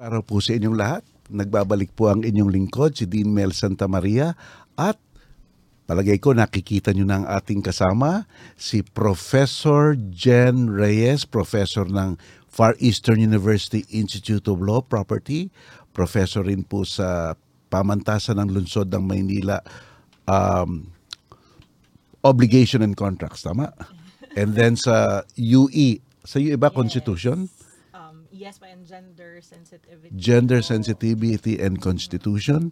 Araw po sa inyong lahat. Nagbabalik po ang inyong lingkod, si Dean Mel Santa Maria at palagay ko nakikita nyo na ang ating kasama, si Professor Jen Reyes, Professor ng Far Eastern University Institute of Law Property, Professor rin po sa pamantasan ng lungsod ng Maynila, um, Obligation and Contracts, tama? And then sa UE, sa UE ba Constitution? um, yes, pa and gender sensitivity. gender sensitivity and constitution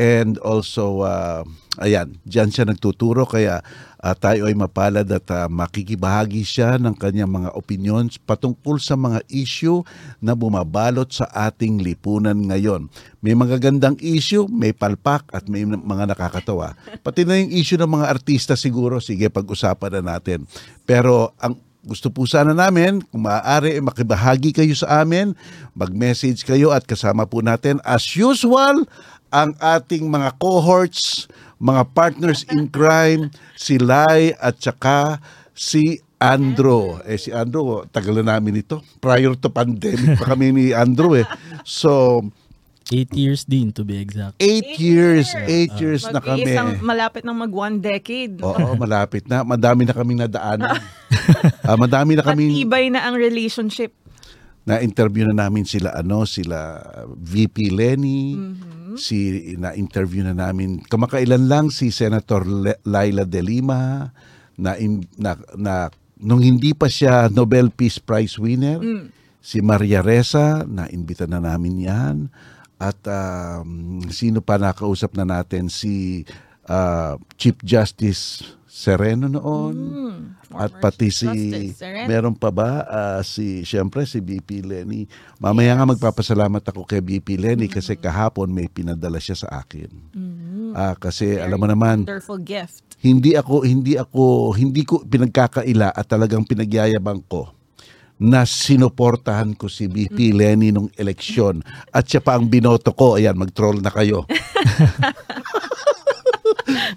and also uh, ayan diyan siya nagtuturo kaya uh, tayo ay mapalad at uh, makikibahagi siya ng kanyang mga opinions patungkol sa mga issue na bumabalot sa ating lipunan ngayon may magagandang issue may palpak at may n- mga nakakatawa pati na yung issue ng mga artista siguro sige pag-usapan na natin pero ang gusto po sana namin, kung maaari, eh, makibahagi kayo sa amin, mag-message kayo at kasama po natin as usual ang ating mga cohorts, mga partners in crime, si Lai at saka si Andrew. Eh, si Andrew, tagal na namin ito. Prior to pandemic pa kami ni Andrew eh. So, 8 years din to be exact. eight, Eight years, years. eight years na kami. Mag-iisang malapit ng mag one decade. Oo, malapit na. Madami na kaming nadaanan. Ah, madami na kaming... Matibay na ang relationship. na-interview na namin sila ano sila VP Lenny Mm-hmm. si na-interview na namin kamakailan lang si Senator Le- Laila De Lima na, in- na, na nung hindi pa siya Nobel Peace Prize winner Mm. si Maria Ressa na imbita na namin 'yan at um, sino pa nakausap na natin si ah, Chief Justice Sereno noon at Mm. Former pati si Chief Justice, Seren. meron pa ba Ah, si siyempre si BP Lenny. Mamaya nga magpapasalamat ako kay BP Lenny kasi kahapon may pinadala siya sa akin. Ah, kasi alam mo Very naman Wonderful gift. hindi ako hindi ako hindi ko pinagkakaila at talagang pinagyayabang ko na sinuportahan ko si BP Lenny nung eleksyon at siya pa ang binoto ko. Ayan, mag-troll na kayo.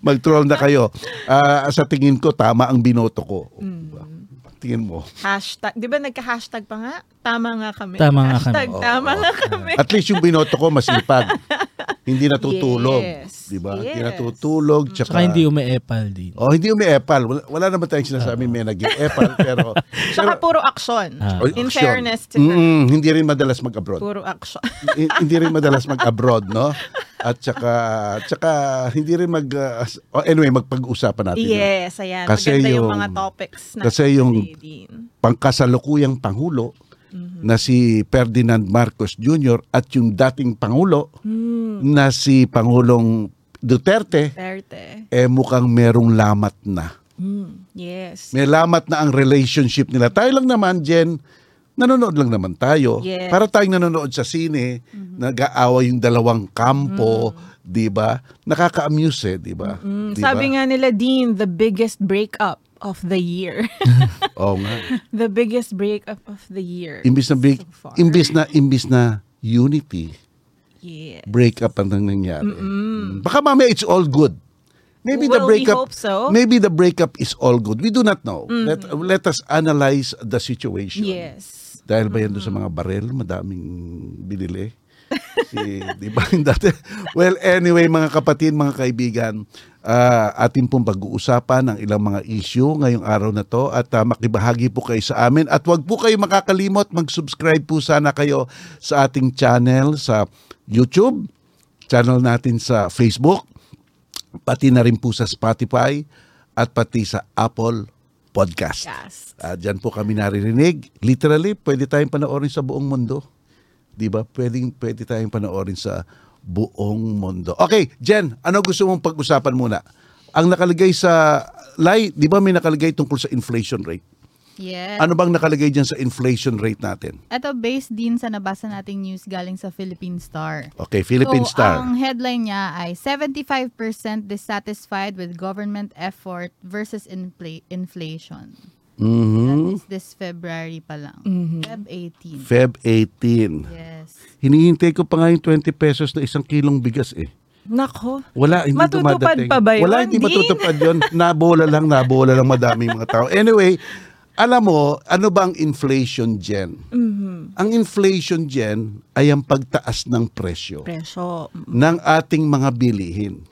mag-troll na kayo. Ah, sa tingin ko, tama ang binoto ko. Diba? Tingin mo. Hashtag. Di ba nagka-hashtag pa nga? Tama nga kami. Tama nga hashtag, kami. Tama Oo. nga kami. At least yung binoto ko masipag. Hindi natutulog. Yes. Di ba? Hindi Yes. Mm. natutulog. Tsaka hindi umeepal din. Oh, hindi umiepal. Wala, wala naman tayong sinasabi may nag-epal pero Tsaka puro action. Ah. Oy, In action. fairness to them, Mm, hindi rin madalas mag-abroad. puro action. I- hindi rin madalas mag-abroad, no? At saka, tsaka hindi rin mag uh, oh, anyway, magpag-usapan natin. yun. yes, ayan. Kasi Maganda yung, yung- mga topics na kasi yung- Dean. Pangkasalukuyang pangulo Mm-hmm. na si Ferdinand Marcos Jr. at yung dating pangulo Mm. na si Pangulong Duterte Duterte. eh mukhang merong lamat na. Mm, yes. May lamat na ang relationship nila. Tayo lang naman, Jen, nanonood lang naman tayo. Yes. Mm-hmm. Para tayong nanonood sa sine, nag-aaway yung dalawang kampo, 'di ba? Nakaka-amuse, eh, 'di ba? Mm, Di ba? Sabi nga nila, Dean, the biggest breakup of the year. Oo nga. the biggest breakup of the year. Imbis na big, So far. imbis na imbis na unity, yeah. breakup ang nangyari. Mm. Baka mamaya it's all good. Maybe the Well, we breakup hope so. maybe the breakup is all good. We do not know. Let let us analyze the situation. Yes. Dahil ba yan doon sa mga barel, madaming binili? si, di ba yung dati? Well, anyway, mga kapatid, mga kaibigan, ah, atin pong pag-uusapan ang ilang mga issue ngayong araw na to at ah, makibahagi po kayo sa amin. At wag po kayo makakalimot, mag-subscribe po sana kayo sa ating channel sa YouTube, channel natin sa Facebook, pati na rin po sa Spotify at pati sa Apple Podcast. Yes. Ah, diyan po kami naririnig. Literally, pwede tayong panoorin sa buong mundo. 'Di ba? Pwede pwede tayong panoorin sa buong mundo. Okay, Jen, ano gusto mong pag-usapan muna? Ang nakalagay sa Lai, 'di ba may nakalagay tungkol sa inflation rate? Yes. Ano bang nakalagay diyan sa inflation rate natin? Ito based din sa nabasa nating news galing sa Philippine Star. Okay, Oh, Philippine so, Star. ang headline niya ay 75% dissatisfied with government effort versus infla- inflation. That Mhm. is this February pa lang. Feb 18. Feb 18. Yes. Hinihintay ko pa nga yung 20 pesos na isang kilong bigas eh. Nako. Wala, hindi Matutupad dumadating. pa ba yun, Wala, hindi Dean? matutupad yun. Nabola lang, nabola lang madaming mga tao. Anyway, Alam mo, ano ba ang inflation, Jen? Mm-hmm. Ang inflation, Jen, ay ang pagtaas ng presyo Presyo. ng ating mga bilihin.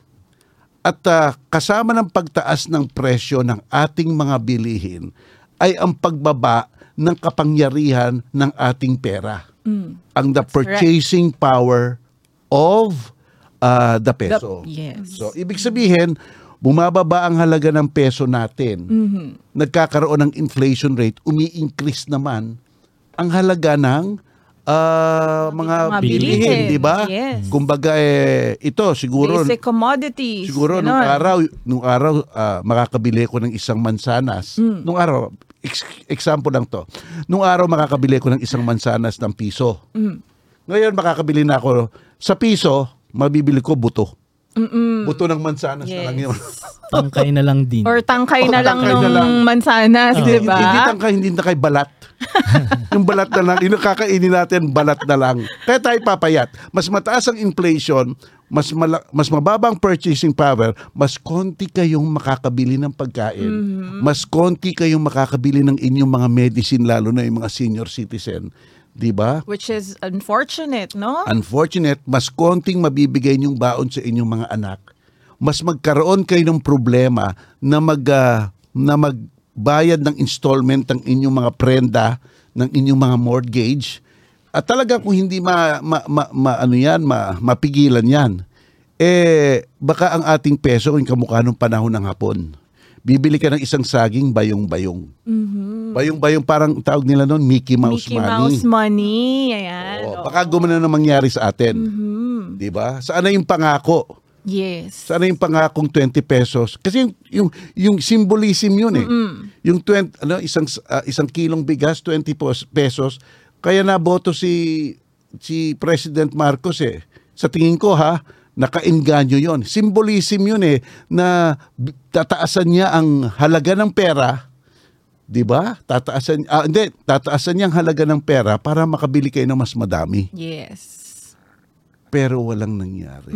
At ah, kasama ng pagtaas ng presyo ng ating mga bilihin ay ang pagbaba ng kapangyarihan ng ating pera. Mm. Ang the purchasing power of ah, the peso. Yes. So, ibig sabihin, bumababa ang halaga ng peso natin. Mm-hmm. Nagkakaroon ng inflation rate, umi-increase naman ang halaga ng ah, mga, Mga bilihin, bilihin, di ba? yes. Kumbaga eh, ito siguro Basic commodities. siguro nung ganon. araw, nung araw ah, makakabili ko ng isang mansanas. Hmm. Nung araw, ex- example lang to. Nung araw makakabili ko ng isang mansanas ng piso. Hmm. Ngayon makakabili na ako sa piso, mabibili ko buto. Buto ng mansanas na lang yun. Yes. Tangkay na lang din. Or tangkay na Oh, lang Tangkay na lang. nung mansanas, diba? di Hindi- Hindi ba? tangkay, hindi tangkay balat. yung balat na lang, yung kakainin natin, balat na lang. Kaya tayo papayat. Mas mataas ang inflation, mas, mala- mas mababa ang purchasing power, mas konti kayong makakabili ng pagkain, Mm-hmm. mas konti kayong makakabili ng inyong mga medicine, lalo na yung mga senior citizen. Di ba? Which is unfortunate, no? Unfortunate, mas konting mabibigay niyong baon sa inyong mga anak. Mas magkaroon kayo ng problema na mag ah, na magbayad ng installment ng inyong mga prenda, ng inyong mga mortgage. At talaga kung hindi ma, ma, ma, ma- ano yan, ma, mapigilan yan, eh baka ang ating peso yung kamukha ng panahon ng hapon. Bibili ka ng isang saging bayong-bayong. Bayong-bayong parang tawag nila noon Mickey Mouse Mm-hmm. Mickey money. Mouse money. Ayan. Oo, oo. baka gumana na mangyari sa atin. 'Di ba? Saan na yung pangako? Yes. Saan na yung pangakong 20 pesos? Kasi yung yung, yung symbolism yun eh. Yung 20 ano isang ah, isang kilong bigas 20 pos- pesos. Kaya naboto si si President Marcos eh. Sa tingin ko ha, nakainganyo yon. Symbolism yun eh na b- tataasan niya ang halaga ng pera 'di ba? Tataasan ah, hindi, tataasan niya ang halaga ng pera para makabili kayo ng mas madami Yes. pero walang nangyari.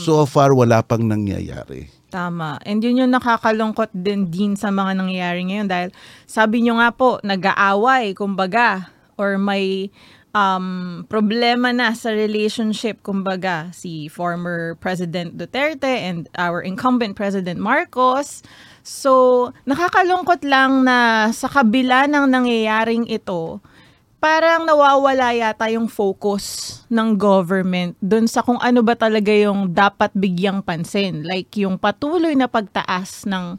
So far, wala pang nangyayari. Tama. And yun yung nakakalungkot din din sa mga nangyayari ngayon dahil sabi nyo nga po, nag-aaway, kumbaga, or may um, problema na sa relationship, kumbaga, si former President Duterte and our incumbent President Marcos. So, nakakalungkot lang na sa kabila ng nangyayaring ito, parang nawawala yata yung focus ng government dun sa kung ano ba talaga yung dapat bigyang pansin. Like yung patuloy na pagtaas ng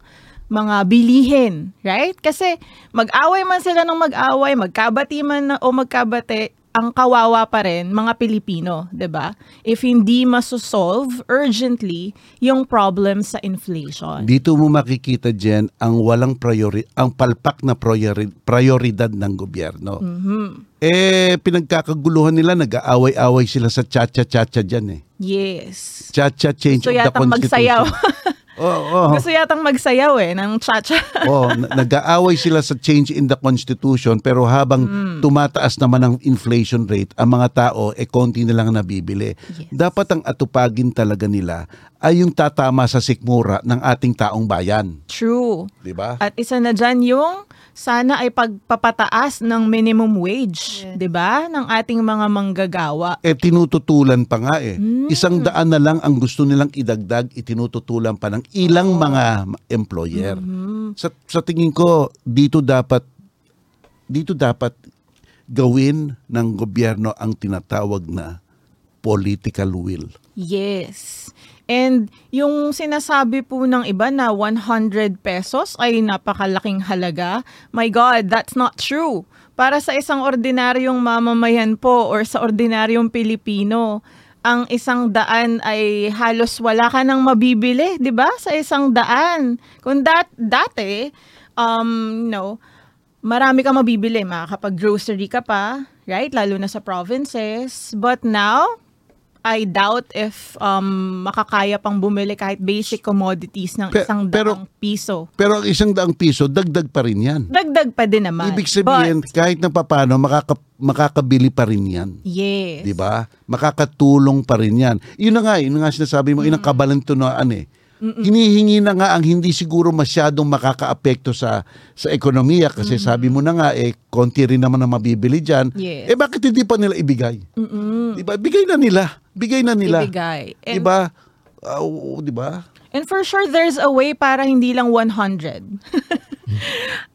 mga bilihin, right? Kasi mag-away man sila ng mag-away, magkabati man na- o magkabate, ang kawawa pa rin mga Pilipino, 'di ba? If hindi masosolve urgently yung problem sa inflation. Dito mo makikita Jen ang walang priori ang palpak na priori- prioridad ng gobyerno. Mm-hmm. Eh pinagkakaguluhan nila nag-aaway-away sila sa cha-cha-cha-cha diyan eh. Yes. Cha-cha change Gusto of the yatang constitution. magsayaw. Oo, oo. Gusto yatang magsayaw eh ng cha-cha. oh, na- nag-aaway sila sa change in the constitution pero habang tumataas naman ang inflation rate, ang mga tao e eh, konti na lang nabibili. Dapat ang atupagin talaga nila ay yung tatama sa sikmura ng ating taong bayan, True. 'di ba? At isa na dyan yung sana ay pagpapataas ng minimum wage, 'di ba? Ng ating mga manggagawa. Eh tinututulan pa nga eh. Isang daan na lang ang gusto nilang idagdag, itinututulan pa ng ilang mga employer. Sa, sa tingin ko dito dapat dito dapat gawin ng gobyerno ang tinatawag na political will. Yes. And yung sinasabi po ng iba na 100 pesos ay napakalaking halaga, my God, that's not true. Para sa isang ordinaryong mamamayan po or sa ordinaryong Pilipino, ang isang daan ay halos wala ka nang mabibili, di ba? Sa isang daan. Kung dat dati, um, you know, marami ka mabibili. Makakapag-grocery ka pa, right? Lalo na sa provinces. But now, I doubt if um, makakaya pang bumili kahit basic commodities ng Pe- isang pero- daang piso. Pero ang isang daang piso, dagdag pa rin yan. Dagdag pa din naman. Ibig sabihin, But, kahit na papano, makaka, makakabili pa rin yan. yes. 'di ba? Makakatulong pa rin 'yan. 'Yun na nga, 'yun na nga sinasabi mo, inang kabalantunaan eh. Hinihingi na nga ang hindi siguro masyadong makakaapekto sa sa ekonomiya kasi sabi mo na nga eh konti rin naman ang mabibili diyan. Yes. Eh bakit hindi pa nila ibigay? Mm-mm. Diba? Bigay na nila. Bigay na nila. Ibigay. And, Diba? Ah, oo, diba? and for sure, there's a way para hindi lang 100.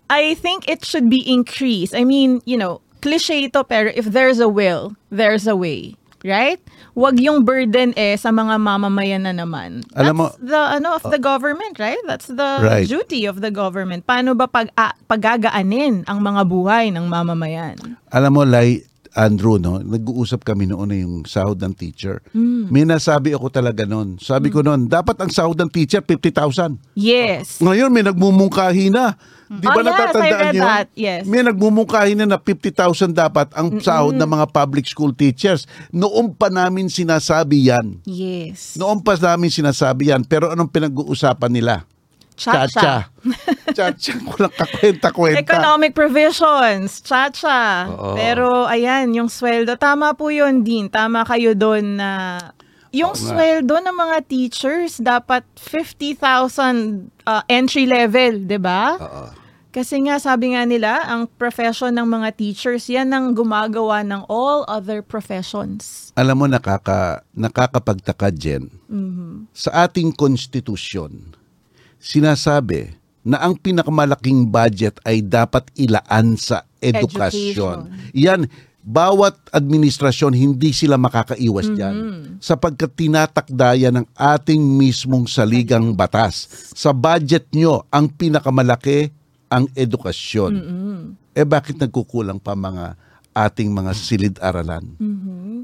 I think it should be increased. I mean, you know, cliche ito, pero if there's a will, there's a way. Right? Wag yung burden eh sa mga mamamayan na naman. Alam mo- uh, That's the ano of the government, right? That's the Right. duty of the government. Paano ba pag a, pagagaanin ang mga buhay ng mamamayan? Alam mo, like Andrew, no? nag-uusap kami noon na yung sahod ng teacher. Mm. May nasabi ako talaga noon. Sabi ko noon, dapat ang sahod ng teacher, 50,000. Yes. Ngayon, may nagmumungkahi na. Di ba Oh, yes, I natatandaan read niyo? that. Yes. May nagmumungkahi na na 50,000 dapat ang sahod ng mga public school teachers. Noon pa namin sinasabi yan. Yes. Noon pa namin sinasabi yan. Pero anong pinag-uusapan nila? Cha-cha. Chacha. Walang kakwenta-kwenta. Economic provisions, cha-cha. Oo. Pero ayan, yung sweldo, tama po yun, Dean. Tama kayo doon na yung Oo nga. sweldo ng mga teachers dapat 50,000 uh, entry level, 'di ba? Oo. Kasi nga sabi nga nila, ang profession ng mga teachers, yan ang gumagawa ng all other professions. Alam mo, nakaka, nakakapagtaka, Jen. Sa ating konstitusyon, sinasabi na ang pinakamalaking budget ay dapat ilaan sa edukasyon. Yan, bawat administrasyon, hindi sila makakaiwas dyan. Sapagkat tinatakda yan ng ating mismong saligang batas. Sa budget nyo, ang pinakamalaki ang edukasyon. Eh bakit nagkukulang pa mga ating mga silid-aralan?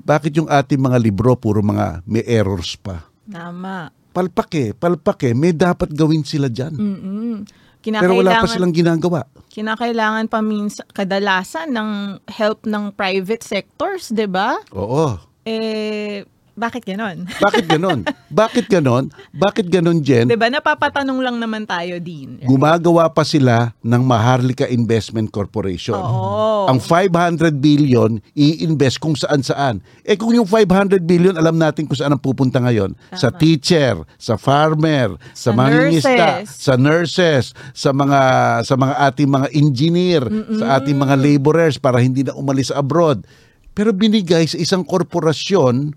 Bakit yung ating mga libro puro mga may errors pa? Tama. Palpak eh, palpak eh. May dapat gawin sila Hmm. dyan. Mm-mm. Pero wala pa Kinakailangan- silang ginagawa. kinakailangan pa minsan kadalasan ng help ng private sectors, 'di ba? Oo. Eh bakit ganon? Bakit ganon? bakit ganon? Bakit ganon, Jen? 'Di ba Diba? napapatanong lang naman tayo din. Gumagawa pa sila ng Maharlika Investment Corporation. Oo. Ang 500 billion i-invest kung saan-saan. Eh kung yung 500 billion, alam natin kung saan ang pupunta ngayon. Sa teacher, sa farmer, sa, Sa mangingisda, nurses. sa nurses, sa mga sa mga ating mga engineer, sa ating mga laborers para hindi na umalis abroad. Pero binigay sa isang korporasyon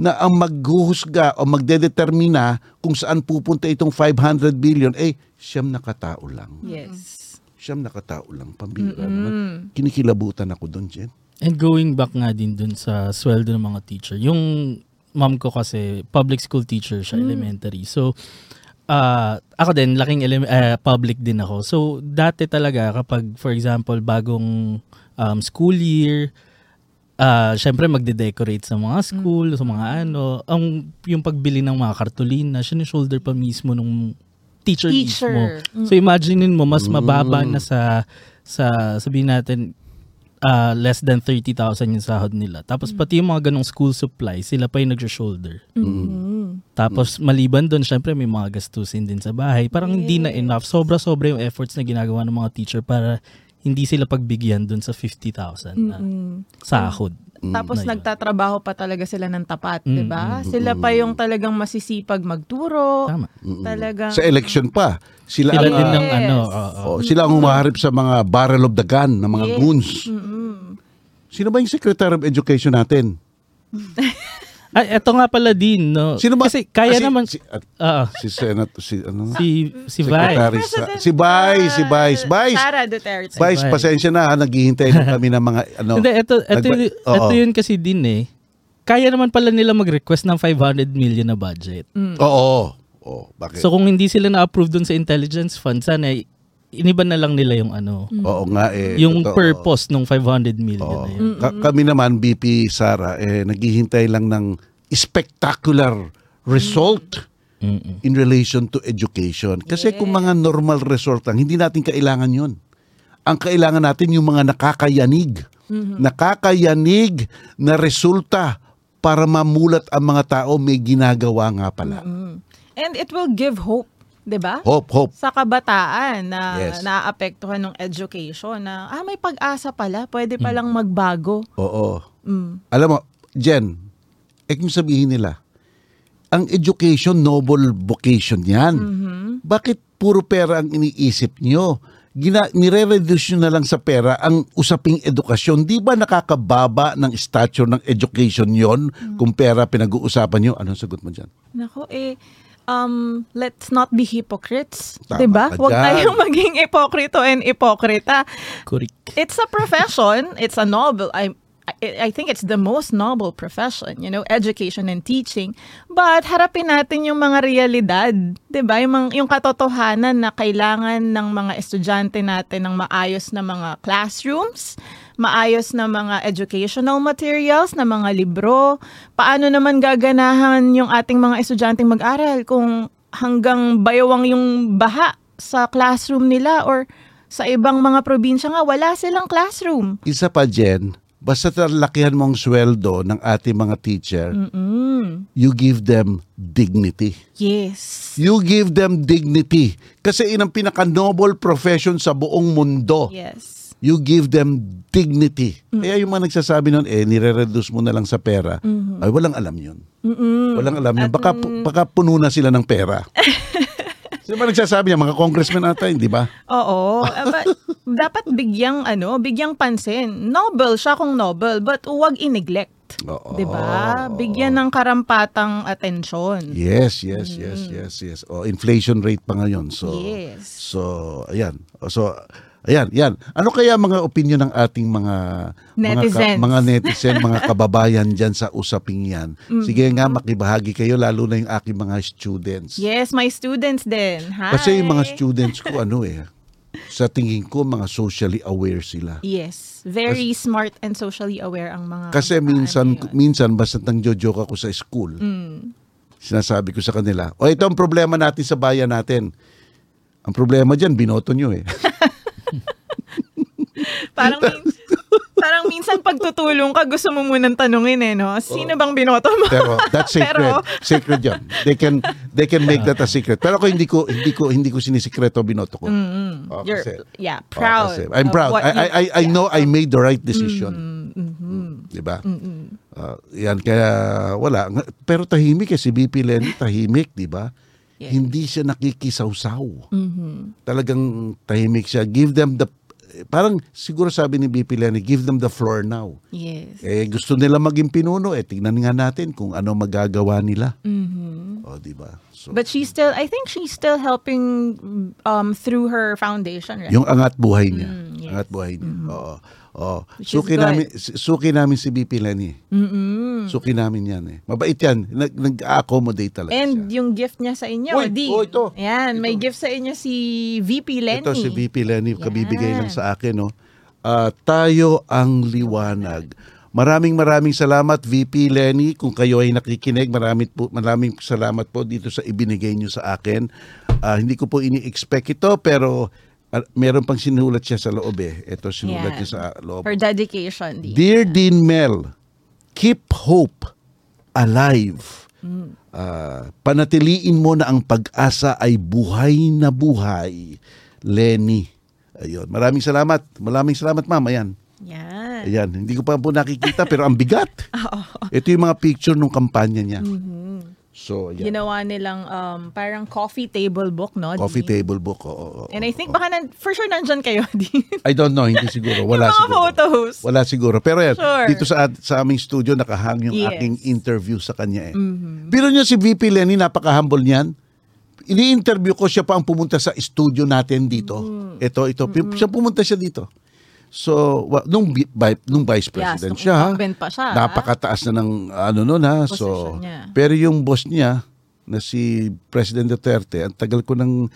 na ang maghuhusga o magdedetermina kung saan pupunta itong 500 billion, eh, siyam na katao lang. Yes. Siyam na katao lang. Pambira naman. Kinikilabutan ako doon, Jen. And going back nga din dun sa sweldo ng mga teacher. Yung mom ko kasi public school Mm. teacher siya, elementary. So ah ako din laking elem- ah, public din ako. So dati talaga kapag for example bagong um, school year ah syempre magde-decorate sa mga school, sa mga ano, ang yung pagbili ng mga kartolina, shoulder pa mismo nung teacher, Teacher. mismo. So imaginein mo mas mababa na sa sa sabihin natin ah, less than 30,000 yung sahod nila. Tapos pati yung mga ganong school supply, sila pa yung nag-shoulder. Tapos maliban doon, syempre may mga gastusin din sa bahay. Parang hindi na enough. Sobra-sobra yung efforts na ginagawa ng mga teacher para hindi sila pagbigyan doon sa 50,000 na sahod. Mm, Tapos na yun. nagtatrabaho pa talaga sila ng tapat, 'di ba? Sila pa yung talagang masisipag magturo. Tama. Mm, Talagang Sa election pa, sila, Sila ang, din ah, ng ano, Yes. oo, oo. oh, sila ang humaharap sa mga barrel of the gun ng mga Yes. goons. Sino ba yung Secretary of Education natin? Ay, eto nga pala din, no? Sino ba? Oh, Kasi kaya Ah, si- naman, Si, at- oo, si Senator, si ano? si, si Vi. Secretary Sa, si Vice, si Vice. Vice, Ah, Sara Vice, Duterte. Vice. pasensya na ha, naghihintay na kami ng mga ano. Hindi, eh, eto, eto, Nagba- yun- Oo. eto yun kasi din eh. Kaya naman pala nila mag-request ng 500 million na budget. Mm. Oo. Oo, bakit? So kung hindi sila na-approve dun sa intelligence fund, sana i- iniba na lang nila yung ano, Oo nga eh. yung totoo. purpose ng 500 million Oo. na yun. Ka- kami naman, BP Sara, eh, naghihintay lang ng spectacular result Mm-mm. in relation to education. Kasi kung mga normal result lang, hindi natin kailangan yun. Ang kailangan natin yung mga nakakayanig. Nakakayanig na resulta para mamulat ang mga tao may ginagawa nga pala. And it will give hope, 'di ba? Hope, hope. sa kabataan na Yes. naapektuhan ng education na ah may pag-asa pala, Mm. pwede palang magbago. Oo. Alam mo, Jen, eh kung sabihin nila, ang education, noble vocation yan. Bakit puro pera ang iniisip nyo? Gina, nire-reduce nyo na lang sa pera ang usaping edukasyon. Di ba nakakababa ng stature ng education yon kung pera pinag-uusapan nyo? Anong sagot mo dyan? Nako eh, um, let's not be hypocrites. Tama diba? ka Huwag dyan. tayong maging ipokrito and ipokrita. Correct. It's a profession. it's a noble. I, I I think it's the most noble profession, you know, education and teaching. But harapin natin yung mga realidad, 'di ba? Yung, mga- yung katotohanan na kailangan ng mga estudyante natin ng maayos na mga classrooms, maayos na mga educational materials, na mga libro. Paano naman gaganahan yung ating mga estudyanteng mag-aral kung hanggang bayawang yung baha sa classroom nila or sa ibang mga probinsya nga, wala silang classroom. Isa pa, Jen, basta talakihan mo ang sweldo ng ating mga teacher, you give them dignity. Yes. You give them dignity. Kasi yun ang pinaka-noble profession sa buong mundo. Yes. Mm. You give them dignity. Kaya yung mga nagsasabi nun, eh, nire-reduce mo na lang sa pera. Mm-hmm. Ay, walang alam yun. Walang alam yun. Baka, mm. pu- baka puno na sila ng pera. Sino ba nagsasabi yan? Mga congressman ata, hindi ba? Oo. eh, but dapat bigyang ano, bigyang pansin. Noble siya kung noble, but huwag i-neglect. Oo. 'Di ba? Bigyan ng karampatang atensyon. Yes, yes, yes, yes, yes. O inflation rate pa ngayon. So Mm. Yes. So ayan. Oh, So ayan, yan. Ano kaya mga opinion ng ating mga mga, Netizens. mga netizen, mga kababayan diyan sa usaping 'yan? Mm. Sige nga makibahagi kayo lalo na yung aking mga students. Yes, my students din. Hi. Kasi yung mga students ko ano eh sa tingin ko mga socially aware sila. Yes, very smart and socially aware ang mga Kasi mga minsan ano yun. Mm. minsan basta nang jojoke ako sa school. Sinasabi ko sa kanila, "O ito ang problema natin sa bayan natin." Ang problema diyan binoto nyo eh. parang min- parang minsan pagtutulong ka gusto mo munang tanungin eh no. Sino bang binoto mo? Pero that's secret. Pero- secret 'yon. They can they can make that a secret. Pero ako hindi ko hindi ko hindi ko sinisikreto binoto ko. Oh, You're, kasi- yeah, oh, proud. kasi I'm of proud. what I I you- mm-hmm. I, I know I made the right decision. Mm, 'Di ba? Ah, yan kaya wala Nga- pero tahimik eh si BP Lenny tahimik, 'di ba? Yeah. Hindi siya nakikisawsaw. Mm-hmm. Talagang tahimik siya. Give them the parang siguro sabi ni BP Lenny, give them the floor now. Yes. Eh, gusto nila maging pinuno. Eh, tignan nga natin kung ano magagawa nila. Mm-hmm. O, di ba? So, But she's still, I think she's still helping um, through her foundation, right? yung angat buhay niya. Mm, yes. Mm-hmm. Angat buhay niya. Oo. Oo. Which is Suki good. Mm-hmm. namin, s- suki namin si BP Lenny. Suki namin yan eh. Mabait yan. Nag, nag-accommodate talaga And siya. yung gift niya sa inyo, Uy, Dean. oh, ito. Yan, may gift sa inyo si VP Lenny. Ito si BP Lenny, kabibigay lang Yan. sa akin. No? Ah, tayo ang liwanag. Maraming maraming salamat VP Lenny kung kayo ay nakikinig. Maraming po maraming salamat po dito sa ibinigay niyo sa akin. Ah, hindi ko po ini-expect ito pero ah, meron pang sinulat siya sa loob eh. Ito sinulat Yan. niya sa loob. Her dedication, Dean. Dear Dean Mel, keep hope alive. Mm. Ah, panatiliin mo na ang pag-asa ay buhay na buhay. Lenny. Ayun. Maraming salamat. Maraming salamat, ma'am. Ayan. Yan. Ayan. Hindi ko pa po nakikita pero ang bigat. Ito yung mga picture nung kampanya niya. Mm-hmm. So, ayan. Ginawa nilang um, parang coffee table book, no? Coffee Dean? table book. Oo, oo, And oo. I think baka nan- for sure nandyan kayo, Dean. I don't know. Hindi siguro. Wala Yung mga siguro. photos. Wala siguro. Pero yan, Sure. dito sa, at- sa aming studio, nakahang yung Yes. Mm-hmm. aking interview sa kanya eh. Pero niya si VP Lenny, napaka-humble niyan. Ini-interview ko siya pa ang pumunta sa studio natin dito. Mm-hmm. Ito, ito. Pi- Siya pumunta siya dito. So, wa- nung, bi- bi- nung vice president nung siya, ha? incumbent pa siya, ha? napakataas na ng ano nun ha. So, Posisyon niya. pero yung boss niya na si President Duterte, ang tagal ko nang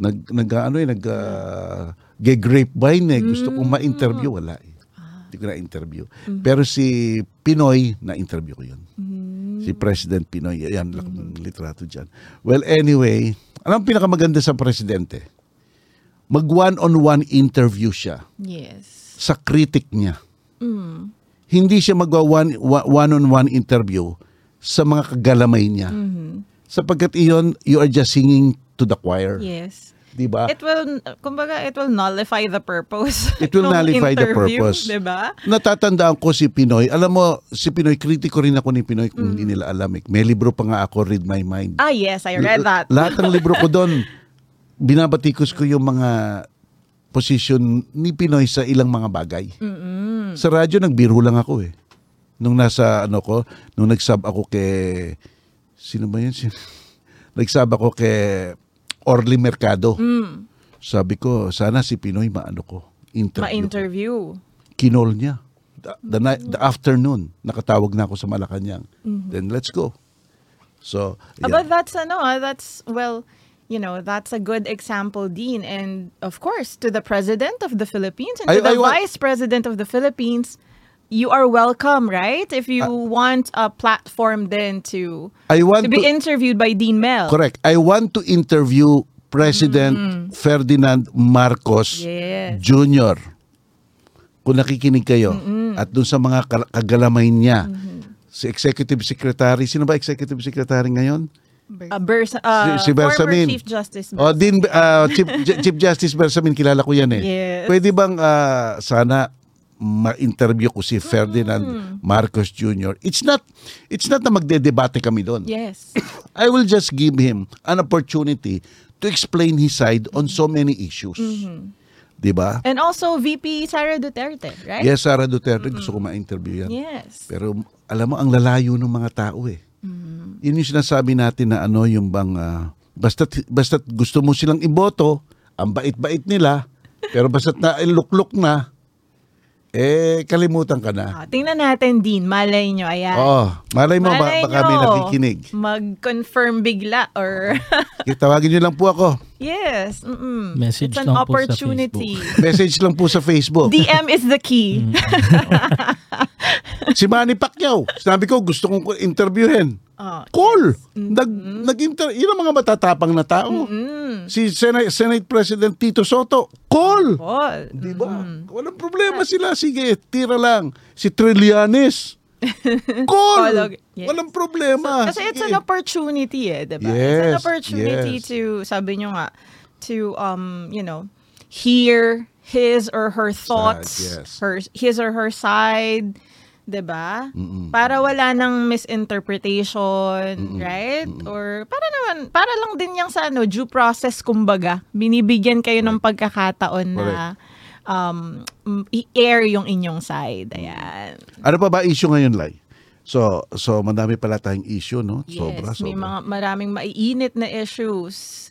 nag nag ano eh nag uh, grapevine eh. Gusto Mm. kong ma-interview wala eh. Ah. Hindi ko na-interview. Pero si Pinoy na-interview ko 'yun. Mm. Si President Pinoy, ayan lang yung litrato diyan. Well, anyway, anong pinakamaganda sa presidente? Mag one-on-one interview siya Yes. sa critic niya. Mm. Hindi siya magwa one- wa- one-on-one interview sa Mm-hmm. mga kagalamay niya. Sapagkat iyon, you are just singing to the choir. Yes. Di ba? It will, kumbaga, it will nullify the purpose. It will nung nullify the interview, purpose. Diba? Natatandaan ko si Pinoy. Alam mo, si Pinoy, kritiko rin ako ni Pinoy Mm. kung hindi nila alam. eh. May libro pa nga ako, Read My Mind. Ah, yes, I read L- that. lahat ng libro ko doon, binabatikos ko yung mga position ni Pinoy sa ilang mga bagay. Sa radyo, nagbiro lang ako eh. Nung nasa, ano ko, nung nagsab ako kay, sino ba yun? Sin- nagsab ako kay Orly Mercado. Mm. Sabi ko, sana si Pinoy maano ko. Interview. ko." Ma-interview. Mm. kinol niya. The, the, night, the afternoon, nakatawag na ako sa Malacanang. Mm-hmm. Then let's go. So, Ah, yeah. But that's ano, ah, that's well, you know, that's a good example, Dean, and of course to the president of the Philippines and to I- the I want- vice president of the Philippines. You are welcome, right? If you want a platform, then to I want to be to- interviewed by Dean Mel. correct. I want to interview President Ferdinand Marcos Mm-hmm. Yes. Jr. Kung nakikinig kayo at dun sa mga kal- kagalamay niya, Mm-hmm. si Executive Secretary, sino ba Executive Secretary ngayon? Uh, Bers- uh, si, si Bersamin. Former Chief Justice. Oh, din ah, Chief, J- Chief Justice Bersamin kilala ko 'yan eh. Yes. Pwede bang ah, sana ma-interview ko si Ferdinand Mm. Marcos Jr. It's not it's not na magdedebate kami doon. yes. I will just give him an opportunity to explain his side on so many issues. Mm-hmm. 'Di ba? And also VP Sara Duterte, right? Yes, Sara Duterte gusto ko ma-interview 'yan. Mm-hmm. Yes. Pero alam mo ang lalayo ng mga tao eh. Mm-hmm. Yun yung sinasabi natin na ano yung bang basta basta gusto mo silang iboto, ang bait-bait nila, pero basta na iluklok na eh kalimutan ka na. Ah, tingnan natin, Dean. Malay nyo, ayan. Oo, Oh, malay mo ba, Malay baka may nyo, nakikinig. Mag-confirm bigla or... Tawagin niyo lang po ako. yes. mm-mm. Message It's an lang po sa opportunity. Message lang po sa Facebook. DM is the key. Mm. si Manny Pacquiao, sabi ko gusto kong interviewin. Ah, Call! Nag, nag-inter- yun ang mga matatapang na tao. Mm-hmm. Si Senate, Senate President Tito Soto, call! Paul. Di ba? Mm-hmm. Walang problema sila. Sige, tira lang. Si Trillanes. Call, Call! okay. Yes. Walang problema. Kasi it's Ah, Sige. an opportunity eh, diba? it's an Yes, opportunity yes. to, sabi nyo nga, to, um, you know, hear his or her thoughts, yes. her, his or her side, diba? Para wala nang misinterpretation, right? Or para naman, para lang din yung sa ano, due process kumbaga. Binibigyan kayo ng pagkakataon na um, m- i-air yung inyong side. Ayan. Ano pa ba issue ngayon, Lai? So, so madami pala tayong issue, no? sobra, yes, may sobra. mga maraming maiinit na issues.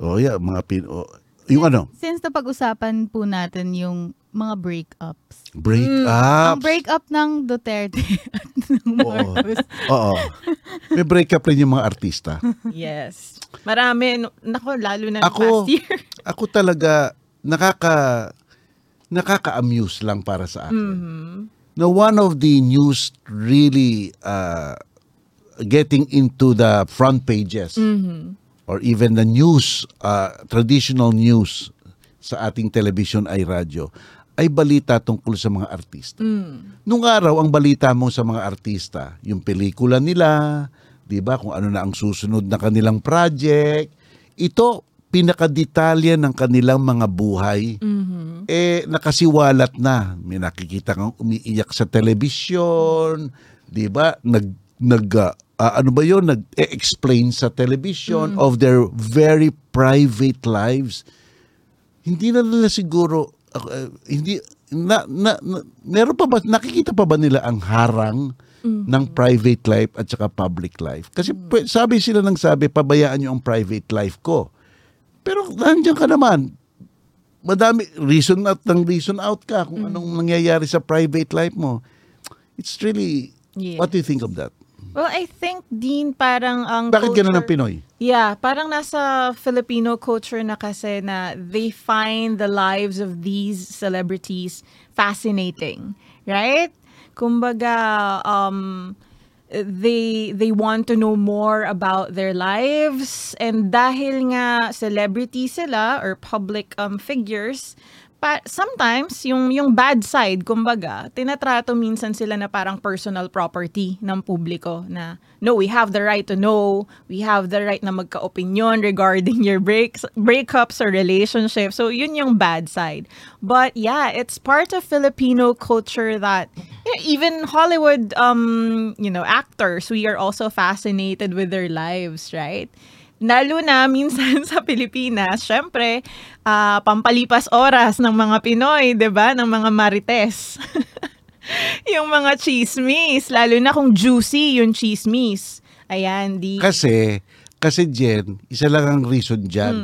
Oh, yeah, mga pin... oh, yung ano? Since napag-usapan po natin yung mga breakups. Mm. Break-up. Ang breakup ng Duterte at ng Oo. Marcos. Oo. May break-up rin yung mga artista. Yes. Marami. no- Nako, lalo na nung Ako- past year. Ako talaga, nakaka... Nakaka-amuse lang para sa akin. Now, one of the news really uh, getting into the front pages or even the news, uh, traditional news sa ating television ay radyo, ay balita tungkol sa mga artista. Nung araw, ang balita mo sa mga artista, yung pelikula nila, di ba, kung ano na ang susunod na kanilang project. Ito, pinakadetalya ng kanilang mga buhay eh nakasiwalat na. May nakikita kang umiiyak sa telebisyon, 'di ba? Nag nag ah, ah, ano ba 'yon? Nag-explain sa telebisyon of their very private lives. Hindi na nila siguro ah, ah, hindi na, na, na- meron pa ba nakikita pa ba nila ang harang Mm. ng private life at saka public life? Kasi pwe- sabi sila ng sabi, pabayaan niyo ang private life ko. Pero nandiyan ka naman, madami reason out ng reason out ka kung Mm. anong nangyayari sa private life mo. It's really Yes. what do you think of that? Well, I think, Dean, parang ang Bakit ganun ang culture- Pinoy? Yeah, parang nasa Filipino culture na kasi na they find the lives of these celebrities fascinating, right? Kumbaga, um, they they want to know more about their lives and dahil nga celebrity sila or public um, figures, pa- sometimes yung yung bad side kumbaga tinatrato minsan sila na parang personal property ng publiko na no we have the right to know we have the right na magka-opinion regarding your breaks breakups or relationships so yun yung bad side but yeah it's part of Filipino culture that you know, even Hollywood um you know actors we are also fascinated with their lives right lalo na minsan sa Pilipinas, syempre, ah, pampalipas oras ng mga Pinoy, 'di ba? Ng mga marites. yung mga chismis, lalo na kung juicy yung chismis. Ayan, di Kasi, kasi Jen, isa lang ang reason Hmm. dyan.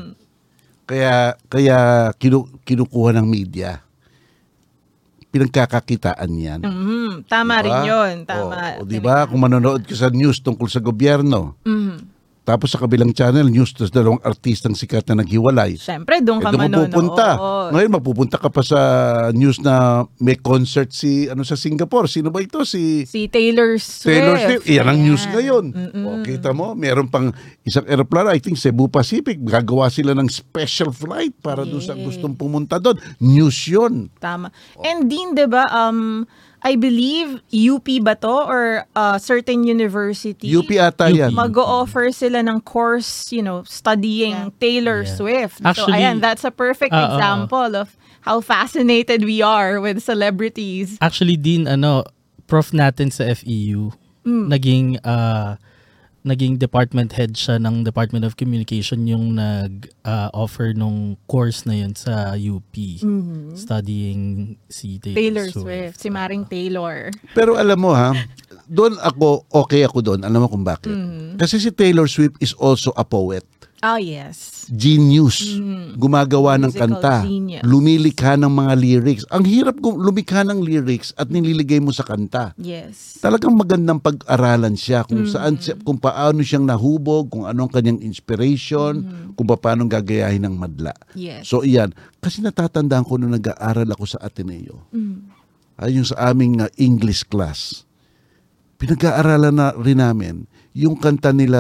Kaya, kaya kinu- kinukuha ng media. Pinagkakakitaan yan. Mhm, tama Diba? rin 'yon, O, o, oh, tama. di ba? Kung manonood ka sa news tungkol sa gobyerno, Mm-hmm. tapos sa kabilang channel, news tas dalawang artistang sikat na naghiwalay. Syempre, doon Eh, ka doon mo manonood. pupunta. Oo. Ngayon, mapupunta ka pa sa news na may concert si ano sa Singapore. Sino ba ito? Si Si Taylor Swift. Mm, Taylor Swift. Iyan ang Ayan. news ngayon. O, kita mo, meron pang isang aeroplano, I think Cebu Pacific. Gagawa sila ng special flight para doon sa gustong pumunta doon. News yun. Tama. Oh. And din, di ba, um, I believe UP ba to or uh, certain university? UP ata yan. Mag-o-offer sila ng course, you know, studying Yeah. Taylor Yeah. Swift. so, Actually- ayan, that's a perfect Ah, oo. example of how fascinated we are with celebrities. Actually, din, ano, prof natin sa FEU, naging, ah, naging department head siya ng Department of Communication yung nag-offer nung course na yun sa UP, studying si Taylor Taylor, Swift, si Maring Taylor. Pero alam mo ha, doon ako, okay ako doon. Alam mo kung bakit. Mm-hmm. Kasi si Taylor Swift is also a poet. Oh, yes. Genius. Gumagawa ng Mm-hmm. Musical kanta. genius. Lumilikha ng mga lyrics. Ang hirap gum- lumikha ng lyrics at nililigay mo sa kanta. Yes. talagang magandang pag-aralan siya kung saan siya, kung paano siyang nahubog, kung ano ang kanyang inspiration, kung paano gagayahin ng madla. Yes. So iyan, kasi natatandaan ko nung nag-aaral ako sa Ateneo. Mm. Ay, yung sa aming uh, English class. Pinag-aaralan na rin namin yung kanta nila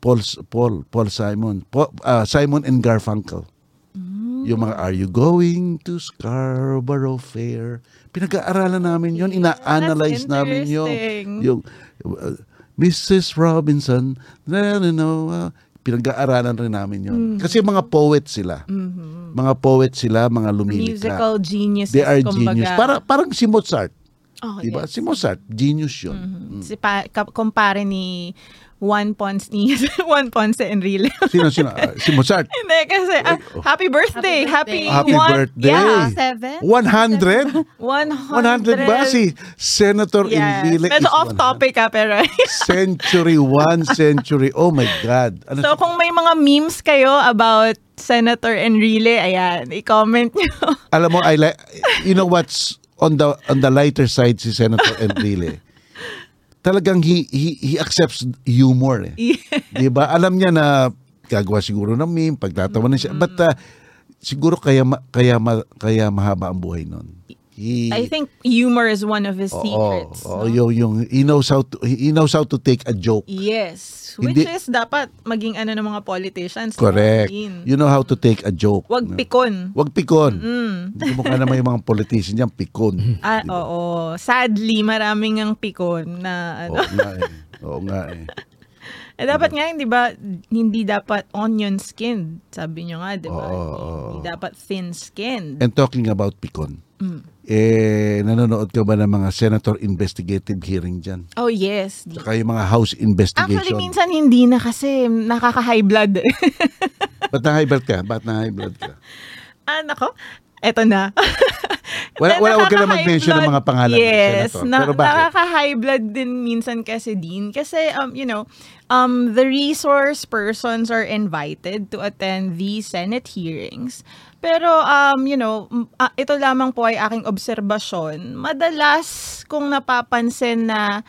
Paul S- Paul Paul Simon, Paul- ah, Simon and Garfunkel. Mm. Yung mga Are You Going to Scarborough Fair? Pinag-aaralan namin yun, ina-analyze That's namin yun. interesting. Yung uh, Mrs. Robinson, na na na, uh, pinag-aaralan rin namin yun. Mm. Kasi mga poet sila. Mga poet sila, mga lumilikha. Mm-hmm. Musical geniuses, They are kumbaga. genius. Para, parang si Mozart. Oh, diba? yes. Mm-hmm. Si Mozart, genius yun. Si pa, ka- kumpare ni Juan Ponce ni Juan Ponce Enrile. Sino, sino? Ah, si Mozart. Hindi kasi ah, happy birthday, happy, oh. Happy Happy one- birthday. Yeah, Seven? 100? 100. 100 ba? Si Senator Yes. Enrile Medyo is off 100. topic ah, pero. Century, one century. Oh my God. Ano so kung may mga memes kayo about Senator Enrile, ayan, i-comment nyo. Alam mo, I like, you know what's on the on the lighter side si Senator Enrile. Talagang he, he, he accepts humor. Eh. Di ba? Alam niya na gagawa siguro ng meme, pagtatawanan Mm-hmm. siya. But uh, siguro kaya ma- kaya ma- kaya mahaba ang buhay noon. He, I think humor is one of his oo, secrets. oo, no? yung, yung he knows how to he knows how to take a joke. Yes, which Hindi- is dapat maging ano ng mga politicians. Correct. Yun. You know how to take a joke. Wag No? pikon. Hmm. Wag pikon. Hindi mo ka naman yung mga politician dyan, pikon. Ah, Di ba? oo. Sadly, maraming ang pikon na ano. Oo nga eh. Oo nga eh. Eh, dapat nga, hindi ba, hindi dapat onion skinned, sabi nyo nga, di ba? Oo, oo, Hindi dapat thin skinned. And talking about pikon, eh, nanonood ka ba ng mga senator investigative hearing dyan? oh, yes. Tsaka yung mga house investigation. Actually, minsan hindi na kasi nakaka-high blood. Ba't na high blood ka? Ba't na high blood ka? ah, nako. Eto na. Wala, wala, huwag ka na Nakaka-high mag-mention ng blood. mga pangalan. ng Yes. senator. Na, Pero bakit? nakaka-high blood din minsan kasi din. Kasi, um, you know, um, the resource persons are invited to attend these Senate hearings. Pero, um, you know, m- ah, ito lamang po ay aking obserbasyon. Madalas kung napapansin na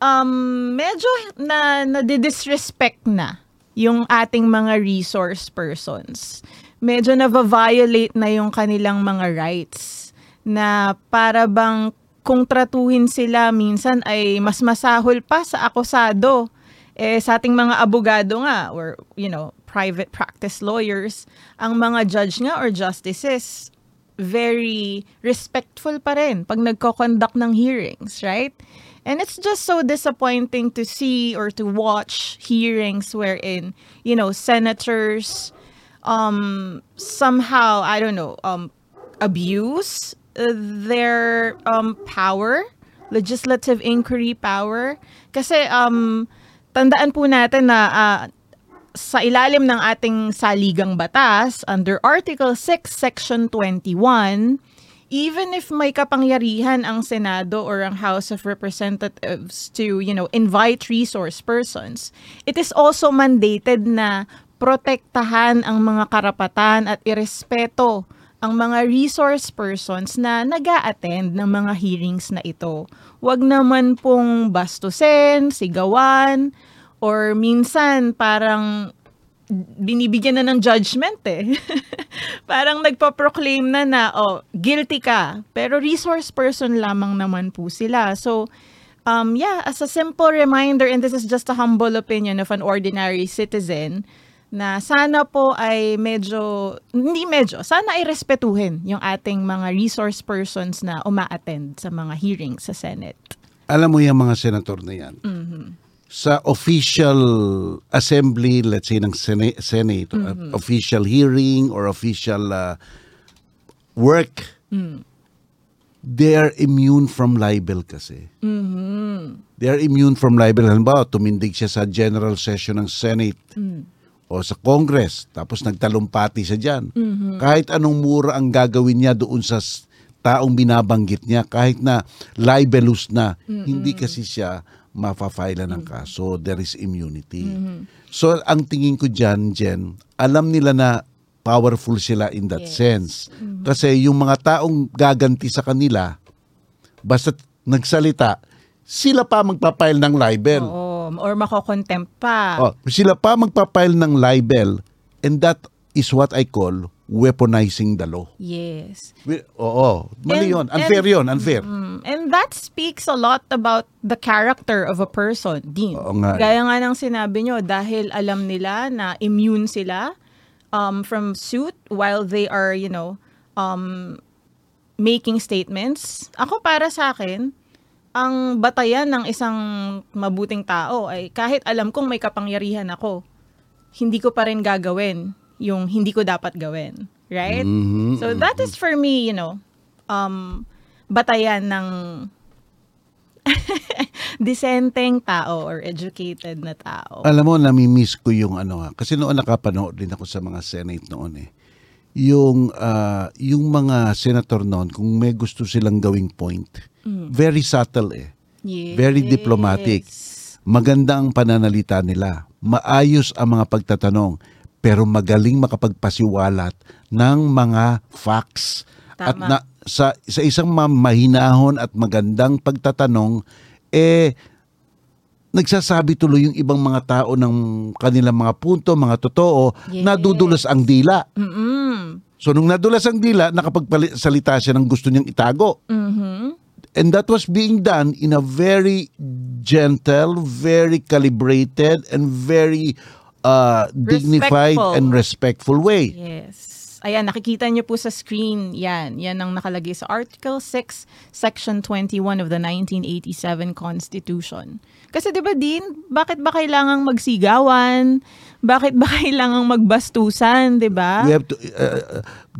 um, medyo na nadidisrespect na yung ating mga resource persons. Medyo na-violate na yung kanilang mga rights na para bang kung tratuhin sila minsan ay mas masahol pa sa akusado. Eh, sa ating mga abogado nga or, you know, private practice lawyers, ang mga judge nga or justices very respectful pa rin pag nagko-conduct ng hearings, right? And it's just so disappointing to see or to watch hearings wherein, you know, senators um, somehow, I don't know, um, abuse uh, their um, power, legislative inquiry power. Kasi um, tandaan po natin na ah, sa ilalim ng ating saligang batas, under Article 6, Section 21, even if may kapangyarihan ang Senado or ang House of Representatives to, you know, invite resource persons, it is also mandated na protektahan ang mga karapatan at irespeto ang mga resource persons na nag attend ng mga hearings na ito. Huwag naman pong bastusin, sigawan, or minsan parang binibigyan na ng judgment eh. Parang nagpa-proclaim na na, oh, guilty ka. Pero resource person lamang naman po sila. So, um, yeah, as a simple reminder, and this is just a humble opinion of an ordinary citizen, na sana po ay medyo, hindi medyo, sana ay respetuhin yung ating mga resource persons na uma-attend sa mga hearings sa Senate. alam mo yung mga senator na yan, sa official assembly, let's say ng Sena- Senate, uh, official hearing or official uh, work, they are immune from libel kasi. They are immune from libel. Halimbawa, tumindig siya sa general session ng Senate o sa Congress, tapos nagtalumpati siya dyan. Kahit anong mura ang gagawin niya doon sa s- taong binabanggit niya, kahit na libelous na, hindi kasi siya mapafila ng kaso. There is immunity. So, ang tingin ko dyan, Jen, alam nila na powerful sila in that sense. Kasi yung mga taong gaganti sa kanila, basta nagsalita, sila pa magpapile ng libel. Oo, or mako-contempt pa. Oh, sila pa magpapile ng libel and that is what I call weaponizing the law. Yes. We- Oo, mali And- yun. Unfair and- yun, unfair. Mm, And that speaks a lot about the character of a person, Dean. Oo nga eh. Gaya nga ng sinabi nyo, dahil alam nila na immune sila um, from suit while they are, you know, um, making statements. Ako para sa akin, ang batayan ng isang mabuting tao ay kahit alam kong may kapangyarihan ako, hindi ko pa rin gagawin yung hindi ko dapat gawin. Right? Mm-hmm. So that is for me, you know, um, batayan ng disenteng tao or educated na tao. Alam mo, namimiss ko yung ano ha. Kasi noon nakapanood din ako sa mga Senate noon eh. Yung, ah, yung mga senator noon, kung may gusto silang gawing point, Mm. very subtle eh. Yes. Very diplomatic. Maganda ang pananalita nila. Maayos ang mga pagtatanong. Pero magaling makapagpasiwalat ng mga facts. At Tama. na, sa, sa isang ma- mahinahon at magandang pagtatanong, eh, nagsasabi tuloy yung ibang mga tao ng kanilang mga punto, mga totoo, Yes. nadudulas ang dila. Mm-mm. So nung nadulas ang dila, nakapagsalita siya ng gusto niyang itago. Mm-hmm. And that was being done in a very gentle, very calibrated, and very uh, dignified Respectful. and respectful way. Yes. Ayan, nakikita niyo po sa screen. Yan. Yan ang nakalagay sa Article 6, Section 21 of the 1987 Constitution. Kasi 'di ba din, bakit ba kailangang magsigawan? Bakit ba kailangang magbastusan, 'di ba? We have to uh, uh,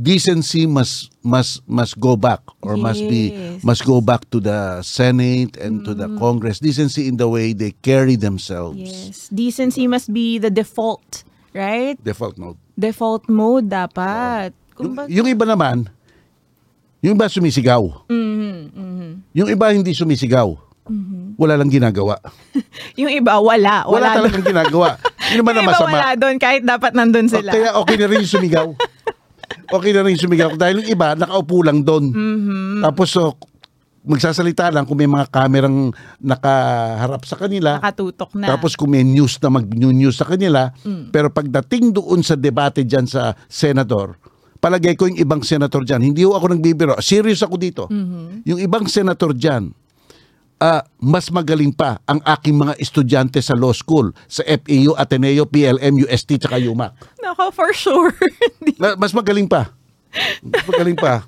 decency must must must go back or must be Yes. Mm. must go back to the Senate and to the Congress. Decency in the way they carry themselves. Yes. Decency must be the default, right? Default mode. Default mode dapat. Yung, Kumbaga- Oh. yung iba naman, yung iba sumisigaw. Mm-hmm, Yung iba hindi sumisigaw. Wala lang ginagawa. Yung iba, Wala, wala. Wala, doon. talagang ginagawa. Yun naman ang Yung iba masama. wala doon kahit dapat nandun O, sila. Kaya okay na rin yung sumigaw. okay na rin yung sumigaw. Dahil yung iba, nakaupo lang doon. Mm-hmm. Tapos so, magsasalita lang kung may mga kamerang nakaharap sa kanila. Nakatutok na. Tapos kung may news na mag-news sa kanila, pero pagdating doon sa debate dyan sa senator, palagay ko yung ibang senator dyan, hindi ho ako nagbibiro, serious ako dito. Yung ibang senator dyan, ah, mas magaling pa ang aking mga estudyante sa law school, sa FEU, Ateneo, PLM, UST, tsaka UMAC. Nako, for sure. Ma- Mas magaling pa. Mas magaling pa.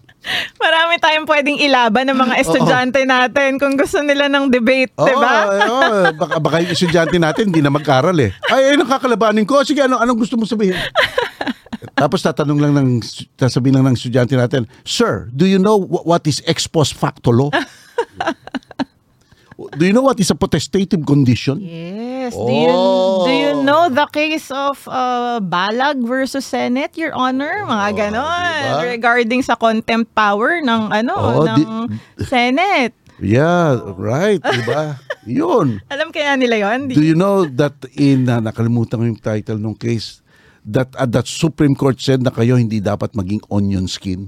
Marami tayong pwedeng ilaban ng mga estudyante natin kung gusto nila ng debate, Oo, 'di ba? eh, oo. baka, baka yung estudyante natin hindi na mag-aral eh. Ay, ay, nakakalabanin ko. Sige, ano, anong gusto mo sabihin? Tapos tatanong lang ng, sasabihin lang ng estudyante natin, Sir, do you know wh- what is ex post facto law? do you know what is a potestative condition? Yes. Do you do you Oh. know the case of uh, Balag versus Senate, Your Oh, Honor? Mga ganon. diba? Regarding sa contempt power ng ano, Oo, ng Oh, di- Senate. Yeah, right, di ba? Yun. Alam kaya nila yon? Do you know that in, ah, nakalimutan ko yung title ng case, that ah, that Supreme Court said na kayo hindi dapat maging onion skin.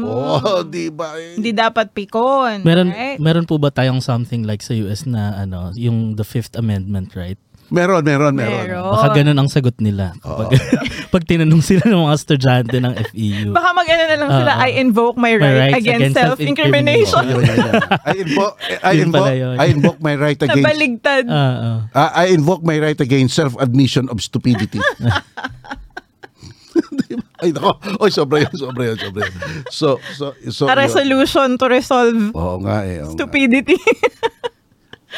Oh, di ba? Eh, Mm-hmm. Hindi dapat pikon. Meron right? meron po ba tayong something like sa US na ano, yung the Fifth Amendment, right? Meron, meron, meron. Meron. Baka ganun ang sagot nila. Kapag, pag tinanong sila ng mga estudyante ng E FEU. Baka mag-ano na lang sila, Oo. I invoke my Ah, My right, rights against, against self-incrimination. Yun, self-incrimination. yun, yun. I invoke, I Yun pala invoke, yun. I invoke my right against, Nabaligtad. Ah, ah. Ah, I invoke my right against self-admission of stupidity. Di ba? Ay, nako. Oy, sobra yun, sobra yun, sobra yun. So, so, so. a yun. resolution to resolve Oo nga eh. oo nga. stupidity.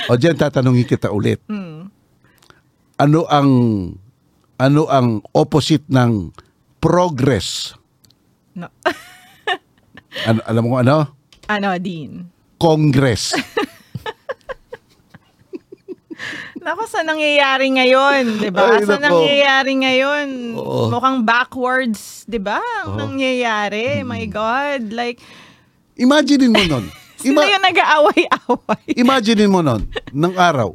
O dyan, tatanungin kita ulit. Hmm. Ano ang, ano ang opposite ng progress? no. Ano, alam mo kung ano? Ano, Dean? Congress. Nako, sa nangyayari ngayon, di ba? Ay, Sa nako. nangyayari ngayon, Oo. mukhang backwards, di ba? Ang nangyayari, my Hmm. God. Like, Imagine mo nun. sila Ima- yung nag-aaway-away. Imagine mo nun, ng araw,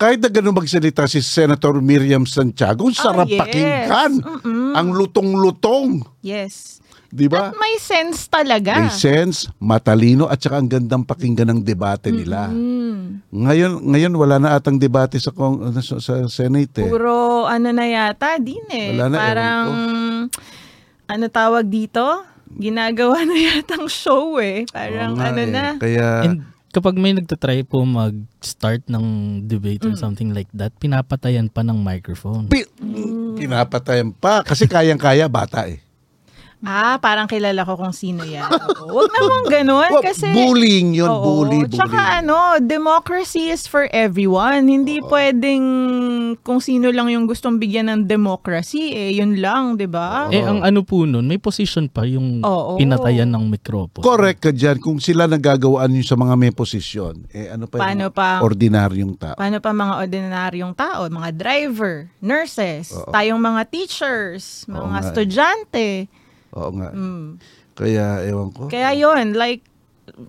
kahit na ganun magsalita si Senator Miriam Santiago, ang sarap Oh, yes. pakinggan. Ang lutong-lutong. yes. Di ba? At may sense talaga. Diba? May sense, matalino, at saka ang gandang pakinggan ng debate nila. Hmm. Ngayon, ngayon wala na atang debate sa, Cong- sa, sa Senate. eh. Puro ano na yata, din eh. Wala na, ewan Parang, ano tawag dito? Ginagawa na yatang show eh. Oo Parang nga ano eh. na. Kaya, And kapag may nagtatry po mag-start ng debate Mm. or something like that, pinapatayan pa ng microphone. pi- pinapatayan pa. Kasi kayang-kaya, bata eh. Ah, parang kilala ko kung sino yan. Oo, Huwag namang ganun Wa- kasi... bullying yun, Oo, bully, bully. Tsaka ano, democracy is for everyone. Hindi pwedeng kung sino lang yung gustong bigyan ng democracy. Eh, yun lang, di ba? Eh, ang ano po nun, may position pa yung Oo. pinatayan ng microphone. Correct ka dyan. Kung sila nagagawaan yun sa mga may posisyon, eh ano pa yung Paano pa- ordinaryong tao? Paano pa mga ordinaryong tao? Mga driver, nurses, tayong mga teachers, mga nga eh. estudyante. Hmm. Oo nga. Kaya ewan ko. Mm. Kaya yon like,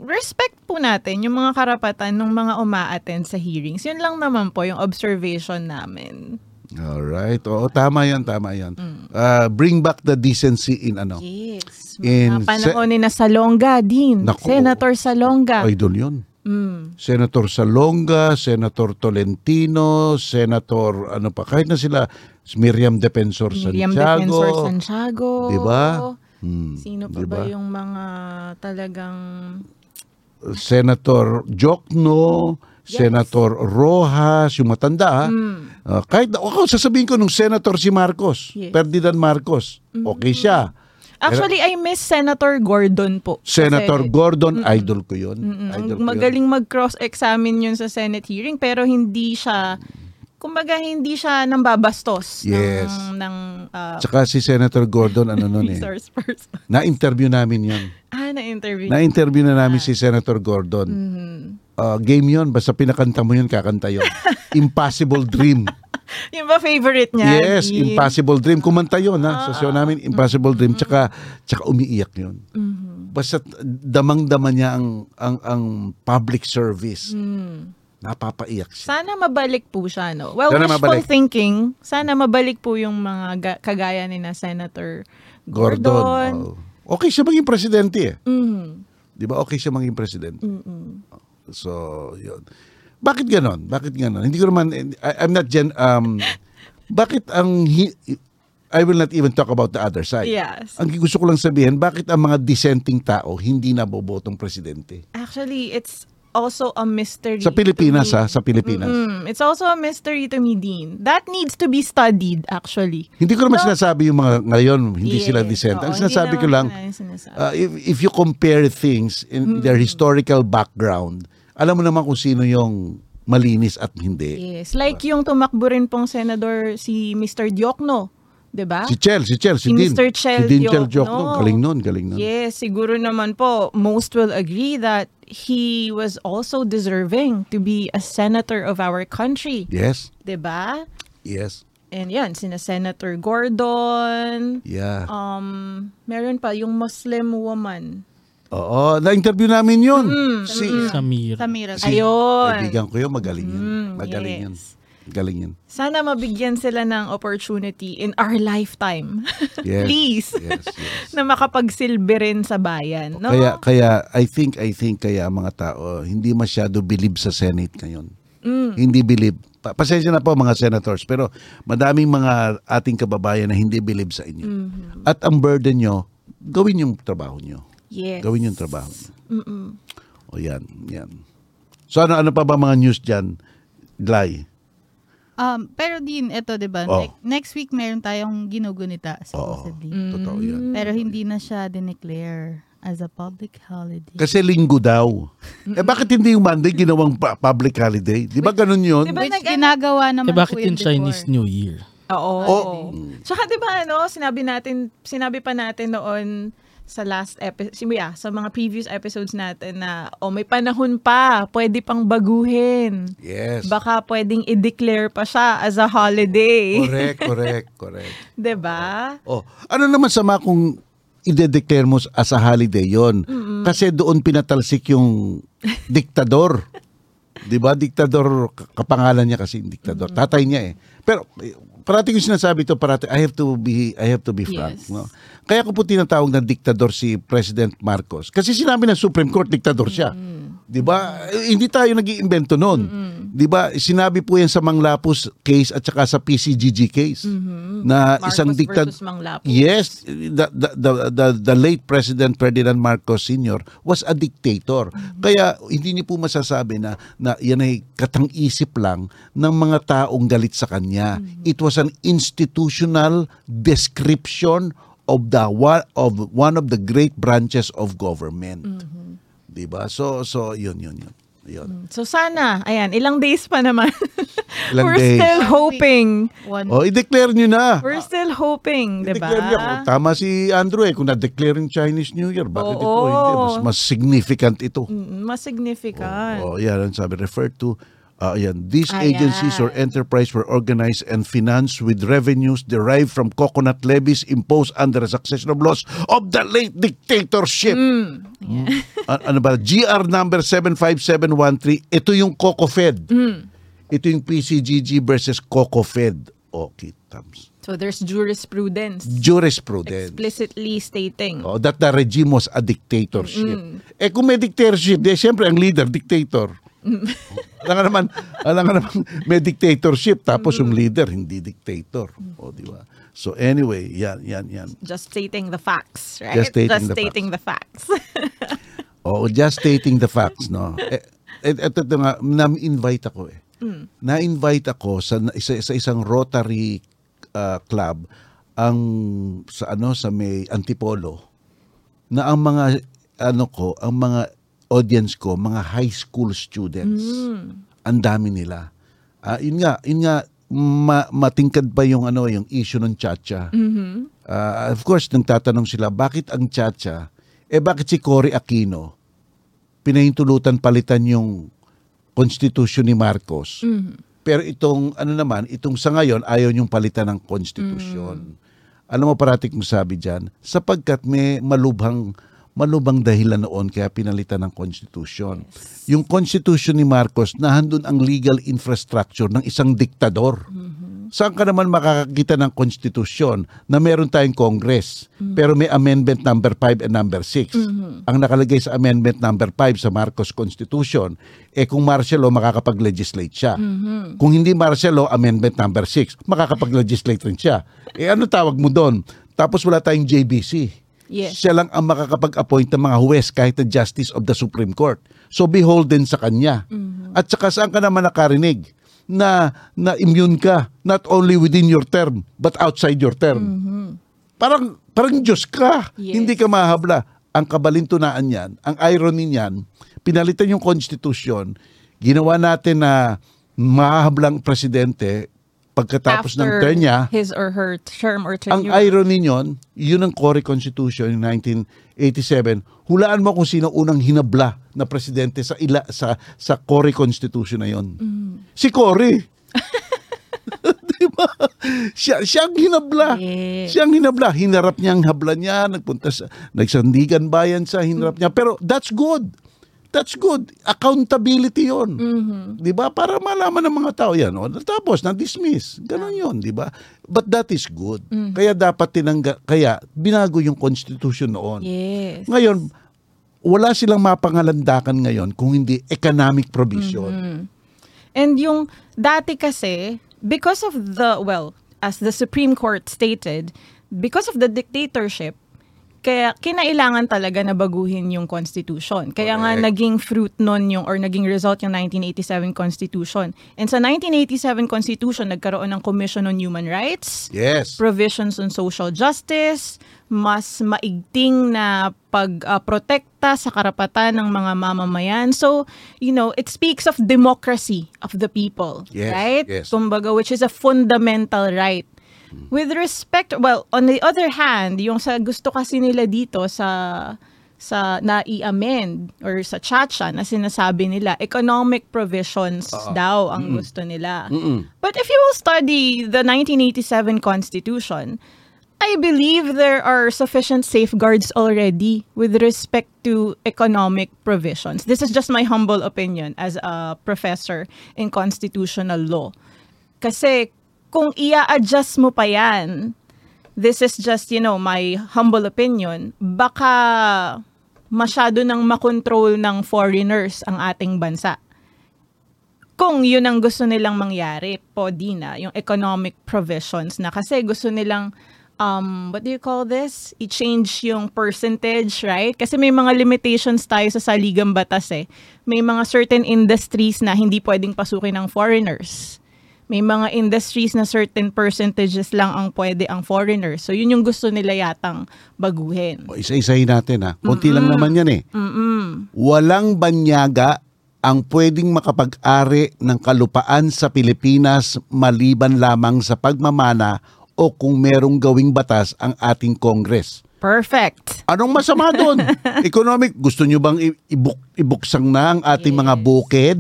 respect po natin yung mga karapatan ng mga umaattend sa hearings. Yun lang naman po yung observation namin. Alright. Oo, tama yan, tama yan. Mm. Ah, bring back the decency in ano. Yes. In Mga panahon ni na Salonga din. Naku. Senator Salonga. Idol yun. Mm. Senator Salonga, Senator Tolentino, Senator ano pa, kahit na sila, Miriam Defensor Miriam Santiago. Defensor Santiago. Mm, Diba? Hmm, Sino pa diba? ba yung mga talagang... Senator Jokno, Senator Rojas, yung matanda. ah. Ah, kahit na- ako, sasabihin ko nung Senator si Marcos, Mm. Yes. Mm. Ferdinand Marcos, okay siya. Actually, I miss Senator Gordon po. Senator Kasi- Gordon, idol ko yun. Mm, Idol ko yun. magaling mag-cross-examine yun sa Senate hearing pero hindi siya kumbaga hindi siya nambabastos Yes. ng, ng ah, Tsaka si Senator Gordon, ano nun eh. resource person. Na-interview namin yun. Ah, na-interview. Mm-hmm. Na-interview na namin si Senator Gordon. Mm. Ah, game yun, basta pinakanta mo yun, kakanta yun. Impossible Dream. Yun ba favorite niya? Yes, Di- Impossible Dream. Kumanta yun ha, sa show namin, Impossible Dream. Tsaka, tsaka umiiyak yun. Basta damang-dama niya ang, ang, ang public service. Mm. Napapaiyak siya. Sana mabalik po siya, no? Well, Sana wishful mabalik. thinking. Sana mabalik po yung mga ga- kagaya ni na Senator Gordon. Oh, Gordon. oo. Okay siya maging presidente eh. Mhm. Di ba? Okay siya maging presidente. Oh, So, yun. Bakit ganon? Bakit ganon? Hindi ko naman, I- I'm not gen, um, bakit ang, hi- I will not even talk about the other side. Yes. Ang gusto ko lang sabihin, bakit ang mga dissenting tao hindi nabobotong presidente? Actually, it's also a mystery. Sa Pilipinas, to me. ha? Sa Pilipinas. Mm, it's also a mystery to me, Dean. That needs to be studied, actually. Hindi ko naman No. sinasabi yung mga ngayon, hindi Yes. sila decent. Oo, Ang hindi sinasabi ko naman lang, sila yung sinasabi. uh, if, if you compare things in their historical background, alam mo naman kung sino yung malinis at hindi. yes. Like yung tumakbo rin pong senador si Mr. Diokno, 'di ba? Si Chel, si Chel, si, Si Din. Mr. Chel si Din Diokno. Chel Diokno. Galing nun, galing nun. Yes, siguro naman po, most will agree that he was also deserving to be a senator of our country. Yes, 'Di ba? yes, And yan, sina Senator Gordon. yeah. Um, meron pa yung Muslim woman. Oo, Oh. na-interview namin yun. Si, Samir. Samira. si Ayun. kaibigan ko yun, magaling yun. Mm, Magaling yes. yun. Galing yun. Sana mabigyan sila ng opportunity in our lifetime. Yes. Please. Yes, yes. na makapagsilbi rin sa bayan. No? Kaya kaya I think I think kaya ang mga tao hindi masyado believe sa Senate ngayon. Mm. Hindi believe. Pa- pasensya na po mga senators pero madaming mga ating kababayan na hindi believe sa inyo. Mm-hmm. At ang burden nyo, gawin yung trabaho nyo. yes. Gawin yung trabaho nyo. O yan, yan. So ano ano pa ba mga news diyan? Glay. Um, pero din, ito, di ba? Oh. ne- next week, meron tayong ginugunita, supposedly. Mm. Totoo yan. Pero hindi na siya dineclare as a public holiday. Kasi linggo daw. Eh bakit hindi yung Monday ginawang pa- public holiday? Di ba ganun yun? Di ba Which nag- ginagawa naman Eh bakit po yun yung Chinese before. New Year? Oo. Oh. Tsaka 'di ba ano, sinabi natin, sinabi pa natin noon sa last episode, yeah, sa mga previous episodes natin na oh, may panahon pa, pwede pang baguhin. Yes. Baka pwedeng i-declare pa siya as a holiday. Correct, correct, correct. 'Di ba? Oh, ano naman sama kung ide-declare mo as a holiday yon kasi doon pinatalsik yung diktador 'di ba diktador k- kapangalan niya kasi yung diktador tatay niya eh pero eh, parati ko sinasabi to parati I have to be I have to be frank Yes. no kaya ko po tinatawag na diktador si President Marcos kasi sinabi ng Supreme Court diktador siya 'di ba Eh, hindi tayo nag-iimbento noon 'di ba sinabi po yan sa Manglapus case at saka sa PCGG case na Mm-hmm. Marcos isang diktador versus Manglapus. Yes, the, the, the, the, the late President Ferdinand Marcos Sr. was a dictator. Mm-hmm. Kaya hindi niyo po masasabi na, na yan ay katang-isip lang ng mga taong galit sa kanya. Mm-hmm. It was an institutional description of the one of one of the great branches of government. Mm-hmm. 'Di ba? So so yun yun yun. Yun. So sana, ayan, ilang days pa naman. Ilang We're days. still hoping. One Oh, i-declare niyo na. We're diba? still hoping, 'di ba? I-declare niya. oh, Kung Tama si Andrew eh, kung na-declare yung Chinese New Year, bakit Oo. ito hindi? Mas, mas significant ito. Mm, Mas significant. Oh, yan ang sabi, refer to ah, yan, these Ayan. agencies or enterprise were organized and financed with revenues derived from coconut levies imposed under a succession of laws of the late dictatorship. Hmm. A- ano ba? GR number 75713. Ito yung Coco Fed. Ito yung PCGG versus Coco Fed. Okay, thumbs. So there's jurisprudence Jurisprudence. explicitly stating. Oh, that the regime was a dictatorship. Eh kung may dictatorship, di siyempre ang leader, dictator. alam nga naman, alam nga naman, may dictatorship tapos yung leader hindi dictator. O di ba? So anyway, yan yan yan. Just stating the facts, right? Just stating the stating the facts. Oh, just stating the facts, no. Eh, et- eto ito nga na-invite ako eh. Na-invite ako sa isa, sa isang Rotary ah, club ang sa ano sa may Antipolo. na ang mga ano ko, ang mga audience ko, mga high school students. Ang dami nila. Ah, yun nga, yun nga ma- matingkad pa yung ano, yung issue ng chacha. Ah, of course, nang tatanong sila, bakit ang chacha? Eh bakit si Cory Aquino pinahintulutan palitan yung constitution ni Marcos? Pero itong ano naman, itong sa ngayon ayaw yung palitan ng constitution. Alam mo parati kong sabi diyan, sapagkat may malubhang malubhang dahilan noon kaya pinalitan ng constitution. Yung constitution ni Marcos nahandun ang legal infrastructure ng isang diktador. Saan ka naman makakakita ng konstitusyon na meron tayong Congress pero may amendment number 5 and number 6. Ang nakalagay sa amendment number 5 sa Marcos Constitution, eh kung martial law makakapag-legislate siya. Kung hindi martial law, amendment number 6, makakapag-legislate rin siya. Eh ano tawag mo doon? Tapos wala tayong JBC. Yes. Siya lang ang makakapag-appoint ng mga huwes kahit na Justice of the Supreme Court. So beholden sa kanya. Mm-hmm. At saka saan ka naman nakarinig na na immune ka not only within your term but outside your term. Parang parang Diyos ka. Mm-hmm. Yes. Hindi ka mahabla. Ang kabalintunaan niyan, ang irony niyan, pinalitan yung constitution, ginawa natin na mahahablang presidente pagkatapos ng After term niya. his or her term or Ang tenure. irony niyon, yun ang Cory Constitution in 1987. Hulaan mo kung sino unang hinabla na presidente sa ila sa sa Cory Constitution na yon. Si Cory. 'Di ba? Siya siya ang hinabla. Yes. Siya ang hinabla. Hinarap niya ang habla niya, nagpunta sa nagsandigan bayan sa hinarap niya. Pero that's good. That's good. Accountability yon. 'Di ba? Para malaman ng mga tao 'yan. O, tapos na-dismiss. Ganun 'yon, 'di ba? But that is good. Kaya dapat tinangga kaya binago yung constitution noon. yes. Ngayon, wala silang mapangalandakan ngayon kung hindi economic provision. And yung dati kasi, because of the, well, as the Supreme Court stated, because of the dictatorship, kaya kinailangan talaga na baguhin yung constitution. Kaya nga Correct. naging fruit nun yung or naging result yung 1987 constitution. And sa 1987 constitution nagkaroon ng Commission on Human Rights, Yes. provisions on social justice, mas maigting na pagprotekta sa karapatan ng mga mamamayan. So, you know, it speaks of democracy of the people, Yes, right? yes. Kumbaga, which is a fundamental right. With respect, well, on the other hand, yung sa gusto kasi nila dito sa sa na amend or sa chacha na sinasabi nila economic provisions daw ang gusto nila. But if you will study the 1987 constitution, I believe there are sufficient safeguards already with respect to economic provisions. This is just my humble opinion as a professor in constitutional law. Kasi kung ia-adjust mo pa yan, this is just, you know, my humble opinion, baka masyado nang makontrol ng foreigners ang ating bansa. Kung yun ang gusto nilang mangyari, po Dina, yung economic provisions na kasi gusto nilang um, what do you call this? I-change yung percentage, right? Kasi may mga limitations tayo sa saligang batas eh. May mga certain industries na hindi pwedeng pasukin ng foreigners may mga industries na certain percentages lang ang pwede ang foreigner. So, yun yung gusto nila yatang baguhin. O, isa-isahin natin ha. Konti lang naman yan eh. Walang banyaga ang pwedeng makapag-ari ng kalupaan sa Pilipinas maliban lamang sa pagmamana o kung merong gawing batas ang ating Kongres. Perfect. Anong masama doon? Economic, gusto nyo bang i- ibuk- ibuksang na ang ating mga bukid?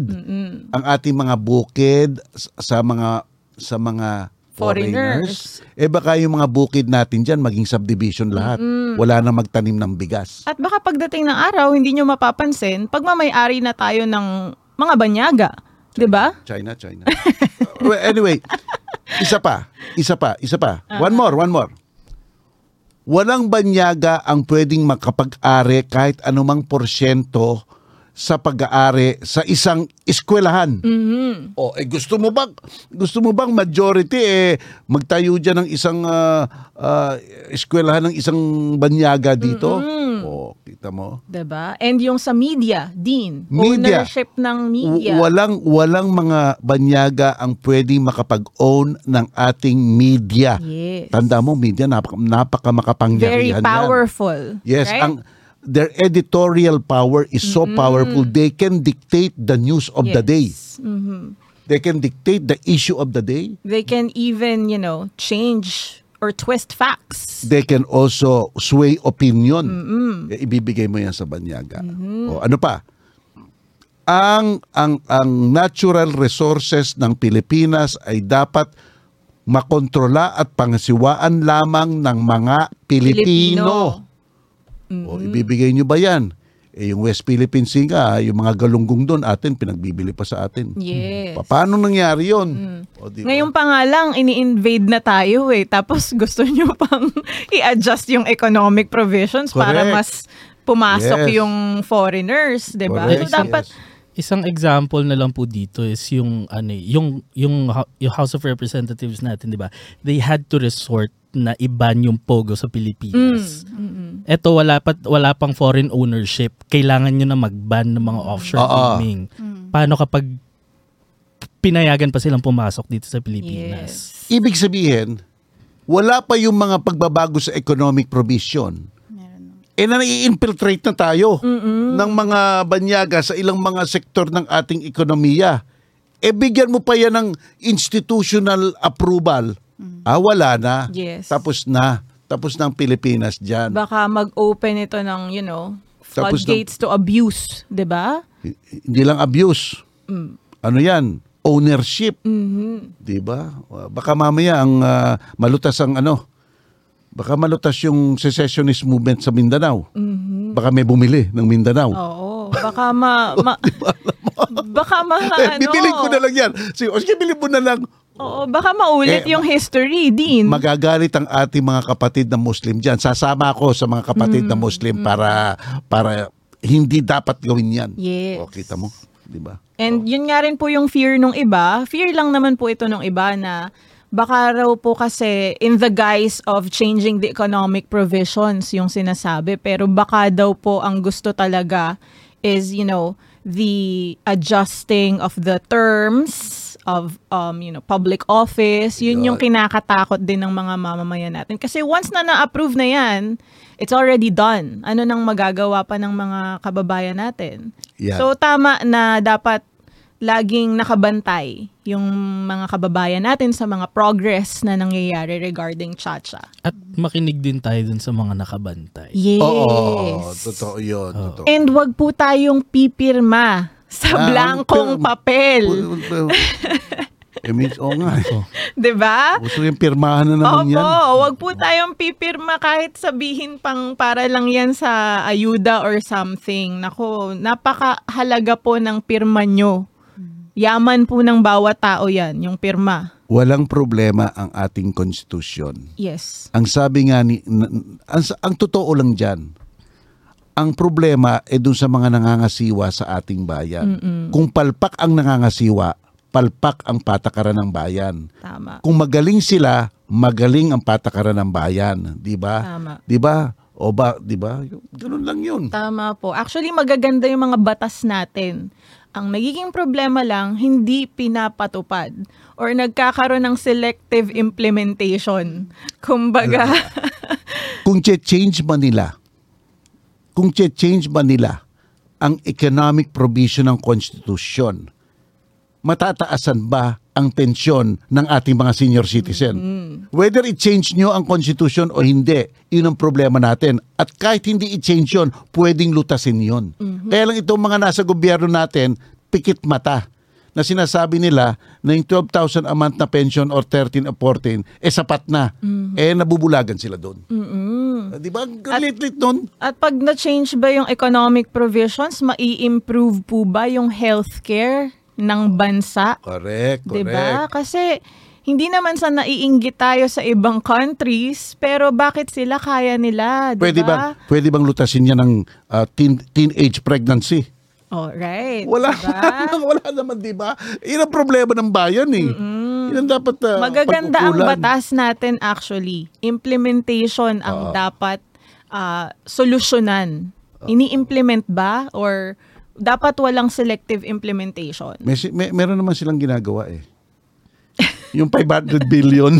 Ang ating mga bukid s- sa mga sa mga Foreigners. foreigners. Eh baka yung mga bukid natin dyan maging subdivision lahat. Wala na magtanim ng bigas. At baka pagdating ng araw, hindi nyo mapapansin, pagmamayari na tayo ng mga banyaga. 'Di ba? China, China. well, anyway, isa pa, isa pa, isa pa. One more, one more. Walang banyaga ang pwedeng makapag-ari kahit anumang porsyento sa pag-aari sa isang eskwelahan. O, eh, gusto mo bang gusto mo bang majority eh magtayo diyan ng isang ah, ah, eskwelahan ng isang banyaga dito? O, kita mo. 'Di ba? And yung sa media, Dean, Media. ownership ng W- media. Walang walang mga banyaga ang pwedeng makapag-own ng ating media. Yes. Tanda mo media napaka, napaka Very makapangyarihan. yan. powerful. Yes, right? Mm-hmm. ang their editorial power is so powerful they can dictate the news of the day. Yes. Mhm. They can dictate the issue of the day. They can even, you know, change or twist facts. They can also sway opinion. Eh, Ibibigay mo yan sa banyaga. O ano pa? Ang ang ang natural resources ng Pilipinas ay dapat makontrola at pangasiwaan lamang ng mga Pilipino. O ibibigay nyo ba yan? Eh, yung West Philippine Sea nga, yung mga galunggong doon atin, pinagbibili pa sa atin. Yes. Mm. Pa- Paano nangyari yun? O, di ba? Ngayon pa nga lang, ini-invade na tayo eh. Tapos gusto nyo pang i-adjust yung economic provisions para Correct. mas pumasok Yes. yung foreigners, di ba? diba? So Correct, dapat, yes. Isang example na lang po dito is yung ano eh, yung yung, ho- yung House of Representatives natin, 'di ba? They had to resort na iban yung pogo sa Pilipinas. Mm, Eto wala pa wala pang foreign ownership. Kailangan nyo na mag-ban ng mga offshore Oo. gaming. Mm. Paano kapag pinayagan pa silang pumasok dito sa Yes. Pilipinas? Ibig sabihin, wala pa yung mga pagbabago sa economic provision. Meron. Eh na nai-infiltrate na tayo ng mga banyaga sa ilang mga sektor ng ating ekonomiya. Eh bigyan mo pa yan ng institutional approval. Ah, wala na. Yes. Tapos na. Tapos na ang Pilipinas dyan. Baka mag-open ito ng, you know, Tapos floodgates to abuse, diba? 'di ba? hindi lang abuse. Mm. Ano yan? Ownership. Mm-hmm. 'Di ba? Baka mamaya ang ah, malutas ang ano. Baka malutas yung secessionist movement sa Mindanao. Mm-hmm. Baka may bumili ng Oh, Mindanao. Oo. Baka ma, ma- baka ma eh, ano. bibilin ko na lang yan. Sige, o sige, bilhin mo na lang. Oo, baka maulit Eh, yung history, Dean. Magagalit ang ating mga kapatid na Muslim dyan. Sasama ako sa mga kapatid Mm-hmm. na Muslim para para hindi dapat gawin yan. Yes. O, kita mo? Di ba? And yun nga rin po yung fear nung iba. Fear lang naman po ito nung iba na baka raw po kasi in the guise of changing the economic provisions yung sinasabi. Pero baka daw po ang gusto talaga is, you know, the adjusting of the terms of um you know public office yun yung kinakatakot din ng mga mamamayan natin kasi once na na-approve na yan it's already done ano nang magagawa pa ng mga kababayan natin Yeah. so tama na dapat laging nakabantay yung mga kababayan natin sa mga progress na nangyayari regarding Chacha. At makinig din tayo dun sa mga nakabantay. Yes. Oo, totoo yun. Totoo. And wag po tayong pipirma sa Ah, blankong pero- papel. eh, means, oo nga. eh. 'Di ba? Gusto yung pirmahan na naman yan. Opo, wag po tayong pipirma kahit sabihin pang para lang yan sa ayuda or something. Nako, napakahalaga po ng pirma nyo. Yaman po ng bawat tao yan, yung pirma. Walang problema ang ating konstitusyon. Yes. Ang sabi nga ni, n- ang, sa- ang totoo lang dyan, ang problema ay dun sa mga nangangasiwa sa ating bayan. Kung palpak ang nangangasiwa, palpak ang patakaran ng bayan. Tama. Kung magaling sila, magaling ang patakaran ng bayan, 'di ba? Tama. 'Di ba? O ba, 'di ba? Ganun lang 'yun. Tama po. Actually, magaganda yung mga batas natin. Ang nagiging problema lang, hindi pinapatupad or nagkakaroon ng selective implementation. Kumbaga, kung change ba nila, kung change ba nila ang economic provision ng konstitusyon, matataasan ba ang pensyon ng ating mga senior citizen? Whether i-change nyo ang konstitusyon o hindi, yun ang problema natin. At kahit hindi i-change yun, pwedeng lutasin yun. Kaya lang itong mga nasa gobyerno natin, pikit mata na sinasabi nila na yung 12,000 a month na pension or 13 or 14, eh sapat na. Eh nabubulagan sila doon. Ah, Di ba? Ang Lit-lit nun. at pag na-change ba yung economic provisions, mai-improve po ba yung healthcare ng bansa? Correct, correct. Diba? Kasi hindi naman sa naiinggit tayo sa ibang countries, pero bakit sila kaya nila? Diba? Pwede bang, pwede bang lutasin niya ng ah, teen, teenage pregnancy? Oh, right. Wala Diba? naman, wala naman, di ba? Yun ang problema ng bayan eh. Yun ang dapat ah, Magaganda ang pag-ukulan. batas natin actually. Implementation ang dapat ah, solusyonan. Ini-implement ba or dapat walang selective implementation? May, si- may, meron naman silang ginagawa eh. Yung 500 billion.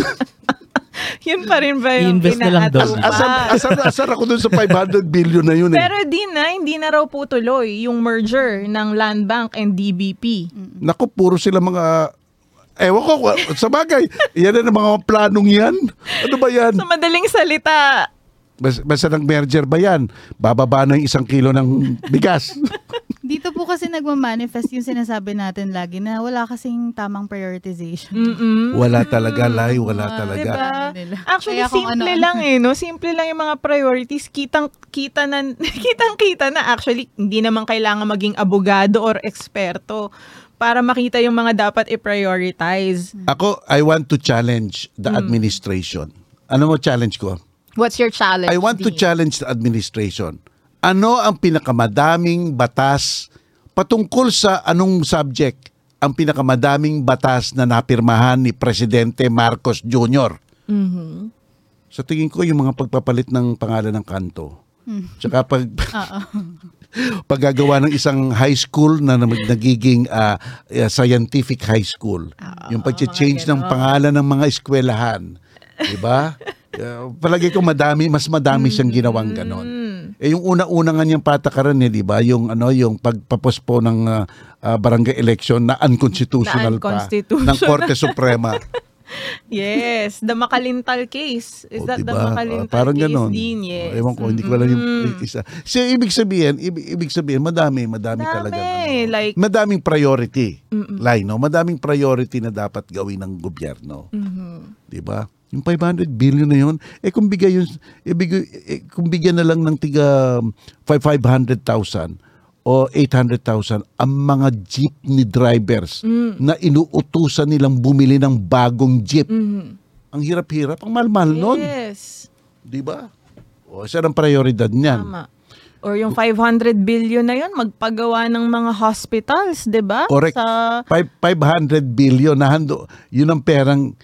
Yun pa rin ba yung I-invest na lang inaatupad? doon. asar, asar, asar ako dun sa 500 billion na yun eh. Pero di na, hindi na raw po tuloy yung merger ng Land Bank and DBP. Naku, puro sila mga... Ewan ko, sa bagay, yan ang mga planong yan. Ano ba yan? Sa madaling salita, Bas- Basta ng merger ba yan? Bababa na yung isang kilo ng bigas. Dito po kasi nagmamanifest yung sinasabi natin lagi na wala kasing tamang Hmm. prioritization. wala talaga, Lai. Wala talaga. Diba? Ano nila. Actually, Kaya kung simple ano-ano. lang eh, no? Simple lang yung mga priorities. Kitang kita na, kitang kita na actually, hindi naman kailangan maging abogado or eksperto para makita yung mga dapat i-prioritize. Ako, I want to challenge the administration. Ano mo challenge ko? Hmm. What's your challenge? I want to Dean? challenge the administration. Ano ang pinakamadaming batas patungkol sa anong subject ang pinakamadaming batas na napirmahan ni Presidente Marcos Jr.? Sa tingin ko, yung mga pagpapalit ng pangalan ng kanto. Tsaka pag, paggagawa ng isang high school na nag- nagiging ah, eh, scientific high school. yung pag-change mga ng pangalan ng mga eskwelahan. Diba? Uh, palagi ko madami, mas madami siyang ginawang ganon. Eh yung una-una nga niyang patakaran eh, di ba? Yung ano, yung pagpapospo ng ah, ah, barangay election na unconstitutional, Na-unconstitutional. pa ng Korte Suprema. Yes, the Makalintal case. Is O, that diba? the Ah, Makalintal parang case ganon. din? Yes. Mm-hmm. O, Ewan ko, hindi ko alam yung isa. So, ibig sabihin, ibig, ibig sabihin, madami, madami, Dami, talaga. ano. like, madaming priority. Line, no? Madaming priority na dapat gawin ng gobyerno. Mm-hmm. Di ba? Yung 500 billion na yun, eh kung bigay yun, eh, bigay, eh, kung bigyan na lang ng tiga um, five- 500,000 o 800,000 ang mga jeepney drivers Mm. na inuutusan nilang bumili ng bagong jeep. Mm-hmm. Ang hirap-hirap, ang mahal-mahal nun. yes. Di ba? O, isa ang prioridad niyan. Tama. Or yung 500 billion na yun, magpagawa ng mga hospitals, di ba? Correct. Sa, Five- 500 billion na hando. Yun ang perang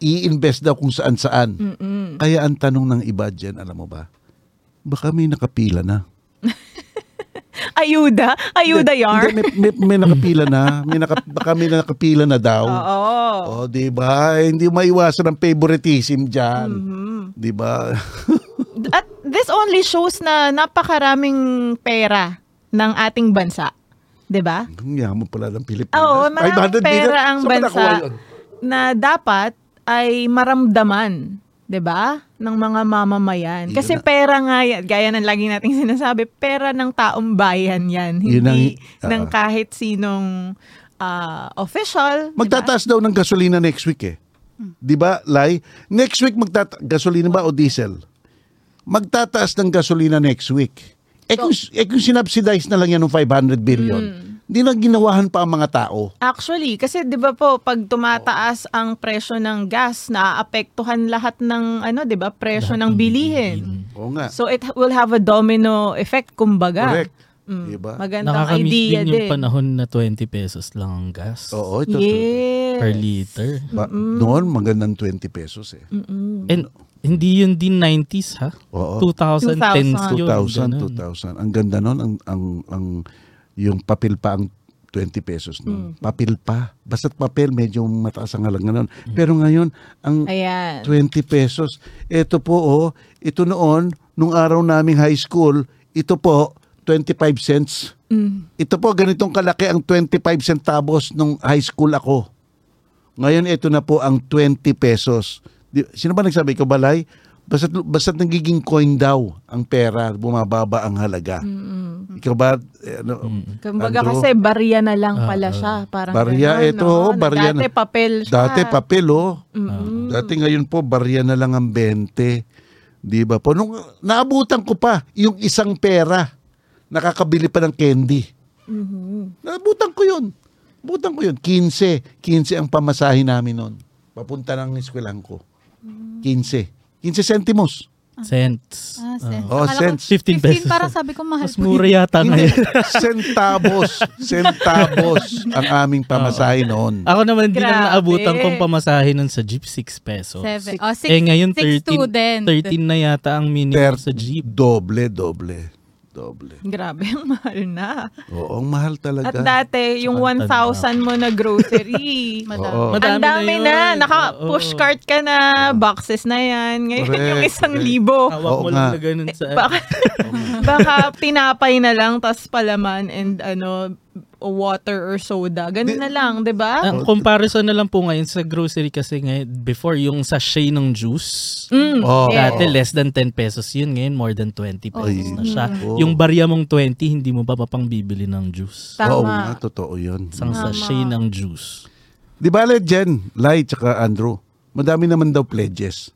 i-invest daw kung saan-saan. Kaya ang tanong ng iba dyan, alam mo ba, baka may nakapila na. ayuda, ayuda Hindi, yarn. Hindi, may, may, may nakapila na. May naka, baka may nakapila na daw. Oo. O, di ba? Eh, Hindi maiwasan ang favoritism dyan. Mm-hmm. Di ba? Mm. At this only shows na napakaraming pera ng ating bansa. 'Di ba? Ang yaman pala ng Pilipinas. Oo, 500 billion. maraming pera ang Saan ba bansa nakuha yun? na dapat ay maramdaman, 'di ba? ng mga mamamayan. Yun Kasi na. pera nga yan, gaya ng lagi nating sinasabi, pera ng taong bayan yan, Yun hindi ang- Ah. ng oo. kahit sinong ah, official. 'di ba? Diba? Magtataas daw ng gasolina next week eh. 'Di ba? Lai, next week magtata gasolina ba o diesel? Magtataas ng gasolina next week. Eh kung, eh kung sinubsidize na lang yan ng 500 billion, di na ginawahan pa ang mga tao. Actually, kasi 'di ba po pag tumataas ang presyo ng gas, naaapektuhan lahat ng ano, 'di ba, presyo Lahat ng ng bilihin. Oo nga. So it will have a domino effect kumbaga. Correct. Mm. Diba? Magandang Nakakamiss idea din din. yung panahon na 20 pesos lang ang gas Oo, ito. yes. per liter. Ba- noon, magandang 20 pesos eh. And hindi yun din 90s ha? Oo. 2010s 2,000, yun. ganun. 2,000. Ang ganda noon, ang, ang, ang, yung papel pa ang 20 pesos noon. Papel pa. Basta't papel, medyo mataas ang halaga noon. Pero ngayon, ang, Ayan. 20 pesos. Ito po, oh, ito noon, nung araw naming high school, ito po, 25 cents. Mm. Ito po, ganitong kalaki ang 25 centavos nung high school ako. Ngayon, ito na po ang 20 pesos. Di, sino ba nagsabi ko, Balay? Basta't, basta't nagiging coin daw ang pera, bumababa ang halaga. Ikaw ba? eh, ano, Kumbaga Andrew? Ah, kasi barya na lang pala siya. Parang Barya, ganun, ito, no? oh, barya na. Dati papel siya. Dati papel, oh. Dati ngayon po, barya na lang ang 20. Di ba po? Nung naabutan ko pa yung isang pera, nakakabili pa ng candy. Mm-hmm. Naabutan ko yun. Naabutan ko yun. 15. 15 ang pamasahe namin noon. Papunta ng eskwelahan ko. 15. 15 centimos. Cents. Ah, sense. Oh, Akala sense. ko 15 pesos. para sabi ko mahal Mas po yun. mura yata Hindi, Ah, ngayon. centavos. Centavos ang aming pamasahe noon. Ako naman hindi Grabe. na naabutan kong pamasahe nun sa jeep 6 pesos. Seven. Oh, six, eh ngayon six 13, student. 13 na yata ang minimum Per- sa jeep. Doble, doble. Doble. Grabe, ang mahal na. Oo, ang mahal talaga. At dati, yung Saka ang 1,000 mo na grocery. Oo. Ang Madami na dami yun. na, Oo. Naka-push cart ka na. Boxes na yan. Ngayon Correct, yung isang correct. libo. Hawak Oo mo nga. lang na ganun Eh, sa... Baka, baka pinapay na lang, tas palaman and ano, water or soda. Ganun na lang, di ba? Ang comparison na lang po ngayon sa grocery kasi ngayon, before yung sachet ng juice, Mm, Oo. yes. dati less than 10 pesos yun, ngayon more than 20 pesos Ay, na siya. oo. Yung barya mong 20, hindi mo pa papangbibili ng juice. Tama. Oo nga, totoo yun. Isang sachet ng juice. Di ba, Le, Jen, Lai, tsaka Andrew, madami naman daw pledges.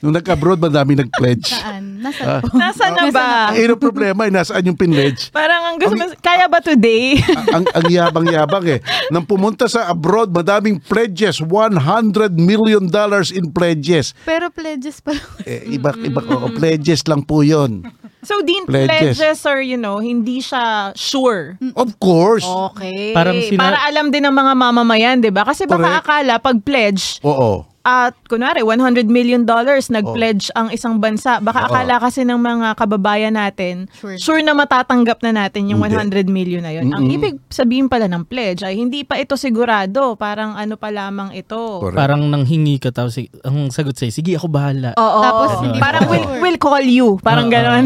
Nung nag-abroad, madami nag-pledge. Saan? Nasa Ah. Nasaan na Ano ba? Eh, yung problema, eh, nasaan yung pinledge? Parang ang gusto mo, kaya ba today? ang, ang yabang-yabang eh. Nang pumunta sa abroad, madaming pledges. 100 million dollars in pledges. Pero pledges pa lang. Eh, iba, iba, oo, pledges lang po yun. so, din Pledges. pledges or, you know, hindi siya sure. Of course. Okay. Parang sina- Para alam din ng mga mamamayan, di ba? Kasi baka Correct. akala, pag pledge, Oo. at kunwari 100 million dollars nag-pledge Oh. ang isang bansa, baka akala kasi ng mga kababayan natin, sure, Sure. na matatanggap na natin yung Hindi. 100 million na yun. Ang ibig sabihin pala ng pledge ay hindi pa ito sigurado, parang ano pa lamang ito. Correct. Parang nanghingi ka tapos sig- ang sagot sa'yo, sige ako bahala. Oo. Tapos hindi parang pa we'll, sure. we'll call you, parang Oo. gano'n.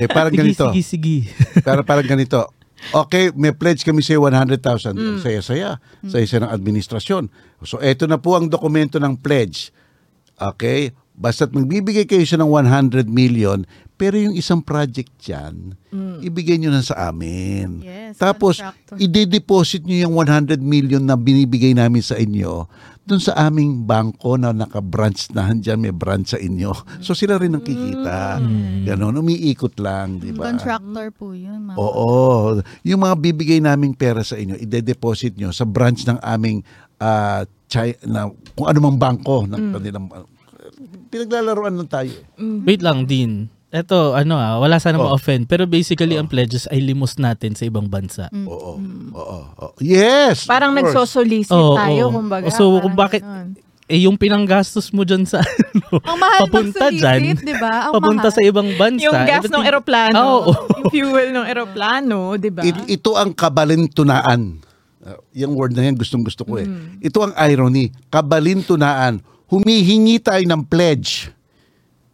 Eh, parang sige, ganito. sige, sige. Pero parang ganito. Okay, may pledge kami sa 100,000. Mm. Saya-saya. Saya-saya ng administrasyon. So, eto na po ang dokumento ng pledge. Okay? Basta't magbibigay kayo siya ng 100 million, pero yung isang project dyan, ibigay nyo na sa amin. Mm. Yes, Tapos, contractor. i-deposit nyo yung 100 million na binibigay namin sa inyo doon sa aming bangko na naka-branch na dyan, may branch sa inyo. So, sila rin ang kikita. Mm. Ganon, umiikot lang, di ba? Contractor po yun, ma'am. Diba? Oo. Yung mga bibigay naming pera sa inyo, ide-deposit nyo sa branch ng aming ah, chi- na, kung anumang bangko ng kanilang pinaglalaruan lang tayo. eh. Wait lang, Dean. Eto, ano ah, wala sana Oh. ma-offend. Pero basically, ang pledges ay limos natin sa ibang bansa. Oo. Oo. oo. Yes! parang of course. nagsosolicit Oo, tayo, oo. kumbaga. So, parang kung bakit- ganun. Eh, yung pinanggastos mo dyan sa ano, Ang mahal papunta magsulisit, dyan, di ba? Ang papunta mahal. sa ibang bansa. Yung gas eh, ba't ng di- eroplano, Oo. yung fuel ng eroplano, di ba? It- ito ang kabalintunaan. Ah, yung word na yan, gustong-gusto ko eh. Ito ang irony. Kabalintunaan. Humihingi tayo ng pledge.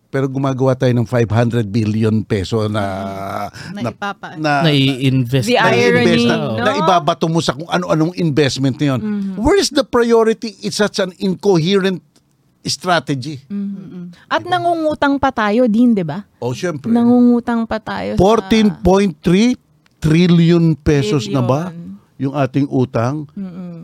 Pero gumagawa tayo ng 500 billion peso na... Na ipapa- Ah, Na i-invest. The tayo. irony, na, no? Mm-hmm. na ibabato mo sa kung ano-anong investment na yun. Where's the priority? It's such an incoherent strategy. Mm-hmm. At nangungutang pa tayo din, di ba? O syempre, Nangungutang pa tayo. sa- 14.3 trillion pesos na ba Trillion. yung ating utang?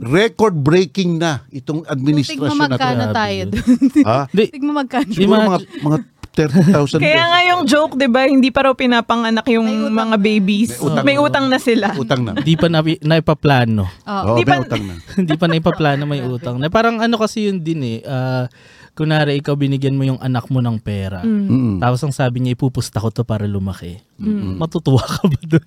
Record-breaking na itong Tignan mo administrasyon na magkano to. Grabe tayo yun. dun. Ha? Di- Tignan mo magkano. Siguro mga, mga 30,000 Kaya nga yung joke, di ba, hindi pa raw pinapanganak May yung utang mga babies. May utang. May utang na sila. Utang na. Di pa napi- naipaplano. Oo, Oo. may Di ba- utang na. Hindi pa naipaplano may utang. Na parang ano kasi yun din eh. ah, kunwari, ikaw binigyan mo yung anak mo ng pera. Mm. Tapos ang sabi niya, ipupusta ko to para lumaki. Matutuwa ka ba doon?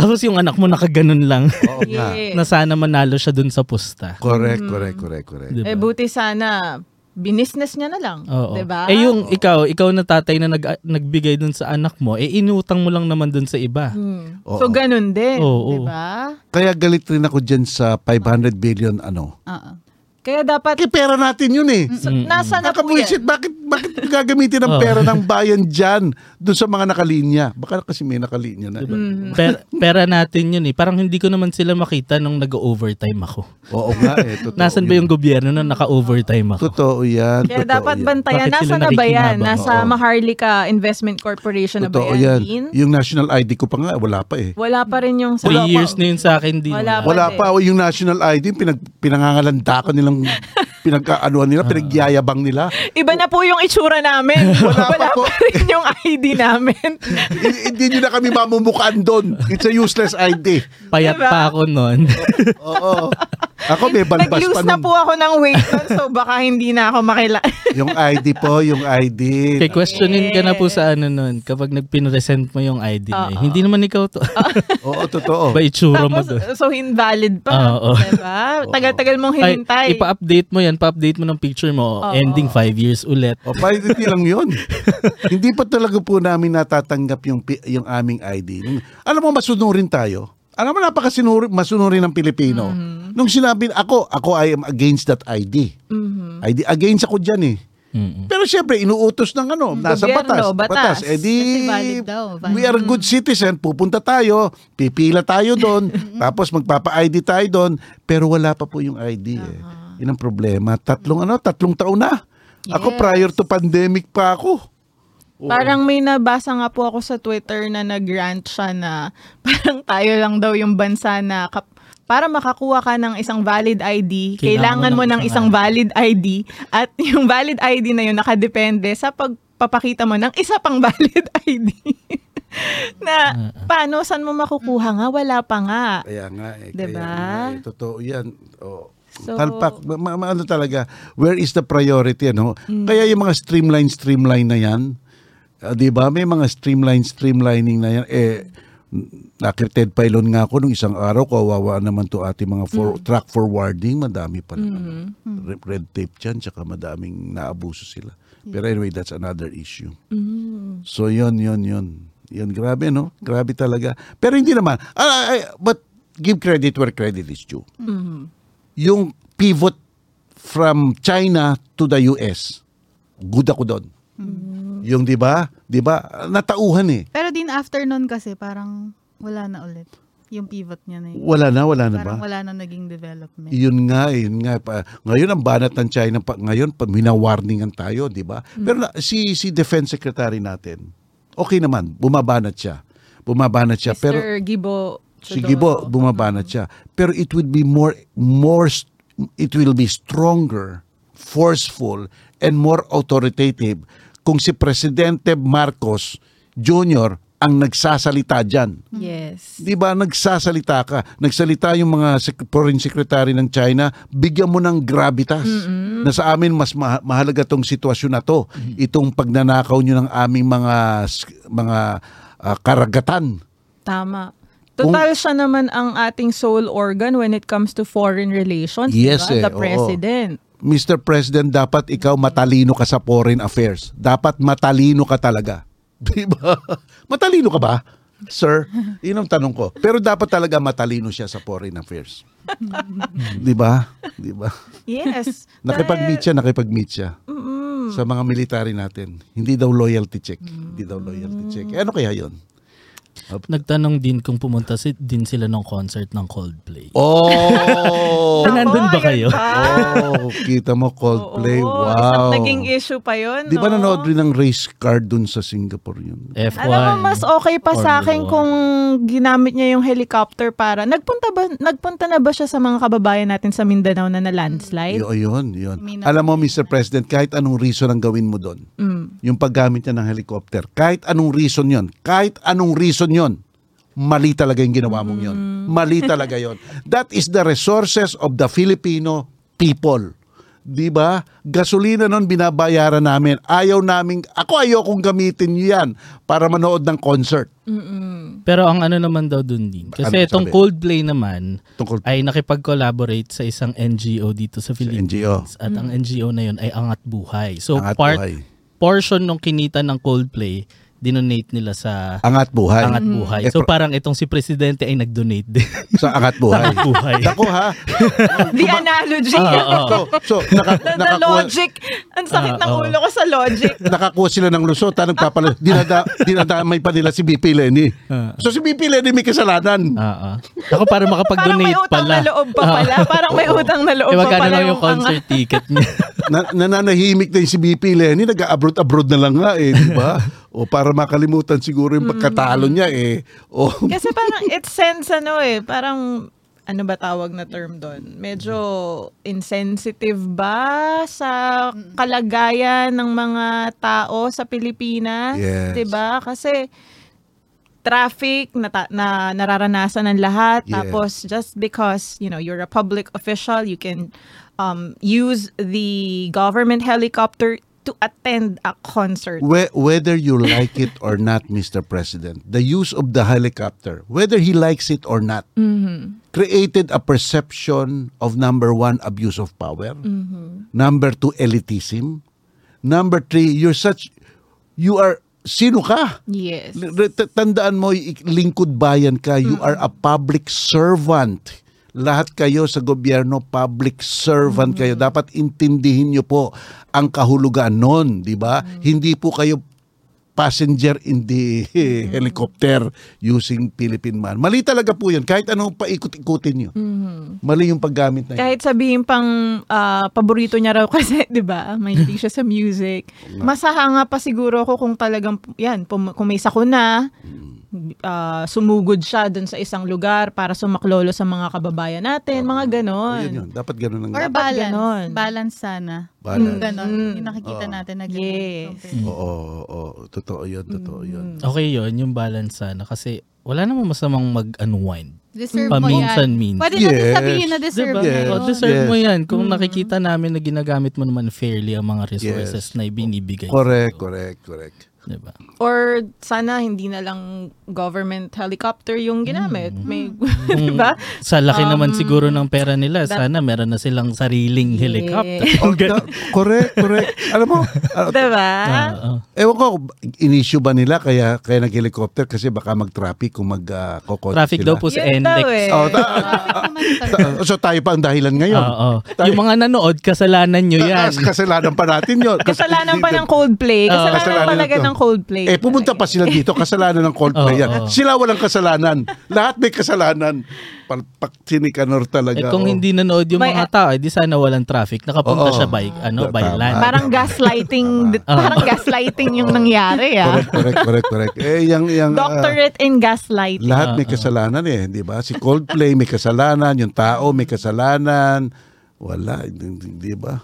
Tapos yung anak mo nakaganon lang. Oo nga. Yeah. na sana manalo siya doon sa pusta. Correct, Mm-hmm. correct, correct, correct. Diba? Eh buti sana, binisnes niya na lang. Oo. Di ba? Eh yung ikaw, ikaw na tatay na nag, nagbigay dun sa anak mo, eh inutang mo lang naman dun sa iba. Hmm. Oo. So, ganun din. Di Oo. ba? Kaya galit rin ako dyan sa 500 billion ano. Ah. Oo. Kaya dapat, Kasi pera natin yun eh. so, nasa na po Nakapwisit, yan? bakit, bakit gagamitin Oh. ang pera ng bayan dyan doon sa mga nakalinya? Baka kasi may nakalinya na. Diba? Mm. Mm-hmm. Per- pera natin yun eh. Parang hindi ko naman sila makita nung nag-overtime ako. Oo nga eh. Totoo Nasaan ba yun. yung gobyerno na naka-overtime ako? Totoo yan. Kaya totoo dapat yan. bantayan. Bakit Nasa sila na ba yan? nakikinabang? Nasa Maharlika Investment Corporation na ba Totoo yan? yan. Dean? Yung national ID ko pa nga, wala pa eh. Wala pa rin yung... Three years na yun sa akin din. Wala pa. Wala pa. O yung national ID, pinag, pinangangalandakan nilang, pinagkaanuhan Ah. nila, pinagyayabang nila. Iba na po yung itsura namin. Wala, pa po. pa rin yung ID namin. Hindi- Hindi nyo na kami mamumukaan doon. It's a useless ID. Payat Diba? pa ako noon. Oo. Ako may balbas pa Nag-lose na nun. po ako ng weight nun, so baka hindi na ako makila. Yung ID po, yung ID. Kaya questionin ka na po sa ano noon kapag nagpinresent mo yung ID na eh. Hindi naman ikaw to. Oo, totoo. ba itsura mo Tapos, eh, doon? so invalid pa. Oo. Diba? Tagal-tagal mong Ay, hinintay. ipa-update mo yan. Pa-update mo ng picture mo. Ending five years ulit. O, priority lang yun. Hindi pa talaga po namin natatanggap yung, pi- yung aming ID. Nung- Alam mo, masunurin tayo. Alam mo, napakasinuri, masunurin ng Pilipino. Nung sinabi, ako, ako I am against that ID. ID, against ako dyan eh. Mm-mm. Pero siyempre, inuutos ng ano, nasa batas. Gobyerno, batas. Eh di, Kasi valid daw, valid. we are good citizen, pupunta tayo, pipila tayo doon, tapos magpapa-ID tayo doon, pero wala pa po yung ID eh. Yun ang problema. Tatlong ano, tatlong taon na. Ako Uh-huh. Yes. prior to pandemic pa ako. Parang may nabasa nga po ako sa Twitter na nag-rant siya na parang tayo lang daw yung bansa na kap- para makakuha ka ng isang valid ID, kailangan, Kailangan mo ng isang valid ID at yung valid ID na yun nakadepende sa pagpapakita mo ng isa pang valid ID. na paano saan mo makukuha nga wala pa nga. Kaya nga eh. Diba? Kaya nga, eh. Totoo yan. Oo. So- Talpak, ma- ma- ano talaga, where is the priority? Ano? Kaya yung mga streamline, streamline na yan, ah, di ba? May mga streamline, streamlining na yan. Eh, Nakirted pylon nga ako nung isang araw, kawawa naman to ating mga for, truck forwarding, madami pa naman. Re- Red tape dyan, tsaka madaming naabuso sila. Pero anyway, that's another issue. So yun, yun, yun. Yun, grabe no? Grabe talaga. Pero hindi naman. Ah, ah, ah, but give credit where credit is due. Mm-hmm. Yung pivot from China to the US, good ako doon. Mm-hmm. Yung 'di ba? 'Di ba? Natauhan eh. Pero din after nun kasi parang wala na ulit yung pivot niya na yun. Wala na, wala na ba? Parang wala na naging development. Yun nga, eh, yun nga. Pa, ngayon ang banat ng China, pa, ngayon pa, minawarningan tayo, di ba? Mm-hmm. Pero na- si, si Defense Secretary natin, okay naman, bumabanat siya. Bumabanat siya. Mr. Pero, Gibo sige po, Chodoro. bumabanat siya. Pero it would be more, more, s- it will be stronger, forceful, and more authoritative kung si Presidente Marcos Jr. ang nagsasalita dyan. Yes. Di ba nagsasalita ka? Nagsalita yung mga sec- foreign secretary ng China, bigyan mo ng gravitas. Na sa amin mas ma- mahalaga tong sitwasyon na to. Itong pagnanakaw nyo ng aming mga s- mga ah, karagatan. Tama. Total siya naman ang ating sole organ when it comes to foreign relations, Yes, diba? eh, the oo. president. Mr. President, dapat ikaw matalino ka sa foreign affairs. Dapat matalino ka talaga. Di ba? Matalino ka ba? Sir, yun ang tanong ko. Pero dapat talaga matalino siya sa foreign affairs. Di ba? Di ba? Yes. Nakipag-meet Dahil- mm, siya, nakipag-meet siya. Mm-mm. sa mga military natin. Hindi daw loyalty check. Hindi daw loyalty check. Eh, ano kaya yon? Nagtanong din kung pumunta si, din sila ng concert ng Coldplay. Oh! Ay, nandun ba Nako, kayo? yun pa. oh, kita mo Coldplay. Oo, wow. isang naging issue pa yun, Di ba no? nanood rin ng race card dun sa Singapore yun? F1. Alam mo, mas okay pa sa Formula akin One. kung ginamit niya yung helicopter para... Nagpunta, ba, nagpunta na ba siya sa mga kababayan natin sa Mindanao na na-landslide? Yo, yun, yun. May Alam mo, Mr. President, kahit anong reason ang gawin mo doon, yung paggamit niya ng helicopter, kahit anong reason yon, kahit anong reason yon, mali talaga yung ginawa mong yon. Mali talaga yon. That is the resources of the Filipino people. 'Di ba? Gasolina noon binabayaran namin. Ayaw namin, ako ayaw kong gamitin 'yan para manood ng concert. Pero ang ano naman daw dun din. Kasi Ano itong sabi? Coldplay naman Tungkol ay nakipag-collaborate sa isang NGO dito sa Philippines. NGO. At Mm. ang NGO na yun ay Angat Buhay. So Angat part Buhay. portion ng kinita ng Coldplay dinonate nila sa Angat buhay. Angat Buhay. Eh, So pro- parang itong si presidente ay nag-donate din. sa angat buhay. Angat Buhay. Ako ha. The analogy. so, so naka, the, the nakakuha- logic. Ang sakit ng Ah, oo. ulo ko sa logic. nakakuha sila ng lusot, ha, nagpapala, dinada, dinadamay pa nila si BP Lenny. So si BP Lenny may kasalanan. Oo. Ako Parang para may makapag-donate utang pala. Ah. na loob pa pala. Parang may utang na loob Eh, pa magkano pala. lang yung concert ticket niya? Na, nananahimik din si BP Lenny, nag-abroad-abroad na lang nga eh, di ba? o para makalimutan siguro yung pagkatalo niya eh. O, Kasi parang it sends ano eh, parang ano ba tawag na term doon? Medyo insensitive ba sa kalagayan ng mga tao sa Pilipinas? Yes. 'Di ba? Kasi traffic na, na nararanasan ng lahat Yeah. tapos just because you know you're a public official you can um, use the government helicopter to attend a concert whe- whether you like it or not, Mr. President, the use of the helicopter, whether he likes it or not, created a perception of number one, abuse of power. Number two, elitism. Number three, you're such, you are, sino ka? yes L- re- t- Tandaan mo, i- lingkod bayan ka, you are a public servant. Lahat kayo sa gobyerno, public servant kayo. Dapat intindihin nyo po ang kahulugan nun, di ba? Hindi po kayo passenger in the helicopter using Philippine man. Mali talaga po yun. Kahit anong paikot-ikutin nyo. Mali yung paggamit na yun. Kahit sabihin pang ah, paborito niya raw kasi, 'di ba? May hindi siya sa music. Masahanga pa siguro ako kung talagang 'yan, pum- kung may sakuna, Mm. ah, sumugod siya dun sa isang lugar para sumaklolo sa mga kababayan natin, mga O, Oh, yun yun. ganon. Dapat ganun ang Or Dapat balance. ganon. Balance sana. Balance. Yung ganon. Mm. Yung nakikita Oo. natin na ganon. Yes. Compared- Oo, oo, oo. Totoo yun, totoo yun. okay yun, yung balance sana. Kasi wala namang masamang mag-unwind. Deserve mo yan. Paminsan-minsan. Pwede natin Ah, Yes. sabihin na deserve Diba? mo Yes. yun. Oh, O, deserve Yes. mo yan. Kung Mm. nakikita namin na ginagamit mo naman fairly ang mga Yes. resources na ibinibigay. Correct, sa'yo. correct, correct. Diba? Or sana hindi na lang government helicopter yung ginamit. Mm. May, di ba? Sa laki Um, naman siguro ng pera nila, that- sana meron na silang sariling Yeah. helicopter. Oh, ta- correct, correct. Alam mo, ah, Diba? Oo. ewan ko, in-issue ba nila kaya, kaya nag-helicopter kasi baka mag-traffic kung ah, mag-kokot Traffic daw po sa Yun daw NLEX. eh. Oh, ta- Traffic naman talaga. ta- so tayo pa ang dahilan ngayon. Oo. Ah, Yung mga nanood, kasalanan nyo yan. Taas kasalanan pa natin yun. Kasi- Kasalanan pa ng Coldplay. Oo. Kasalanan, Ah. Kasalanan talaga to. ng Coldplay. Eh, pumunta pa Talaga. sila dito, kasalanan ng Coldplay Oo, yan. oo. Sila walang kasalanan. Lahat may kasalanan. Palpak sinikanor talaga. Eh oh. kung hindi nanood yung May- mga tao, eh, di sana walang traffic. Oo. Nakapunta siya by, ano, by Tama. land. Parang gaslighting, parang gaslighting yung nangyari ah. Correct, correct, correct, correct. Eh, yang, yang, ah, Doctorate in gaslighting. lahat Ah, may kasalanan eh, di ba? Si Coldplay may kasalanan, yung tao may kasalanan. Wala, di di ba?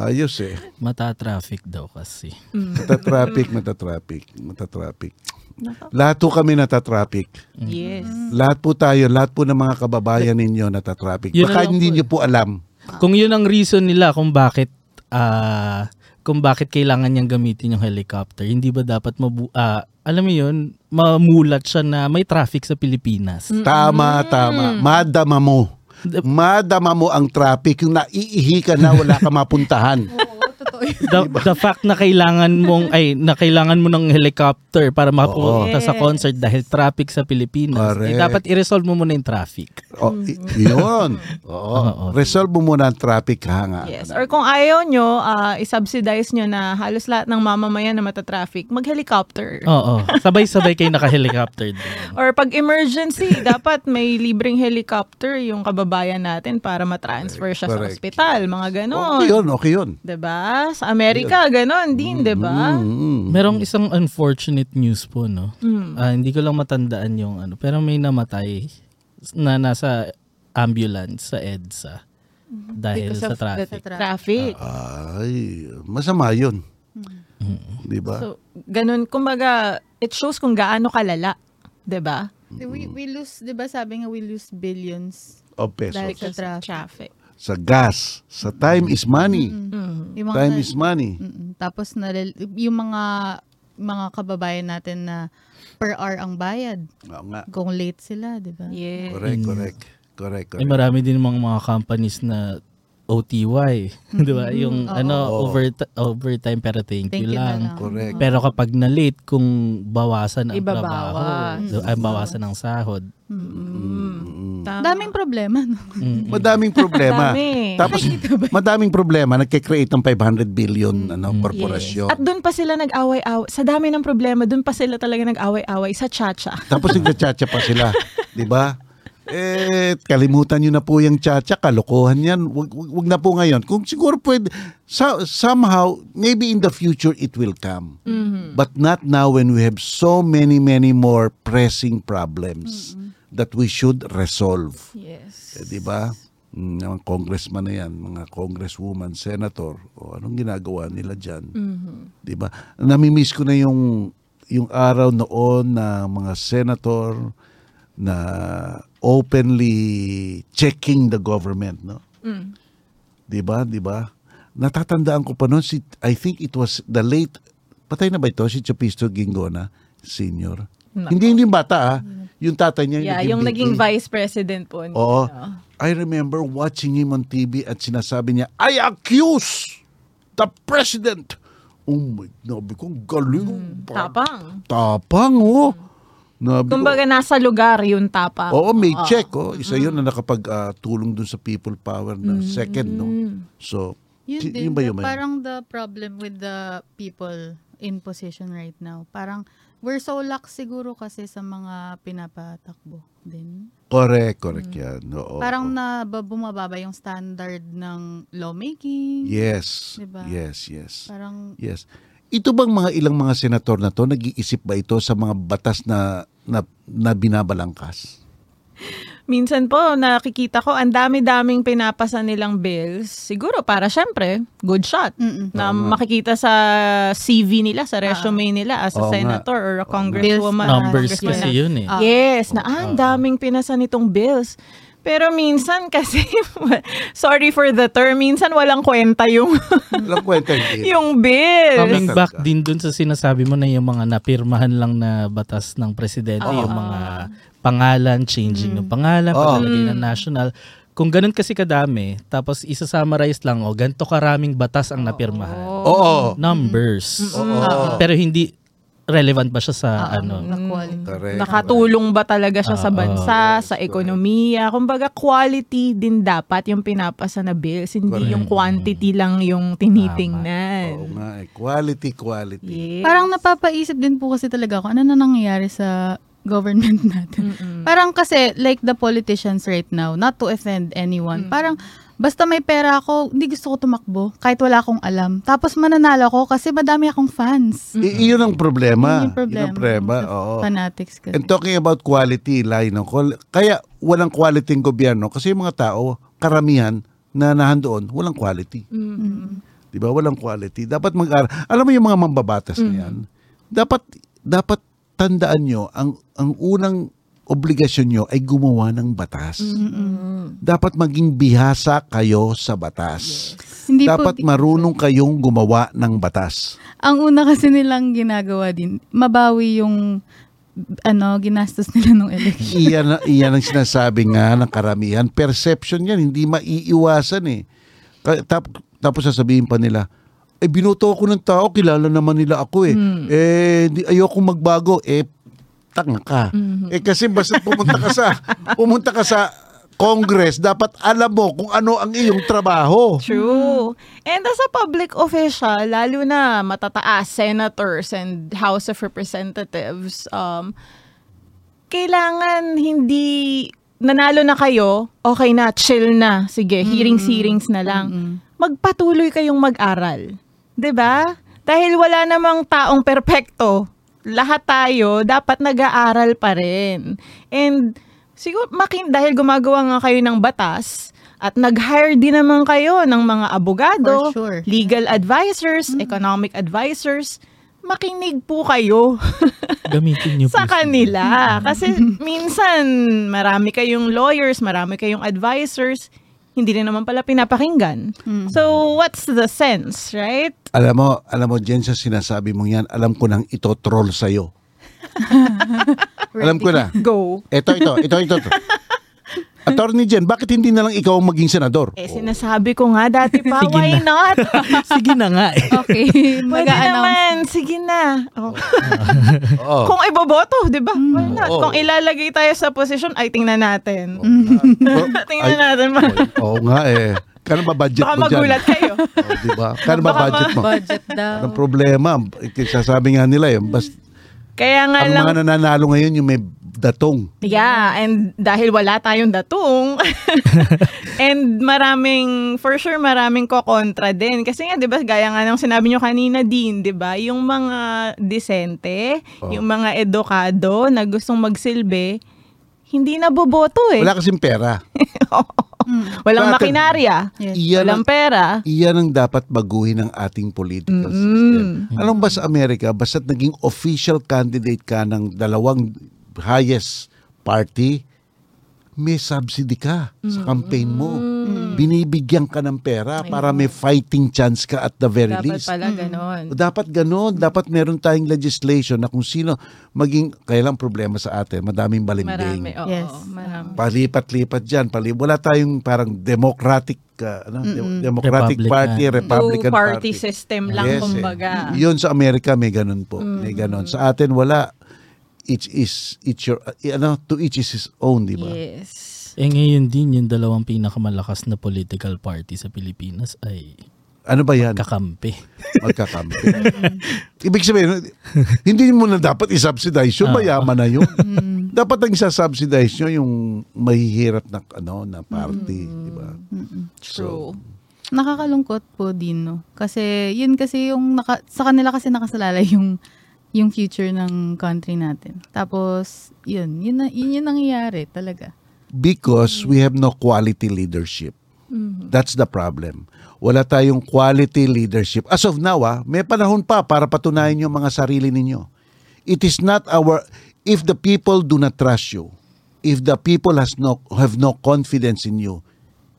Ayos eh. Mata-traffic daw kasi. Matatraffic, matatraffic, matatraffic. Lahat po kami natatraffic. Yes. Mm. Lahat po tayo, lahat po ng mga kababayan ninyo natatraffic. Yun na Baka lang hindi po eh. nyo po alam. Ah. Kung yun ang reason nila kung bakit ah, kung bakit kailangan niyang gamitin yung helicopter, hindi ba dapat mabu ah, alam mo yun, mamulat siya na may traffic sa Pilipinas. Mm. Tama, tama. Madama mo. Madama mo ang traffic. Yung naiihi ka na wala ka mapuntahan. Oo, totoo yun. The, the fact na kailangan mong ay na kailangan mo ng helicopter para makapunta sa Yes. concert dahil traffic sa Pilipinas, eh, Correct. dapat i-resolve mo muna yung traffic. O, i- Oh, yun. Oo. Oo. Resolve mo muna ang traffic ha nga. Yes. Or kung ayaw nyo, ah, isubsidize nyo na halos lahat ng mamamayan na matatraffic, mag-helicopter. Oh. Oo. Sabay-sabay kayo naka-helicopter. din. Or pag emergency, dapat may libreng helicopter yung kababayan natin para matransfer siya sa Correct. ospital, mga ganon. Okay yun, Mm-hmm. okay yun. 'Di ba? Sa Amerika, ganon din, diba? 'di ba? Mm. Merong isang unfortunate news po, no? Ah, hindi ko lang matandaan yung ano. Pero may namatay na nasa ambulance sa EDSA dahil Because sa of the traffic. traffic. Ay, masama yun. Di ba? So, ganun, kumbaga, it shows kung gaano kalala, diba? 'di ba? We, we lose, di ba sabi nga we lose billions of pesos. dahil sa Because of traffic. traffic. Sa gas. Sa time is money. Mm. Mm-hmm. Yung mga Time na- is money. Mm-mm. Tapos na yung mga mga kababayan natin na per hour ang bayad Oo nga. kung late sila, 'di ba? Yes. Correct, correct. Correct, May correct. marami din mga mga companies na OTY. Di ba? Yung ano, over, overtime pero thank, Thank you you na lang. lang. Correct. Pero kapag na-late, kung bawasan ang Ibabawas. trabaho, do- ay, bawasan ang sahod. Mm. Tama. Daming problema. No? Mm. Madaming problema. Dami. Tapos madaming problema nagke-create ng 500 billion ano korporasyon. Mm. At doon pa sila nag-away-away. Sa dami ng problema, doon pa sila talaga nag-away-away sa chacha. Tapos nagchachacha pa sila, 'di ba? Eh, kalimutan niyo na po yung chacha, kalokohan yan. Wag, wag, wag na po ngayon. Kung siguro pwede, so- somehow, maybe in the future it will come. But not now when we have so many, many more pressing problems that we should resolve. Yes. Eh, di ba? Mm, Yung mga congressman na yan, mga congresswoman, senator, o anong ginagawa nila dyan? Mm-hmm. Di ba? Namimiss ko na yung, yung araw noon na mga senator na openly checking the government, no? Mm. Di ba? Di ba? Natatandaan ko pa noon, si, I think it was the late, patay na ba ito? Si Chapisto Gingona, senior. Nako. Hindi, hindi yung bata ah. Yung tatay niya. Yeah, yung naging VP. vice president po. niya. Oo. I remember watching him on TV at sinasabi niya, I accuse the president. Oh my, nabi ko, ang galing. Hmm, Tapang. Tapang, oh. Nabi ko, Kumbaga, nasa lugar yung tapang. Oo, may check. Oh. Isa Hmm. yun na nakapag-tulong dun sa people power na second. No? So, Yun y- din, yun ba the- yun? man? parang the problem with the people in position right now. Parang we're so luck siguro kasi sa mga pinapatakbo din. Correct, correct yan. Oo, Hmm. Parang oo. na bumababa yung standard ng lawmaking. Yes, Diba? yes, yes. Parang Yes. Ito bang mga ilang mga senator na to, nag-iisip ba ito sa mga batas na, na, na binabalangkas? Minsan po, nakikita ko, ang dami-daming pinapasa nilang bills. Siguro para syempre, good shot. Mm-mm. Na makikita sa CV nila, sa resume nila as Oo a nga. senator or Oo nga. a congresswoman. Bills na- or Numbers congressman kasi na- yun eh. Ah. Yes, na ah, ang daming pinasa nitong bills. Pero minsan kasi, sorry for the term, minsan walang kwenta yung, Walang kwenta hindi. yung bill. Yes. Coming back din dun sa sinasabi mo na yung mga napirmahan lang na batas ng presidente, yung mga pangalan, changing ng pangalan, Oo. paglalagay ng national. Kung ganun kasi kadami, tapos isa-summarize lang, o ganito karaming batas ang napirmahan. Oo. Numbers. Oo. Pero hindi relevant ba siya sa Ah, ano? na ah, quality. Correct. Nakatulong ba talaga siya Ah, sa bansa, sa ekonomiya? Kumbaga quality din dapat yung pinapasa na bills, hindi Correct. yung quantity lang yung Oo tinitingnan. nga, eh. quality, quality. Yes. Parang napapaisip din po kasi talaga ako, ano na nangyayari sa government natin. Mm. Parang kasi, like the politicians right now, not to offend Mm. anyone, parang basta may pera ako, hindi gusto ko tumakbo, kahit wala akong alam. Tapos mananalo ko kasi madami akong fans. Mm. I- iyon ang problema. Yun yung problema. Yun ang problema, Sa oo. Fanatics kasi. And talking about quality, line ng call, kaya walang quality ng gobyerno kasi yung mga tao, karamihan na nahandoon, walang quality. Di ba? Walang quality. Dapat mag Alam mo yung mga mambabatas na yan, dapat, dapat tandaan nyo, ang, ang unang obligasyon nyo ay gumawa ng batas. Mm. Dapat maging bihasa kayo sa batas. Hindi po Dapat di- marunong kayong gumawa ng batas. Ang una kasi nilang ginagawa din, mabawi yung ano, ginastos nila nung election. iyan, iyan ang sinasabi nga ng karamihan. Perception yan, hindi maiiwasan eh. Ka- tap- tapos sasabihin pa nila, eh binoto ako ng tao, kilala naman nila ako eh. Hmm. Eh, di, ayoko magbago. Eh, tanga ka. Mm-hmm. Eh kasi basta pumunta ka sa, pumunta ka sa Congress, dapat alam mo kung ano ang iyong trabaho. True. And as a public official, lalo na matataas, senators and House of Representatives, um, kailangan hindi nanalo na kayo, okay na, chill na, sige, hearings-hearings na lang. Magpatuloy kayong mag-aral. 'Di ba? Dahil wala namang taong perpekto. Lahat tayo dapat nag-aaral pa rin. And siguro, makin, dahil gumagawa nga kayo ng batas, at nag-hire din naman kayo ng mga abogado, For sure. Mm-hmm. legal advisors, economic advisors, makinig po kayo. Gamitin niyo sa po siya. Mm-hmm. kanila. Kasi minsan, marami kayong lawyers, marami kayong advisors, hindi rin naman pala pinapakinggan. So, what's the sense, right? Alam mo, alam mo, Jen, sa sinasabi mong yan, alam ko nang ito troll sa'yo. alam ko na. Go. Ito, ito, ito, ito. ito. Attorney Jen, bakit hindi na lang ikaw ang maging senador? Eh, sinasabi ko nga dati pa, Sige why na. not? Sige na nga eh. Okay, Pwede mag-announce. naman, sige na. Oh. Oo. Kung iboboto, di ba? Why not? Oo. Kung ilalagay tayo sa position, ay tingnan natin. Mm. Oh, Ay, tingnan natin. Ma- Oo nga eh. Kano ba budget Baka mo dyan? magulat kayo. Oo, di ba? Kano ba Baka budget mo? Budget daw. Anong problema? Sasabi nga nila yun. Bas, Kaya nga ang lang, mga nananalo ngayon yung may datong. Yeah, and dahil wala tayong datong, and maraming, for sure, maraming kokontra din. Kasi nga, di ba, gaya nga ng sinabi nyo kanina din, di ba, yung mga disente, Oh. yung mga edukado na gustong magsilbi, hindi na boboto eh. Wala kasing pera. Walang Bakit? makinarya, Yes. Iyan ang, walang pera. iyan ang dapat baguhin ng ating Mm-hmm. political system. Alam mo ba sa Amerika, basta't naging official candidate ka ng dalawang highest party, may subsidy ka Mm-hmm. sa campaign mo. Binibigyan ka ng pera para may fighting chance ka at the very Dapat least. pala ganon. Mm. Dapat ganun. Dapat meron tayong legislation na kung sino maging, kaya lang problema sa atin, madaming balimbing Marami, oo, Yes. marami. palipat-lipat diyan. Pali wala tayong parang democratic uh, ano, de- democratic Republican. party, Republican Two-party party. system lang, Yes, eh. kumbaga. 'Yun sa Amerika may ganun po. May ganun. Sa atin wala each is each your uh, ano to each is his own, di ba? Yes. Eh ngayon din, yung dalawang pinakamalakas na political party sa Pilipinas ay Ano ba 'yan? kakampi. Magkakampi. Ibig sabihin, hindi mo na dapat i-subsidize yun, mayaman na yun. dapat ang isa-subsidize nyo yung mahihirap na, ano, na party. Di ba? True. Nakakalungkot po din, no? Kasi yun kasi yung, naka, sa kanila kasi nakasalalay yung, yung future ng country natin. Tapos, yun, yun, na- yun yung nangyayari talaga. Because we have no quality leadership. That's the problem. Wala tayong quality leadership. As of now, ah, may panahon pa para patunayan yung mga sarili ninyo. It is not our... If the people do not trust you, if the people has no have no confidence in you,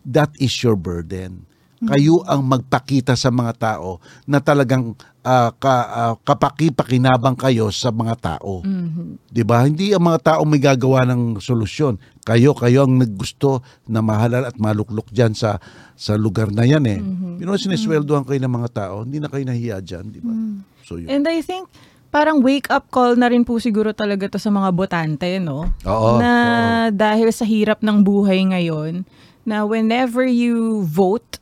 that is your burden. Kayo ang magpakita sa mga tao na talagang ah, ka, ah, kapaki-pakinabang kayo sa mga tao. 'Di ba? Hindi ang mga tao may gagawa ng solusyon. Kayo kayo ang naggusto na mahalal at maluklok diyan sa sa lugar na 'yan eh. Pero sinesweldohan kayo ng mga tao, hindi na kayo nahiya diyan, 'di ba? So yun. And I think, parang wake-up call na rin po siguro talaga to sa mga botante, no? Oo, Na dahil sa hirap ng buhay ngayon, na whenever you vote,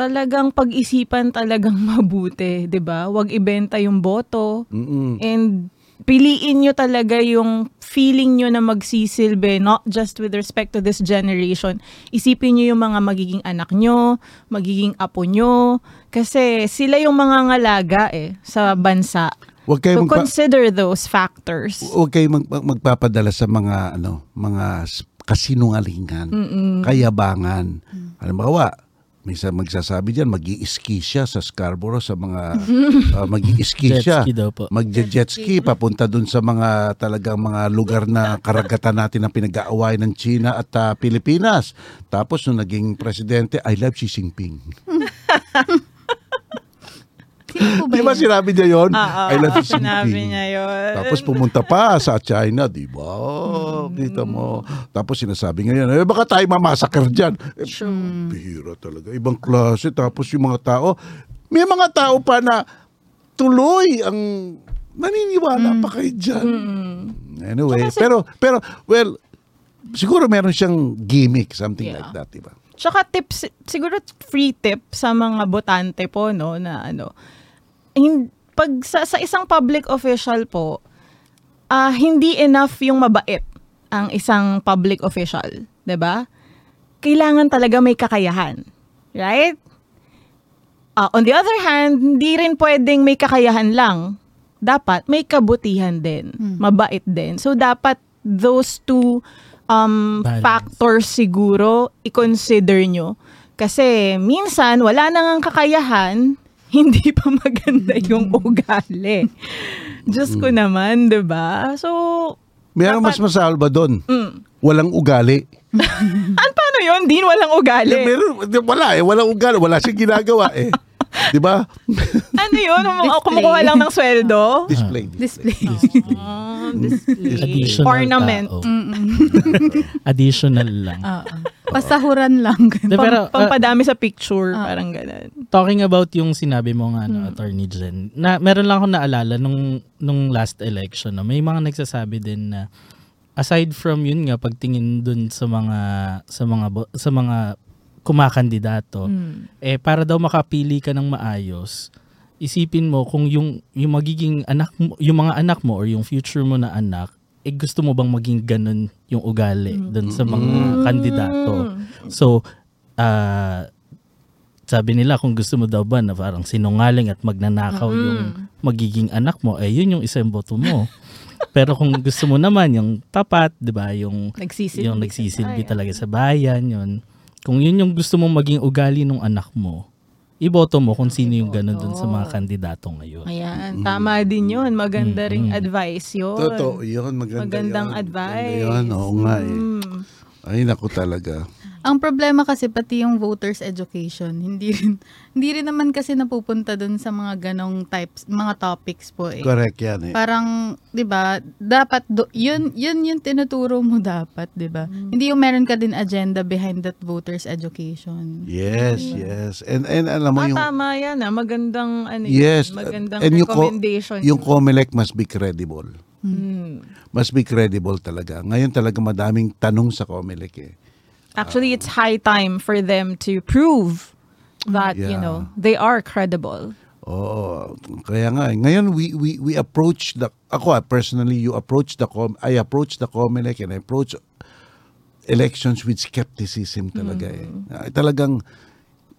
talagang pag-isipan talagang mabuti, 'di ba? Huwag ibenta yung boto. Mm-mm. And piliin nyo talaga yung feeling nyo na magsisilbi, not just with respect to this generation. Isipin nyo yung mga magiging anak nyo, magiging apo nyo, kasi sila yung mga ngalaga eh, sa bansa. Huwag kayong Eh, so magpa- consider those factors. Huwag kayo mag- mag- magpapadala sa mga ano, mga s- kasinungalingan, kayabangan. Mm. Alam mo ba, minsan magsasabi diyan magi-ski siya sa Scarborough sa mga ah, magi-ski Jet siya. ski daw po. Magje-jet ski papunta dun sa mga talagang mga lugar na karagatan natin na pinag-aaway ng China at ah, Pilipinas. Tapos nung naging presidente, I love Xi Jinping. Sino po ba Di ba yun? sinabi niya yon? Oo, I love Xi Ah, sinabi Jinping. niya yun. Tapos pumunta pa sa China, di ba? Oh, Mm. Kita mo. Tapos sinasabi ngayon, eh baka tayo mamasakar dyan. Eh, Bihira talaga. Ibang klase. Tapos yung mga tao, may mga tao pa na tuloy ang naniniwala Mm. pa kayo dyan. Anyway, pero, pero, well, siguro meron siyang gimmick, something Yeah. like that, di ba? Tsaka tips, siguro free tip sa mga botante po, no, na ano, hin- pag sa, sa isang public official po, ah, hindi enough yung mabait ang isang public official, 'di ba? Kailangan talaga may kakayahan. Right? Ah, on the other hand, hindi rin pwedeng may kakayahan lang. Dapat may kabutihan din, mabait din. So dapat those two um Balance. factors siguro i-consider nyo. Kasi minsan wala nang kakayahan, hindi pa maganda yung ugali. Diyos ko naman, 'di ba? So Meron mas Dapat- masalba doon. Mm. Walang ugali. An paano 'yon? Din walang ugali. Eh, meron, wala eh. Walang ugali. Wala siyang ginagawa eh. di ba? ano 'yon? Kumu- Display. Kumukuha lang ng sweldo. Display. Display. Oh, display. Additional Ornament. tao. Additional lang. Oo. Pasahuran lang. De, Pam- pero, uh, pampadami sa picture, parang ganun. talking about yung sinabi mo nga no, attorney Jen, na meron lang akong naalala nung nung last election no, may mga nagsasabi din na aside from yun nga pagtingin dun sa mga sa mga bo- sa mga kumakandidato eh para daw makapili ka ng maayos isipin mo kung yung yung magiging anak mo, yung mga anak mo or yung future mo na anak eh gusto mo bang maging ganun yung ugali dun sa mga kandidato so ah sabi nila kung gusto mo daw ba na parang sinungaling at magnanakaw yung magiging anak mo, eh yun yung isang boto mo. Pero kung gusto mo naman yung tapat, 'di ba, yung Nagsisilbi yung sa nagsisilbi bayan. talaga sa bayan, yun. Kung yun yung gusto mong maging ugali ng anak mo, iboto mo kung sino yung ganun dun sa mga kandidato ngayon. Ayan, Ah, tama din yun. Maganda ring advice yun. Totoo yun. Maganda Magandang yun. advice. Maganda yun. Oo nga eh. Mm. Ay, naku talaga. Ang problema kasi pati yung voters education, hindi rin hindi rin naman kasi napupunta dun sa mga ganong types, mga topics po eh. Correct yan eh. Parang, 'di ba, dapat do, yun yun yung tinuturo mo dapat, 'di ba? Hmm. Hindi yung meron ka din agenda behind that voters education. Yes, yes. And, and alam mo Ah, yung... tama yan ah. Magandang, ano yun, Yes. magandang and yung, co- recommendation. yung COMELEC must be credible. Mm. Must be credible talaga. Ngayon talaga madaming tanong sa COMELEC eh. Actually, it's high time for them to prove that, you Yeah. know, they are credible. Oo. Kaya nga, eh. ngayon we we we approach the ako ah, personally you approach the com I approach the COMELEC and I approach elections with skepticism talaga eh. Ah, Talagang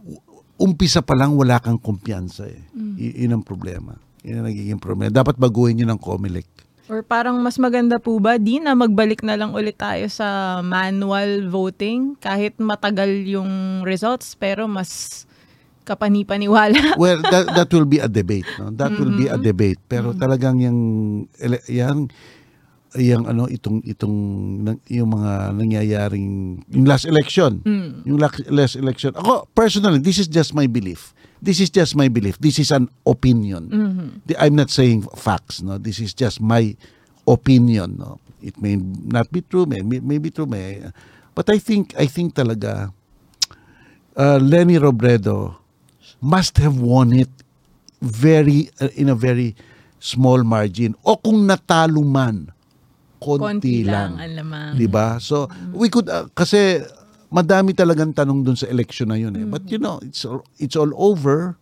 u- umpisa pa lang wala kang kumpiyansa eh. Y- yun ang problema. Yun ang nagiging problema. Dapat baguhin yun ng COMELEC. Or parang mas maganda po ba di na magbalik na lang ulit tayo sa manual voting kahit matagal yung results pero mas kapanipaniwala. Well, that, that will be a debate. No? That will be a debate. Pero talagang yung, ele- yung yung ano itong itong nang- yung mga nangyayaring yung last election yung last, last election ako personally this is just my belief this is just my belief this is an opinion The- i'm not saying facts no this is just my opinion no it may not be true may, may, may be true may but i think i think talaga uh, Lenny Robredo must have won it very uh, in a very small margin o kung natalo man konti, Konti lang, lang ano. Mm-hmm. ang lamang. 'di ba so we could uh, kasi madami talagang tanong dun sa election na yun eh but Mm-hmm. you know it's all, it's all over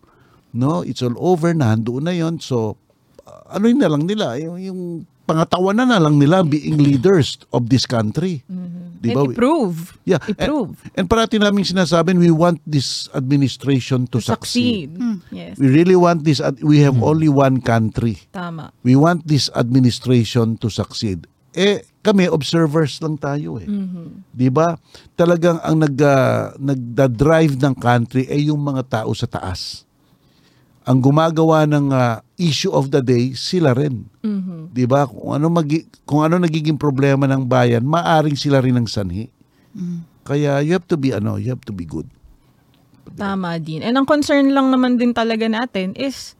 no it's all over na handoon na yun so uh, ano yun na lang nila yung, yung pangatawanan na lang nila being leaders of this country Diba? 'di ba And i-prove. Yeah. eh, I-prove. And, and parati naming sinasabi, we want this administration to, succeed. Succeed. Yes. We really want this. ad- We have only one country. Tama. We want this administration to succeed. Eh, kami observers lang tayo eh. 'Di ba? Talagang ang nag ah, nagda-drive ng country ay yung mga tao sa taas. Ang gumagawa ng ah, issue of the day sila rin. 'Di ba? Kung ano magi- kung ano nagiging problema ng bayan, maaring sila rin ang sanhi. Kaya you have to be ano, you have to be good. Tama din. And ang concern lang naman din talaga natin is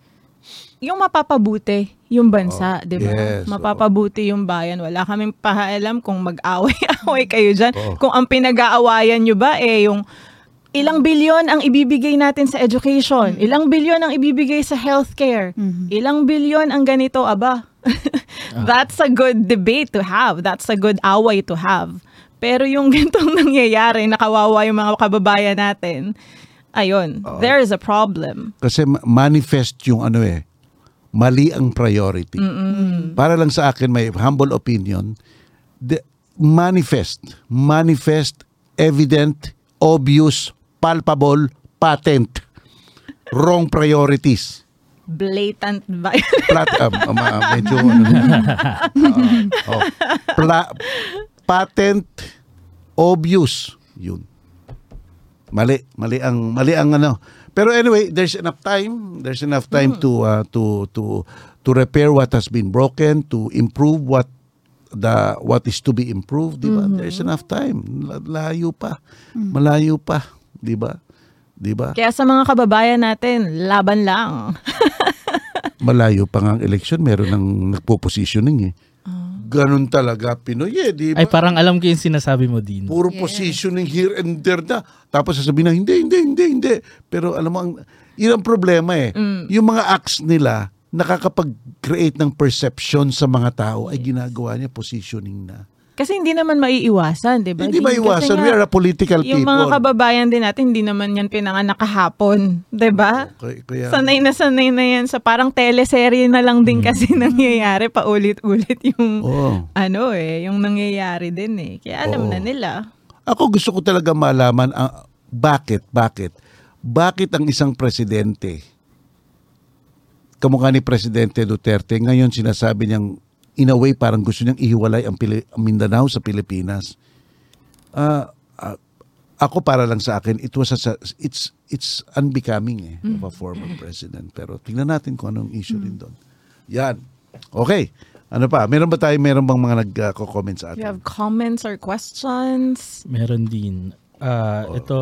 yung mapapabuti yung bansa, Oh, 'di ba? yes, oo. mapapabuti yung bayan. Wala kaming pakialam kung mag-away-away kayo diyan. Oo. Kung ang pinag-aawayan nyo ba eh yung ilang bilyon ang ibibigay natin sa education, ilang bilyon ang ibibigay sa healthcare, ilang bilyon ang ganito aba. That's a good debate to have. That's a good away to have. Pero yung gantong nangyayari, nakawawa yung mga kababayan natin, ayun, there is a problem. Kasi ma- manifest yung ano eh, mali ang priority. Para lang sa akin, may humble opinion, the, manifest, manifest, evident, obvious, palpable, patent, wrong priorities. Blatant violence. Plat, um, um, uh, medyo ano na. Oo, oo. Pla- patent, obvious, yun. Mali, mali ang mali ang ano. Pero anyway, there's enough time, there's enough time to uh, to to to repair what has been broken, to improve what the what is to be improved, 'di ba? There's enough time. La- Layo pa. Malayo pa, 'di ba? 'Di ba? Kaya sa mga kababayan natin, laban lang. malayo pa nga ang election, meron ng nagpo-positioning eh. Ganun talaga, Pinoy eh, di ba? Ay, parang alam ko yung sinasabi mo din. Puro positioning here and there na. Tapos sasabihin na, hindi, hindi, hindi, hindi. Pero alam mo, ang, yun ang problema eh. Yung mga acts nila, nakakapag-create ng perception sa mga tao, ay ginagawa niya positioning na. Kasi hindi naman maiiwasan, di ba? Hindi Di- ba kasi iwasan? nga, We are a political Yung people. mga kababayan din natin, hindi naman yan pinanganak kahapon, di ba? Kaya- kaya- Sanay na sanay na yan sa parang teleserye na lang Mm. din kasi nangyayari paulit-ulit yung Oo. ano eh, yung nangyayari din eh. Kaya alam Oo. na nila. Ako gusto ko talaga malaman ang bakit, bakit, bakit ang isang presidente, kamukha ni Presidente Duterte, ngayon sinasabi niyang, in a way, parang gusto niyang ihiwalay ang, Pili- ang Mindanao sa Pilipinas. Ah, ah, ako para lang sa akin, it was a- it's, it's unbecoming eh, of a former president. Pero tingnan natin kung anong issue rin Mm. doon. Yan. Okay. Ano pa? Meron ba tayo, meron bang mga nag-comment sa atin? If you have comments or questions, Meron din. Ah, Oh. Ito,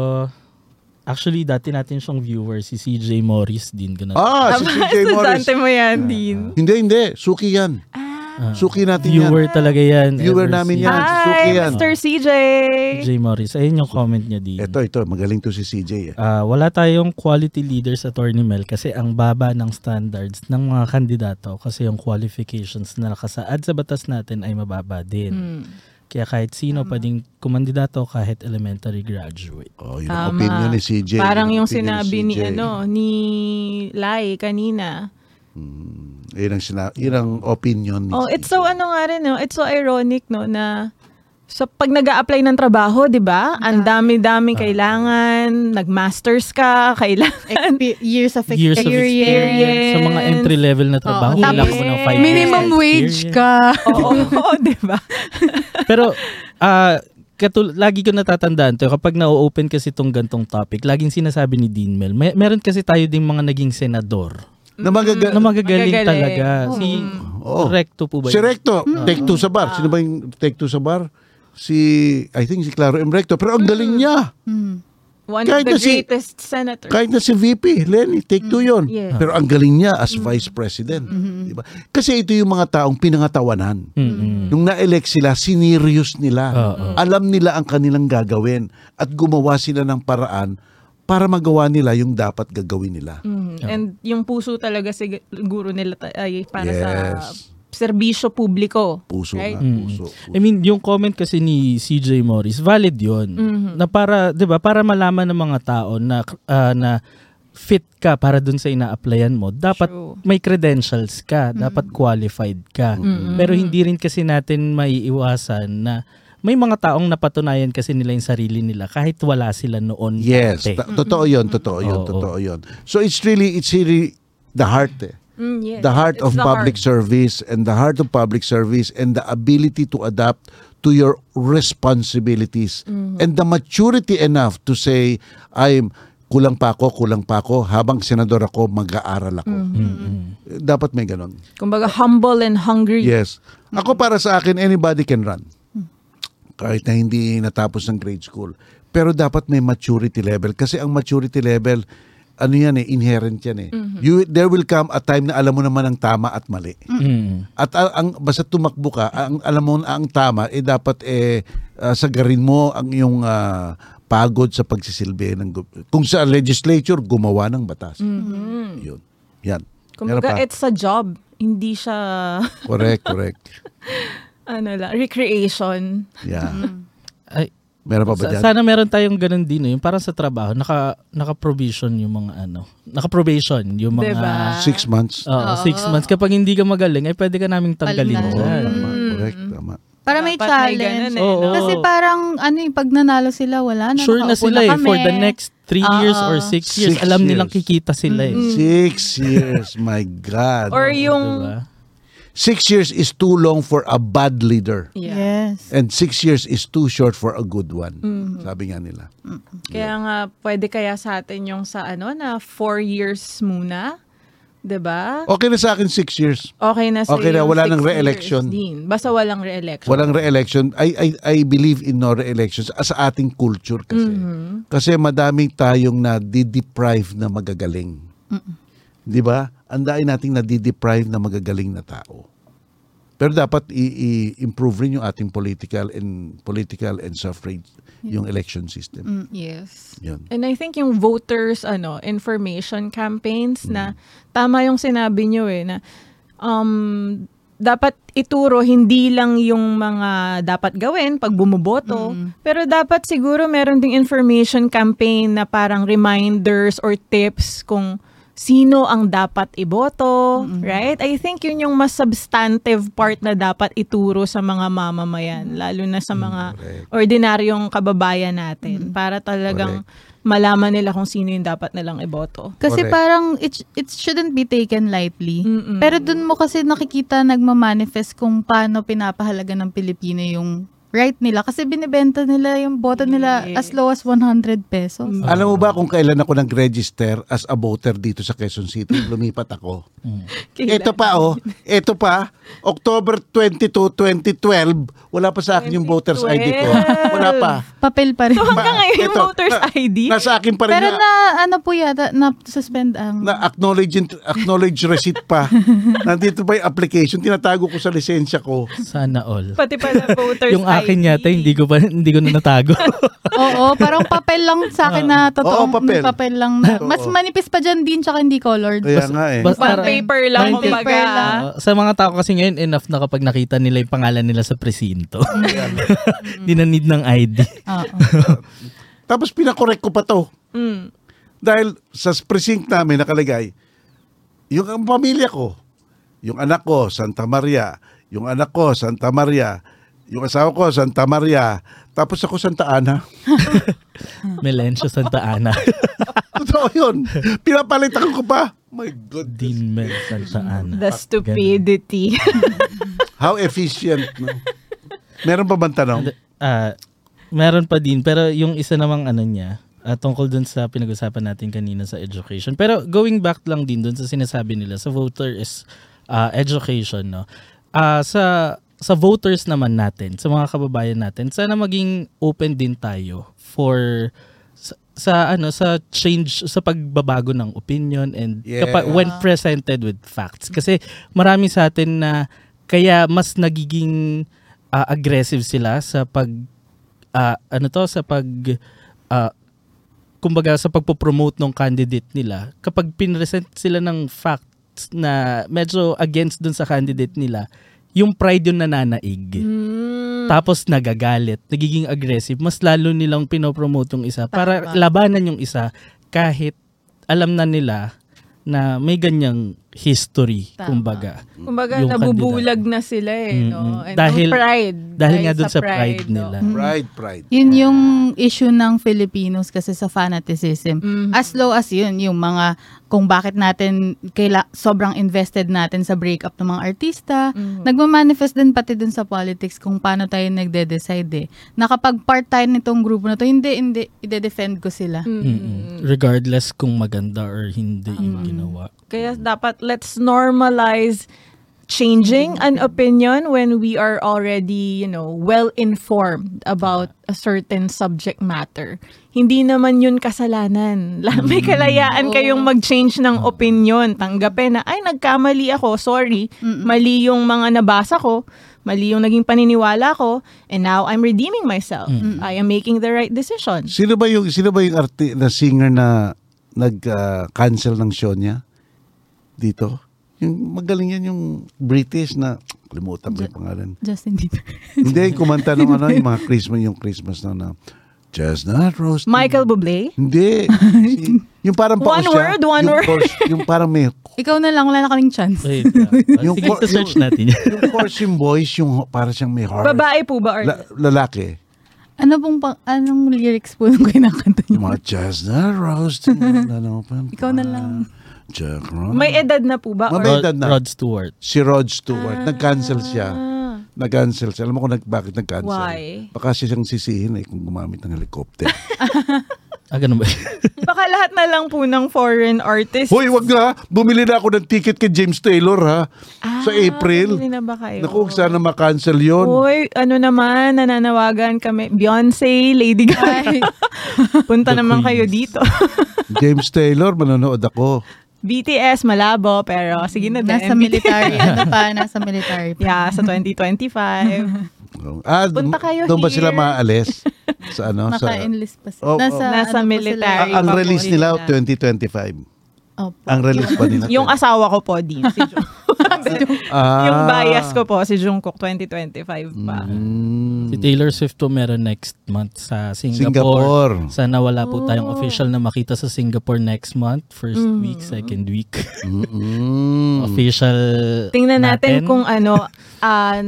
actually, dati natin siyang viewer, si CJ Morris din. Ganun. Ah, si Tama, CJ Morris. estudyante mo yan, Dean. Hindi, hindi. Suki yan. Ah. Suki natin yan. viewer talaga yan. Viewer ever namin since. yan. Suki Hi, yan. Mr. CJ! CJ Morris. Ayun yung comment niya din. Ito, ito. Magaling to si CJ. Eh. Ah, wala tayong quality leaders at Mel kasi ang baba ng standards ng mga kandidato kasi yung qualifications na nakasaad sa batas natin ay mababa din. Hmm. Kaya kahit sino pwedeng kumandidato kahit elementary graduate. Oh, yun ang Tama. opinion ni CJ. Parang Yun ang yung opinion sinabi ni, CJ. ano, ni Lai kanina. Yun ang, sina- yun ang opinion ni Oh, CJ. it's so ano nga rin, no? it's so ironic no na sa pag nag apply ng trabaho, 'di ba? Ang dami-daming Ah. kailangan, nag-masters ka, kailangan Expe- Eh, years of Years of experience. experience sa mga entry level na trabaho. Oo. kailangan Tapos, mo ng five years Minimum experience. wage ka. Oo, oh, 'di ba? Pero ah katul- lagi ko natatandaan to kapag na-open kasi tong gantong topic, laging sinasabi ni Dean Mel, may- meron kasi tayo ding mga naging senador Na magaga- na magagaling, Magagaling. talaga. Si Oo. Mm. Recto po ba Oh. Si yun? Recto, Mm. take two sa bar. Sino ba yung take two sa bar? Si, I think si Claro M. Recto. Pero ang galing Mm. niya. One Kahit of the na si- greatest senators. Kahit na si VP, Lenny, take two yun. Mm, Yes. Mm. Mm-hmm. Pero ang galing niya as vice president. Di ba? Kasi ito yung mga taong pinangatawanan. Nung na-elect sila, sinirius nila. Mm-hmm. Oo. Alam nila ang kanilang gagawin. At gumawa sila ng paraan para magawa nila yung dapat gagawin nila. Mm. And yung puso talaga siguro nila ta- ay para sa Yes. serbisyo publiko. Puso Right? nga, Mm-hmm. puso. puso. I mean, yung comment kasi ni CJ Morris, valid 'yon. Na para, 'di ba, para malaman ng mga tao na ah, na fit ka para dun sa ina-applyan mo, dapat True. may credentials ka, dapat qualified ka. Pero hindi rin kasi natin maiiwasan na may mga taong napatunayan kasi nila yung sarili nila kahit wala sila noon. Yes, dati. ta- totoo 'yon, totoo 'yon, Oo. totoo 'yon. So it's really it's really the heart. eh. Mm, yes. The heart It's of the public heart. service and the heart of public service and the ability to adapt to your responsibilities Mm-hmm. and the maturity enough to say I'm kulang pa ako, kulang pa ako habang senador ako mag-aaral ako. Mm-hmm. Dapat may ganon. Kumbaga humble and hungry. Yes. Mm-hmm. Ako para sa akin, anybody can run. Kahit na hindi natapos ng grade school. Pero dapat may maturity level. Kasi ang maturity level, ano yan eh, inherent yan eh. Mm-hmm. You, there will come a time na alam mo naman ang tama at mali. Mm. At a- ang basta tumakbo ka, ang alam mo na ang tama eh dapat eh ah, sagarin mo ang iyong ah, pagod sa pagsisilbi ng gu- kung sa legislature gumawa ng batas. Yun. Yan. Meron Kumbaga pa. eh, it's a job, hindi siya correct, correct. ano lang, recreation. Yeah. Ay, Meron pa ba Sa- dyan? sana meron tayong ganun din eh. Yung parang sa trabaho, naka, naka-provision yung mga ano. Naka-probation yung mga... Diba? Six months. Oo, six months. Kapag hindi ka magaling, ay pwede ka naming tanggalin Palitan. dyan. Oh, Mm. Tama, correct, tama. Para may Dapat challenge. ganun eh, Oo. no? Kasi parang ano eh, pag nanalo sila, wala Ano, na. Sure na nakaupo sila eh. kami. For the next three years or six years, Six alam years. nilang kikita sila eh. Mm. Six years, my God. Or yung Diba? Six years is too long for a bad leader. yeah. Yes. And six years is too short for a good one. Sabi nga nila. Kaya nga pwede kaya sa atin yung sa ano na four years muna, 'di ba? Okay na sa akin six years. Okay na sa Oh, Okay na, yung wala six ng re-election. years din. Basta walang re-election. Walang re-election. I, I, I believe in no re-elections as sa ating culture kasi. Kasi madami tayong na deprive na magagaling. Di ba? Andain nating na deprive na magagaling na tao. Pero dapat i- i-improve rin yung ating political and political and suffrage yung election Mm. system. Yes. Yun. And I think yung voters ano information campaigns na Hmm. tama yung sinabi nyo eh na um dapat ituro hindi lang yung mga dapat gawin pag bumoboto pero dapat siguro meron ding information campaign na parang reminders or tips kung sino ang dapat iboto, right? I think yun yung mas substantive part na dapat ituro sa mga mamamayan, lalo na sa Mm, mga ordinaryong kababayan natin para talagang malaman nila kung sino yung dapat nilang iboto. Kasi Correct. parang it, it shouldn't be taken lightly. Pero dun mo kasi nakikita nagmamanifest kung paano pinapahalaga ng Pilipino yung right nila. Kasi binibenta nila yung boto nila as low as 100 pesos. Mm. Alam mo ba kung kailan ako nag-register as a voter dito sa Quezon City? Lumipat ako. Kailan? Ito pa oh, ito pa, October 22, 2012, wala pa sa akin yung voter's ID ko. 2012. Wala pa. Papel pa rin. So hanggang Ma- ngayon, ito, voter's na- ID? Nasa akin pa rin Pero na, na ano po yata, na suspend ang... na acknowledge, acknowledge receipt pa. Nandito pa yung application, tinatago ko sa lisensya ko. Sana all. Pati pala voters Yung akin ID. yata, hindi ko pa, hindi ko na natago. Oo, parang papel lang sa akin na totoo. Oo, papel. lang na. Mas manipis pa dyan din, tsaka hindi colored. Kaya nga eh. bas- Bond paper lang, Bond kumbaga. paper lang. Oo, sa mga tao kasi ngayon, enough na kapag nakita nila yung pangalan nila sa presinto. Mm. Hindi na need ng ID. Oo. Tapos pinakorek ko pa to. Mm. Dahil sa precinct namin nakalagay, yung ang pamilya ko, yung anak ko, Santa Maria, yung anak ko, Santa Maria, yung asawa ko, Santa Maria, tapos ako, Santa Ana. Melencio Santa Ana. Totoo yun. Pinapalitan ko pa. My God. Dean Mel Santa Ana. The stupidity. How efficient. No? Meron pa bang tanong? Ah, meron pa din pero yung isa namang ano niya ah, tungkol dun sa pinag-usapan natin kanina sa education. Pero going back lang din dun sa sinasabi nila sa voter is ah, education, no? Ah, sa sa voters naman natin, sa mga kababayan natin, sana maging open din tayo for sa, sa ano sa change sa pagbabago ng opinion and Yeah. kapag when presented with facts kasi marami sa atin na kaya mas nagiging ah, aggressive sila sa pag ah, ano to sa pag ah, kumbaga sa pagpo-promote ng candidate nila kapag pinresent sila ng facts na medyo against dun sa candidate nila yung pride yung nananaig tapos nagagalit nagiging aggressive mas lalo nilang pinopromote yung isa para Tama. labanan yung isa kahit alam na nila na may ganyang history Tama. kumbaga Kumbaga, Yung nabubulag na sila eh. No? And Mm-mm. Dahil- yung pride. dahil nga dun sa pride, no? nila Pride, pride. Yun yung issue ng Filipinos kasi sa fanaticism. Mhm. As low as yun, yung mga kung bakit natin kaila, sobrang invested natin sa breakup ng mga artista. Mhm. Nagmamanifest din pati dun sa politics kung paano tayo nagde-decide eh. Na kapag part tayo nitong grupo na to, hindi, hindi, ide-defend ko sila. Mm. Mm-mm. Regardless kung maganda or hindi yung ginawa. Kaya dapat let's normalize changing an opinion when we are already, you know, well informed about a certain subject matter. Hindi naman yun kasalanan. La- May Mm. kalayaan kayong mag-change ng opinion. Tanggapin na, ay, nagkamali ako, sorry. Mali yung mga nabasa ko. Mali yung naging paniniwala ko. And now I'm redeeming myself. Mm. I am making the right decision. Sino ba yung sino ba yung arti na singer na nag-cancel ng show niya dito? Yung magaling yan yung British na kalimutan ko yung pangalan. Justin Bieber. Hindi yung kumanta ng ano yung mga Christmas yung Christmas na na Chestnut Roast. Michael Bublé? Hindi. Si- yung parang One paus siya. word, one yung word. course- yung parang may Ikaw na lang, wala na kaming chance. Wait, ah. Yung Sige, cor- search yung- natin. yung Corsim Boys yung para siyang may heart. Babae po ba? Or La- lalaki. Ano pong, pang, anong lyrics po yung kinakanta Yung niyo? mga chestnut roast. ano pa? Ikaw na lang. Jack Ron. may edad na po ba? Or- Mabait. Rod, Edad na. Rod Stewart. si Rod Stewart. Nag-cancel siya. Ah. Nag-cancel siya. Alam mo kung nag, bakit nag-cancel? Why? Baka siya siyang sisihin eh kung gumamit ng helicopter. Ah, ganun ba? Baka lahat na lang po ng foreign artist. Hoy, wag na! ha. Bumili na ako ng ticket kay James Taylor ha. Ah, sa April. bumili na ba kayo? Naku, sana makancel yun. Hoy, ano naman, nananawagan kami. Beyonce, Lady Gaga. Punta The naman kayo Queens. dito. James Taylor, manonood ako. BTS, malabo, pero sige na din. Nasa military, ano pa, nasa military Yeah, pa. sa 2025. Ah, Punta kayo doon ba sila here. maalis? sa ano? sa, Naka-enlist pa sila. Oh, oh. Nasa ano po military. Ah, sila. ang Papauli release nila nila. 2025. Opo. Ang release pa nila. yung asawa ko po, din. Si Jung. Ah. yung bias ko po, si Jungkook, 2025 pa. Mm. si Taylor Swift po meron next month sa Singapore. Singapore. Sana wala po Oh. tayong official na makita sa Singapore next month. First week, second week. Mm. official Tingnan natin, kung ano, ah,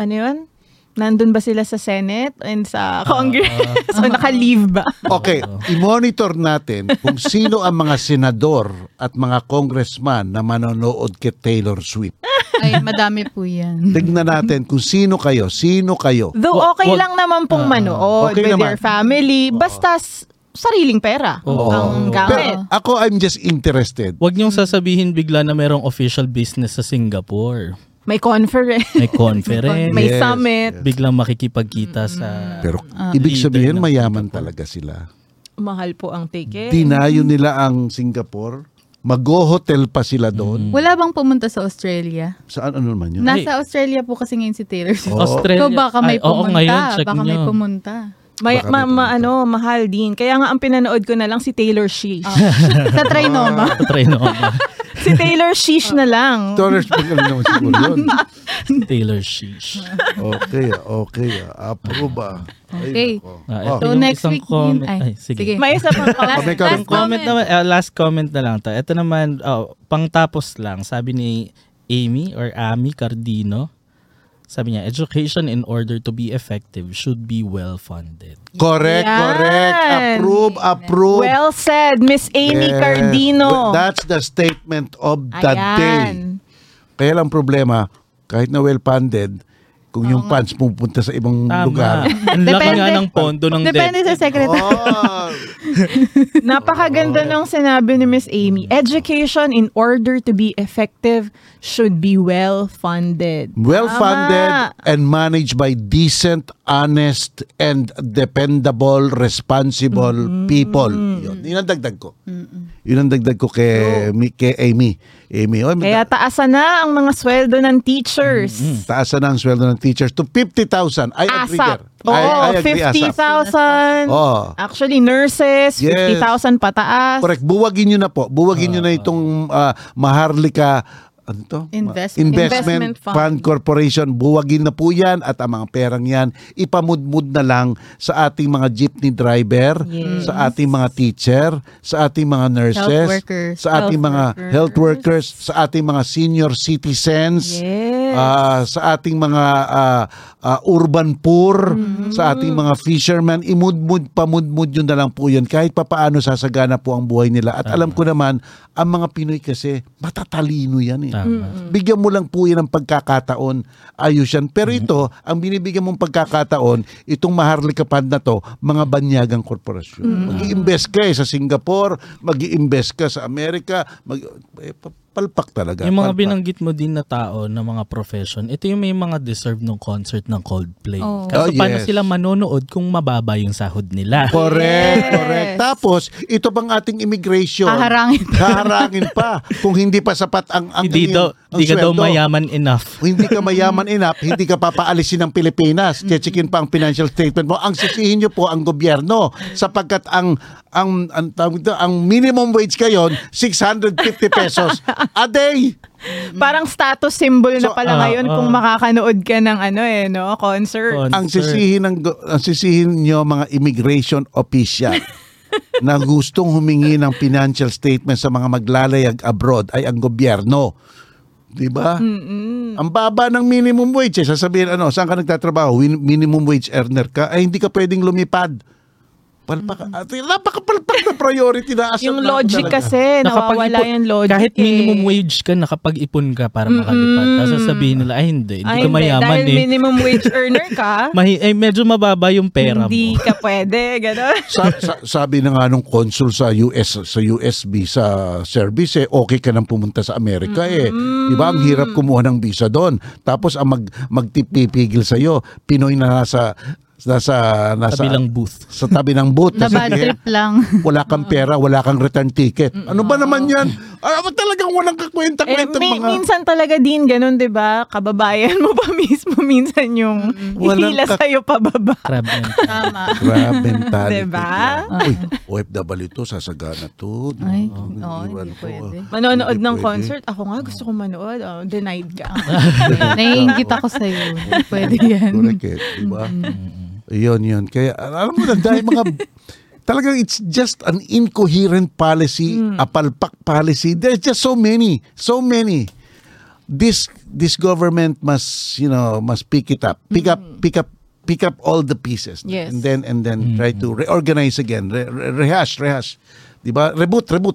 ano yun? Nandun ba sila sa Senate and Ah. sa Congress? so, naka-leave ba? Okay, i-monitor natin kung sino ang mga senador at mga congressman na manonood kay Taylor Swift. Ay, madami po yan. Tignan natin kung sino kayo, sino kayo. Though Wa- okay wa- lang naman pong manood Ah, okay with naman. your family, basta s- sariling pera Oo. ang gamit. Pero ako, I'm just interested. Huwag niyong sasabihin bigla na merong official business sa Singapore. May conference, May conference. may Yes, summit. Biglang makikipagkita sa... Pero Ah, ibig sabihin, mayaman talaga sila. Mahal po ang ticket. Dinayo nila ang Singapore. Mag-hotel pa sila doon. Wala bang pumunta sa Australia? Mm-hmm. Saan ano naman yun? Nasa Australia po kasi ngayon si Taylor Oh. Swift. Australia. So baka may Ay, oo, pumunta. ngayon, check baka may niyo. pumunta. May, Baka ma, may ma- ano, mahal din. Kaya nga ang pinanood ko na lang si Taylor Sheesh. sa Trinoma. Ah, Trinoma. si Taylor Sheesh na lang. Taylor Swift lang naman siguro yun. Taylor Sheesh. Okay, okay. Approve ah. Ay, Okay. nako. Ah, Oh. ito So, yung next isang week din- comment. ay, Ay, sige. sige. May isa pang Last, Comment last, ka. comment comment. naman, ah, last comment na lang to. Ito naman, oh, pangtapos lang. Sabi ni Amy or Amy Cardino, sabi niya, education in order to be effective should be well-funded. Correct, Yan. correct. Approve, approve. Well said, Miss Amy Yes. Well, Cardino. That's the statement of the Ayan. day. Kaya lang problema, kahit na well-funded, Kung yung funds pupunta sa ibang Tama. lugar. Ang laki nga ng pondo ng Depende debt. sa secretary. Oh, Napakaganda ng sinabi ni Miss Amy. Education in order to be effective should be well funded. well funded and managed by decent, honest, and dependable, responsible people. Yun. Yun ang dagdag ko. Yun ang dagdag ko kay, mi- kay Amy. Amy, oy, Kaya taasan na ang mga sweldo ng teachers. taasan na ang sweldo ng teachers to 50,000. I agree ASAP. there. Oo, I, I agree ASAP. 50,000. Oh. Actually, nurses, Yes. 50,000 pataas. Correct. Buwagin nyo na po. Buwagin nyo na itong ah, Maharlika ano to? Investment. Investment Investment Fund. Fund. Corporation. Buwagin na po yan at ang mga perang yan, ipamudmud na lang sa ating mga jeepney driver, Yes. sa ating mga teacher, sa ating mga nurses, Health workers. sa ating Health mga workers. health workers, sa ating mga senior citizens, Yes. ah, sa ating mga ah, ah, urban poor, sa ating mga fishermen, imudmud, pamudmud yun na lang po yun. Kahit papaano sasagana po ang buhay nila. At alam ko naman, ang mga Pinoy kasi matatalino yan eh. Tama. Bigyan mo lang po yun ng pagkakataon, ayos yan. Pero Mm-hmm. ito, ang binibigyan mong pagkakataon, itong Maharlika Fund na to, mga banyagang korporasyon. Mag-i-invest ka eh sa Singapore, mag-i-invest ka sa Amerika, mag- eh, pa- palpak talaga. Yung mga palpak. binanggit mo din na tao na mga profession, ito yung may mga deserve ng concert ng Coldplay. Oh. Kaso Oh, paano yes. sila manonood kung mababa yung sahod nila? Correct, Yes. correct. Tapos, ito pang ating immigration. Haharangin pa. Haharangin pa. Kung hindi pa sapat ang ang Hindi daw, ang hindi ka daw sweldo. mayaman enough. Kung hindi ka mayaman enough, hindi ka papaalisin ng Pilipinas. Chechikin pa ang financial statement mo. Ang sisihin niyo po ang gobyerno sapagkat ang ang ang, tawag dito, ang minimum wage ngayon 650 pesos a day. Parang status symbol So, na pala ah, ngayon kung ah. makakanood ka ng ano eh, no? Concert. Ang Concert. sisihin ng go- ang sisihin niyo mga immigration official na gustong humingi ng financial statement sa mga maglalayag abroad ay ang gobyerno. 'Di ba? Ang baba ng minimum wage, eh. sasabihin ano, saan ka nagtatrabaho? Win- minimum wage earner ka, ay hindi ka pwedeng lumipad. Palpak, at napakapalpak na priority na asset yung na ako logic talaga. kasi, nawawala Nakapag-ipon- yung logic. Kahit minimum eh. wage ka, nakapag-ipon ka para makalipad. Tapos sasabihin nila, ay hindi, hindi Ay, ka mayaman Dahil eh. minimum wage earner ka, Mahi- eh, medyo mababa yung pera hindi mo. ka pwede. Gano'n. Sa- sa- sabi na nga nung consul sa US sa USB sa service eh okay ka nang pumunta sa Amerika eh. 'Di ba? Ang hirap kumuha ng visa doon. Tapos ang mag magtipipigil sa iyo, Pinoy na nasa nasa nasa Kabilang booth. sa tabi ng boot. Na bad Sasabihin, trip lang. wala kang pera, wala kang return ticket. Ano ba naman 'yan? Ah, talagang walang Eh, kakwenta-kwenta may, mga minsan talaga din ganun, 'di ba? Kababayan mo pa mismo minsan yung Walang ihila kak- sa'yo pababa. Crab and Tama. Crab mentality. Diba? Uy, OFW to, sasagana to. Ay, Oh, oo, hindi to. pwede. Manonood Hindi ng pwede. concert, ako nga gusto kong manood. Oh, denied ka. Naiingit ako sa'yo. Pwede yan. Correct eh, di ba? Yun, yun. Kaya, alam mo na, dahil mga, talagang it's just an incoherent policy, apalpak policy. There's just so many, so many. This this government must, you know, must pick it up. Pick up, pick up, pick up all the pieces. Yes. And then, and then try to reorganize again. Re- re- rehash, rehash. Di ba? Reboot, reboot.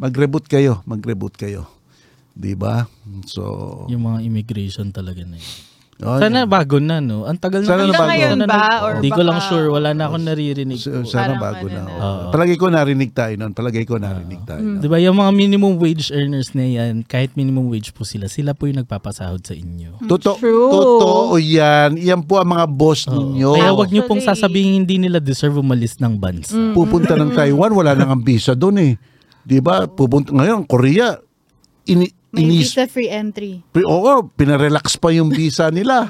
Mag-reboot kayo, mag-reboot kayo. Di ba? So, yung mga immigration talaga na yun. oh, Sana bago na, no? Ang tagal Sana Hanggang na. nabago. ngayon ba? Or Hindi ko baka- lang sure. Wala na akong naririnig. So, ko. sana Parang bago ano na. na. oo. Palagi ko narinig tayo noon. Palagi ko narinig tayo. noon. Di ba yung mga minimum wage earners na yan, kahit minimum wage po sila, sila po yung nagpapasahod sa inyo. Toto- True. Totoo yan. Yan po ang mga boss ninyo. Kaya wag nyo pong Actually- sasabihin hindi nila deserve umalis ng bansa. Pupunta ng Taiwan, wala nang ang visa doon eh. Di ba? Pupunta ngayon, Korea, ini, May inis, visa free entry. Pre- Oo, pinarelax pa yung visa nila.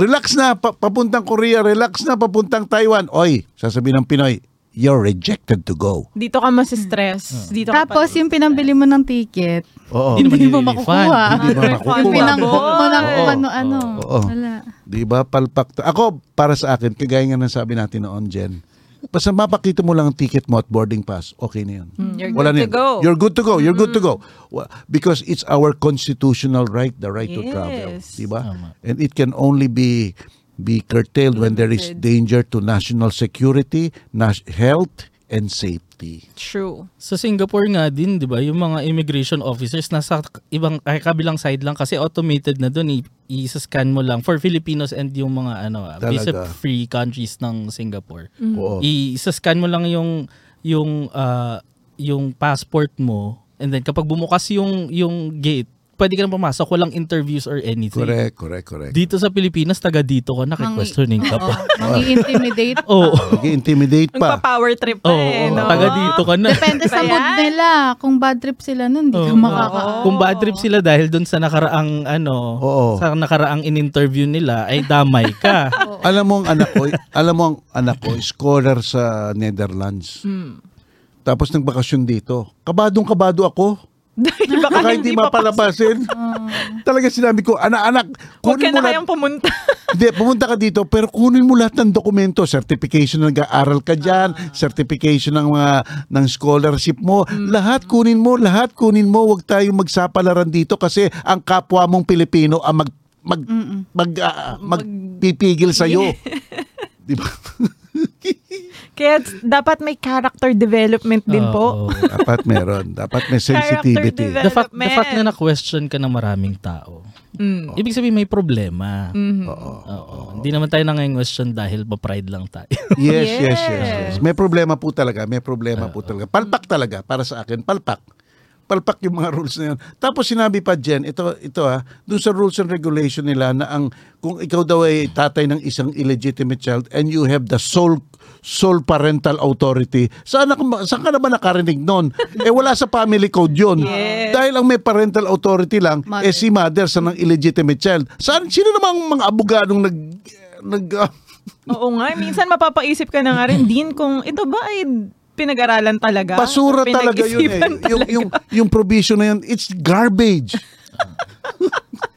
relax na, pa- papuntang Korea, relax na, papuntang Taiwan. Oy, sasabihin ng Pinoy, you're rejected to go. Dito ka Mm. masistress. Dito ka Tapos yung pinambili mo ng ticket, Oo. Hindi naman hindi mo nililifan. makukuha. Oh, Hindi mo Yung makukuha. Oh. pinangbook mo ng Oo. ano ano. Oh. Oo. Wala. Di ba? Palpak. to- Ako, para sa akin, kagaya nga ng sabi natin noon, Jen, basta mapakita mo lang ang ticket mo at boarding pass, okay na yun. Mm, you're Wala good na to yun. go. You're good to go. You're good to go. Wa- Because it's our constitutional right, the right to Yes. travel. Di ba? Tama. And it can only be be curtailed when there is danger to national security, nas- health, and safety. True. Sa Singapore nga din, 'di ba, yung mga immigration officers nasa k- ibang ay, kabilang side lang kasi automated na doon, i-scan mo lang for Filipinos and yung mga ano, ah, Talaga. visa-free countries ng Singapore. Mm. Oo. I-scan mo lang yung yung ah, yung passport mo and then kapag bumukas yung yung gate, pwede ka na pumasok, walang interviews or anything. Correct, correct, correct. Dito sa Pilipinas, taga dito ka na, kaya questioning ka pa. intimidate Oo. Nag-intimidate pa. Nagpa-power trip pa Oo, eh, no? taga dito ka na. Depende sa Ba mood yan? nila. Kung bad trip sila nun, di ka Oo. makaka... Oo. Kung bad trip sila dahil doon sa nakaraang ano, Oo. sa nakaraang in-interview nila ay damay ka. Alam mo ang anak ko, alam mo ang anak ko, scholar sa Netherlands. Tapos nagbakasyon dito. Kabadong kabado ako. Dahil baka, Baka hindi hindi pa mapalabasin. Talaga sinabi ko, anak-anak, Huwag ka kunin mo na lahat. kayang pumunta. Hindi, pumunta ka dito, pero kunin mo lahat ng dokumento. Certification na nag-aaral ka dyan, certification ng mga ng scholarship mo. Lahat kunin mo, lahat kunin mo. Huwag tayong magsapalaran dito kasi ang kapwa mong Pilipino ang mag, mag, mag, ah, magpipigil sa'yo. Di ba? Kaya dapat may character development din po. Oo. dapat meron. Dapat may sensitivity. Character The fact, the Development. fact na na-question ka ng maraming tao. Mm. Mm-hmm. Ibig sabihin may problema. Oo. Oo. Hindi naman tayo nangyayon question dahil pa-pride lang tayo. Yes, yes, yes, Yes. yes. May problema po talaga, may problema po talaga. Palpak talaga para sa akin, palpak. Palpak yung mga rules na yun. Tapos sinabi pa Jen, ito ito ah, doon sa rules and regulation nila na ang kung ikaw daw ay tatay ng isang illegitimate child and you have the sole sole parental authority. Saan ako saan ka na ba nakarinig noon? eh wala sa family code 'yon. Yes. Dahil ang may parental authority lang Mother. eh si mother sa ng illegitimate child. Saan sino namang mga abogadong nag nag ah, Oo nga, minsan mapapaisip ka na nga rin, Dean, kung ito ba ay pinag-aralan talaga? Basura talaga yun eh. Pinag-isipan Yung, talaga. yung, yung provision na yun, it's garbage.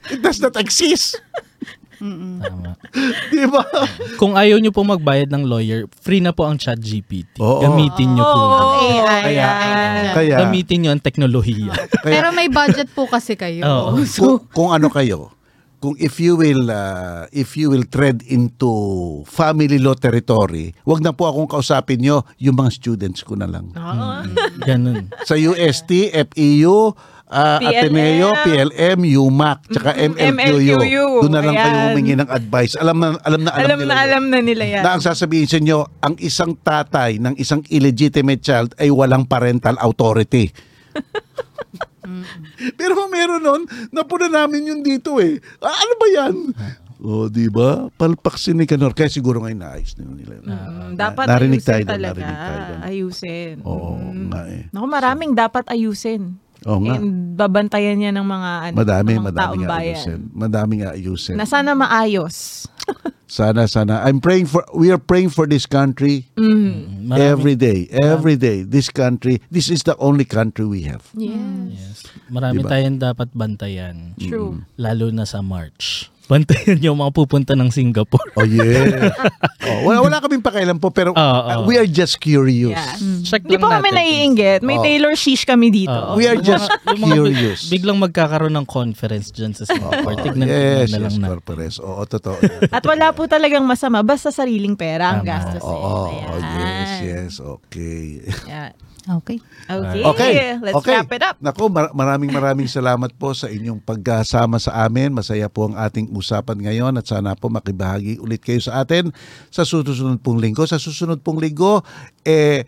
It does not exist. Tama. Di ba? Kung ayaw nyo po magbayad ng lawyer, free na po ang chat GPT. Oo. Gamitin nyo po. Oo. yun. AI, Kaya, AI. kaya, Gamitin nyo ang teknolohiya. kaya Pero may budget po kasi kayo. Oo. kung, kung ano kayo, kung if you will uh, if you will tread into family law territory, wag na po akong kausapin nyo, yung mga students ko na lang. Oo. Ganun. Sa UST, FEU, uh, PLM, E Ateneo, PLM, UMAC, tsaka MLQU. MLQU. Doon na lang kayo Ayan. humingi ng advice. Alam na alam na alam, Alam nila na yun. alam na nila yan. na ang sasabihin sa inyo, ang isang tatay ng isang illegitimate child ay walang parental authority. Pero meron nun, napuna namin yun dito eh. Ah, ano ba yan? O, oh, di ba? Palpak si Nicanor. Kaya siguro ngayon naayos na nila yun. Mm, dapat narinig ayusin tayo doon, talaga. narinig tayo doon. Ayusin. Oo Mm. nga eh. Naku, maraming dapat ayusin. Oo nga. And babantayan niya ng mga, ano, Madami, ng mga madami taong nga bayan. ayusin. Madami nga ayusin. Na sana maayos. Sana, sana. I'm praying for, we are praying for this country Mm. Maraming- every day. Every day. This country, this is the only country we have. Yes. Yes. Marami Diba? tayong dapat bantayan. True. Lalo na sa March. Bantayan yung mga pupunta ng Singapore. Oh yeah. oh, wala, wala kaming pakialam po pero Oo, uh, oo. we are just curious. Yes. Check Hindi lang po kami natin. naiinggit. May Oo. Taylor Sheesh kami dito. Oo. We are Yung mga- just yung mga big- curious. Biglang magkakaroon ng conference dyan sa Singapore. Oh, Tignan yes, tignan na lang yes, na. corpores. Oo, totoo. At wala po talagang masama. Basta sariling pera ang Tama. gastos. eh. Oo, oh, yes, yes. Okay. Okay. Okay. Okay. Let's okay. wrap it up. Nako, mar- maraming maraming salamat po sa inyong pagkasama sa amin. Masaya po ang ating usapan ngayon at sana po makibahagi ulit kayo sa atin sa susunod pong linggo. Sa susunod pong linggo, eh,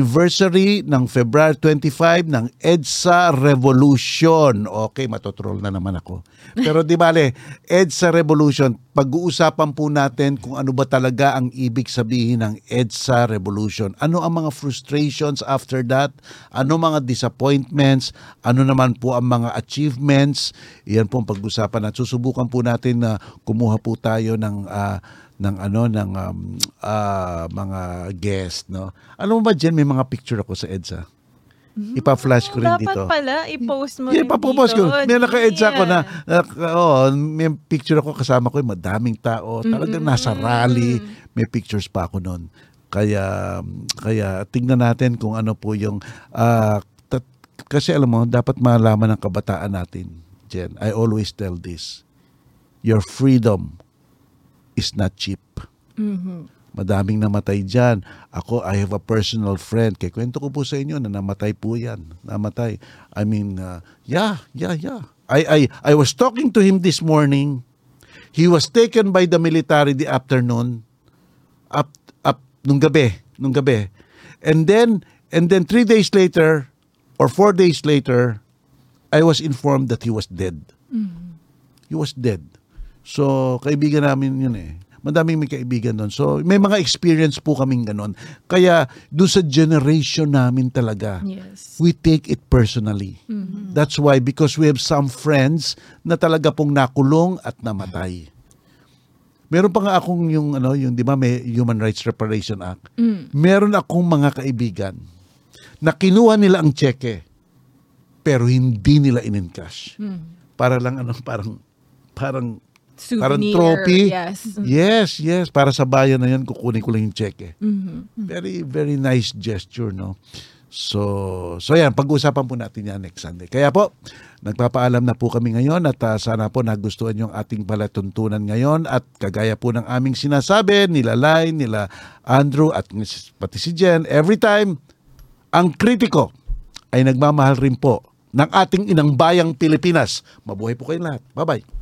anniversary ng February 25 ng EDSA Revolution. Okay, matotrol na naman ako. Pero di bale, EDSA Revolution, pag-uusapan po natin kung ano ba talaga ang ibig sabihin ng EDSA Revolution. Ano ang mga frustrations after that? Ano mga disappointments? Ano naman po ang mga achievements? Iyan po ang pag-usapan at susubukan po natin na kumuha po tayo ng ah, ng ano ng um, ah, mga guest no. Alam mo ba Jen, may mga picture ako sa EDSA. Ipa-flash ko rin Dapat dito. pala, i-post mo Yeah, rin ipapopost ko. dito. May naka-edsa ko na, Yeah. naka- oh, may picture ako kasama ko, yung madaming tao. Talagang nasa rally, may pictures pa ako noon. Kaya, kaya tingnan natin kung ano po yung, ah, tat- kasi alam mo, dapat malaman ng kabataan natin, Jen. I always tell this, your freedom is not cheap. Madaming namatay dyan. Ako, I have a personal friend. Kaya kwento ko po sa inyo na namatay po yan. Namatay. I mean, uh, yeah, yeah, yeah. I, I, I was talking to him this morning. He was taken by the military the afternoon up up nung gabi, nung gabi. And then and then three days later or four days later, I was informed that he was dead. He was dead. So kaibigan namin yun eh. Madaming may kaibigan doon. So may mga experience po kaming ganun. Kaya do sa generation namin talaga Yes. we take it personally. That's why because we have some friends na talaga pong nakulong at namatay. Meron pa nga akong yung ano, yung 'di ba may Human Rights Reparation Act. Meron akong mga kaibigan na kinuha nila ang cheque pero hindi nila in cash. Para lang ano, parang parang Souvenir. parang trophy. Yes. Yes, yes. Para sa bayan na yan, kukunin ko lang yung cheque. Mm-hmm. Very, very nice gesture, no? So, so yan, pag-uusapan po natin yan next Sunday. Kaya po, nagpapaalam na po kami ngayon at ah, sana po nagustuhan yung ating palatuntunan ngayon at kagaya po ng aming sinasabi, nila Lai, nila Andrew at ni- pati si Jen, every time, ang kritiko ay nagmamahal rin po ng ating inang bayang Pilipinas. Mabuhay po kayo lahat. Bye-bye.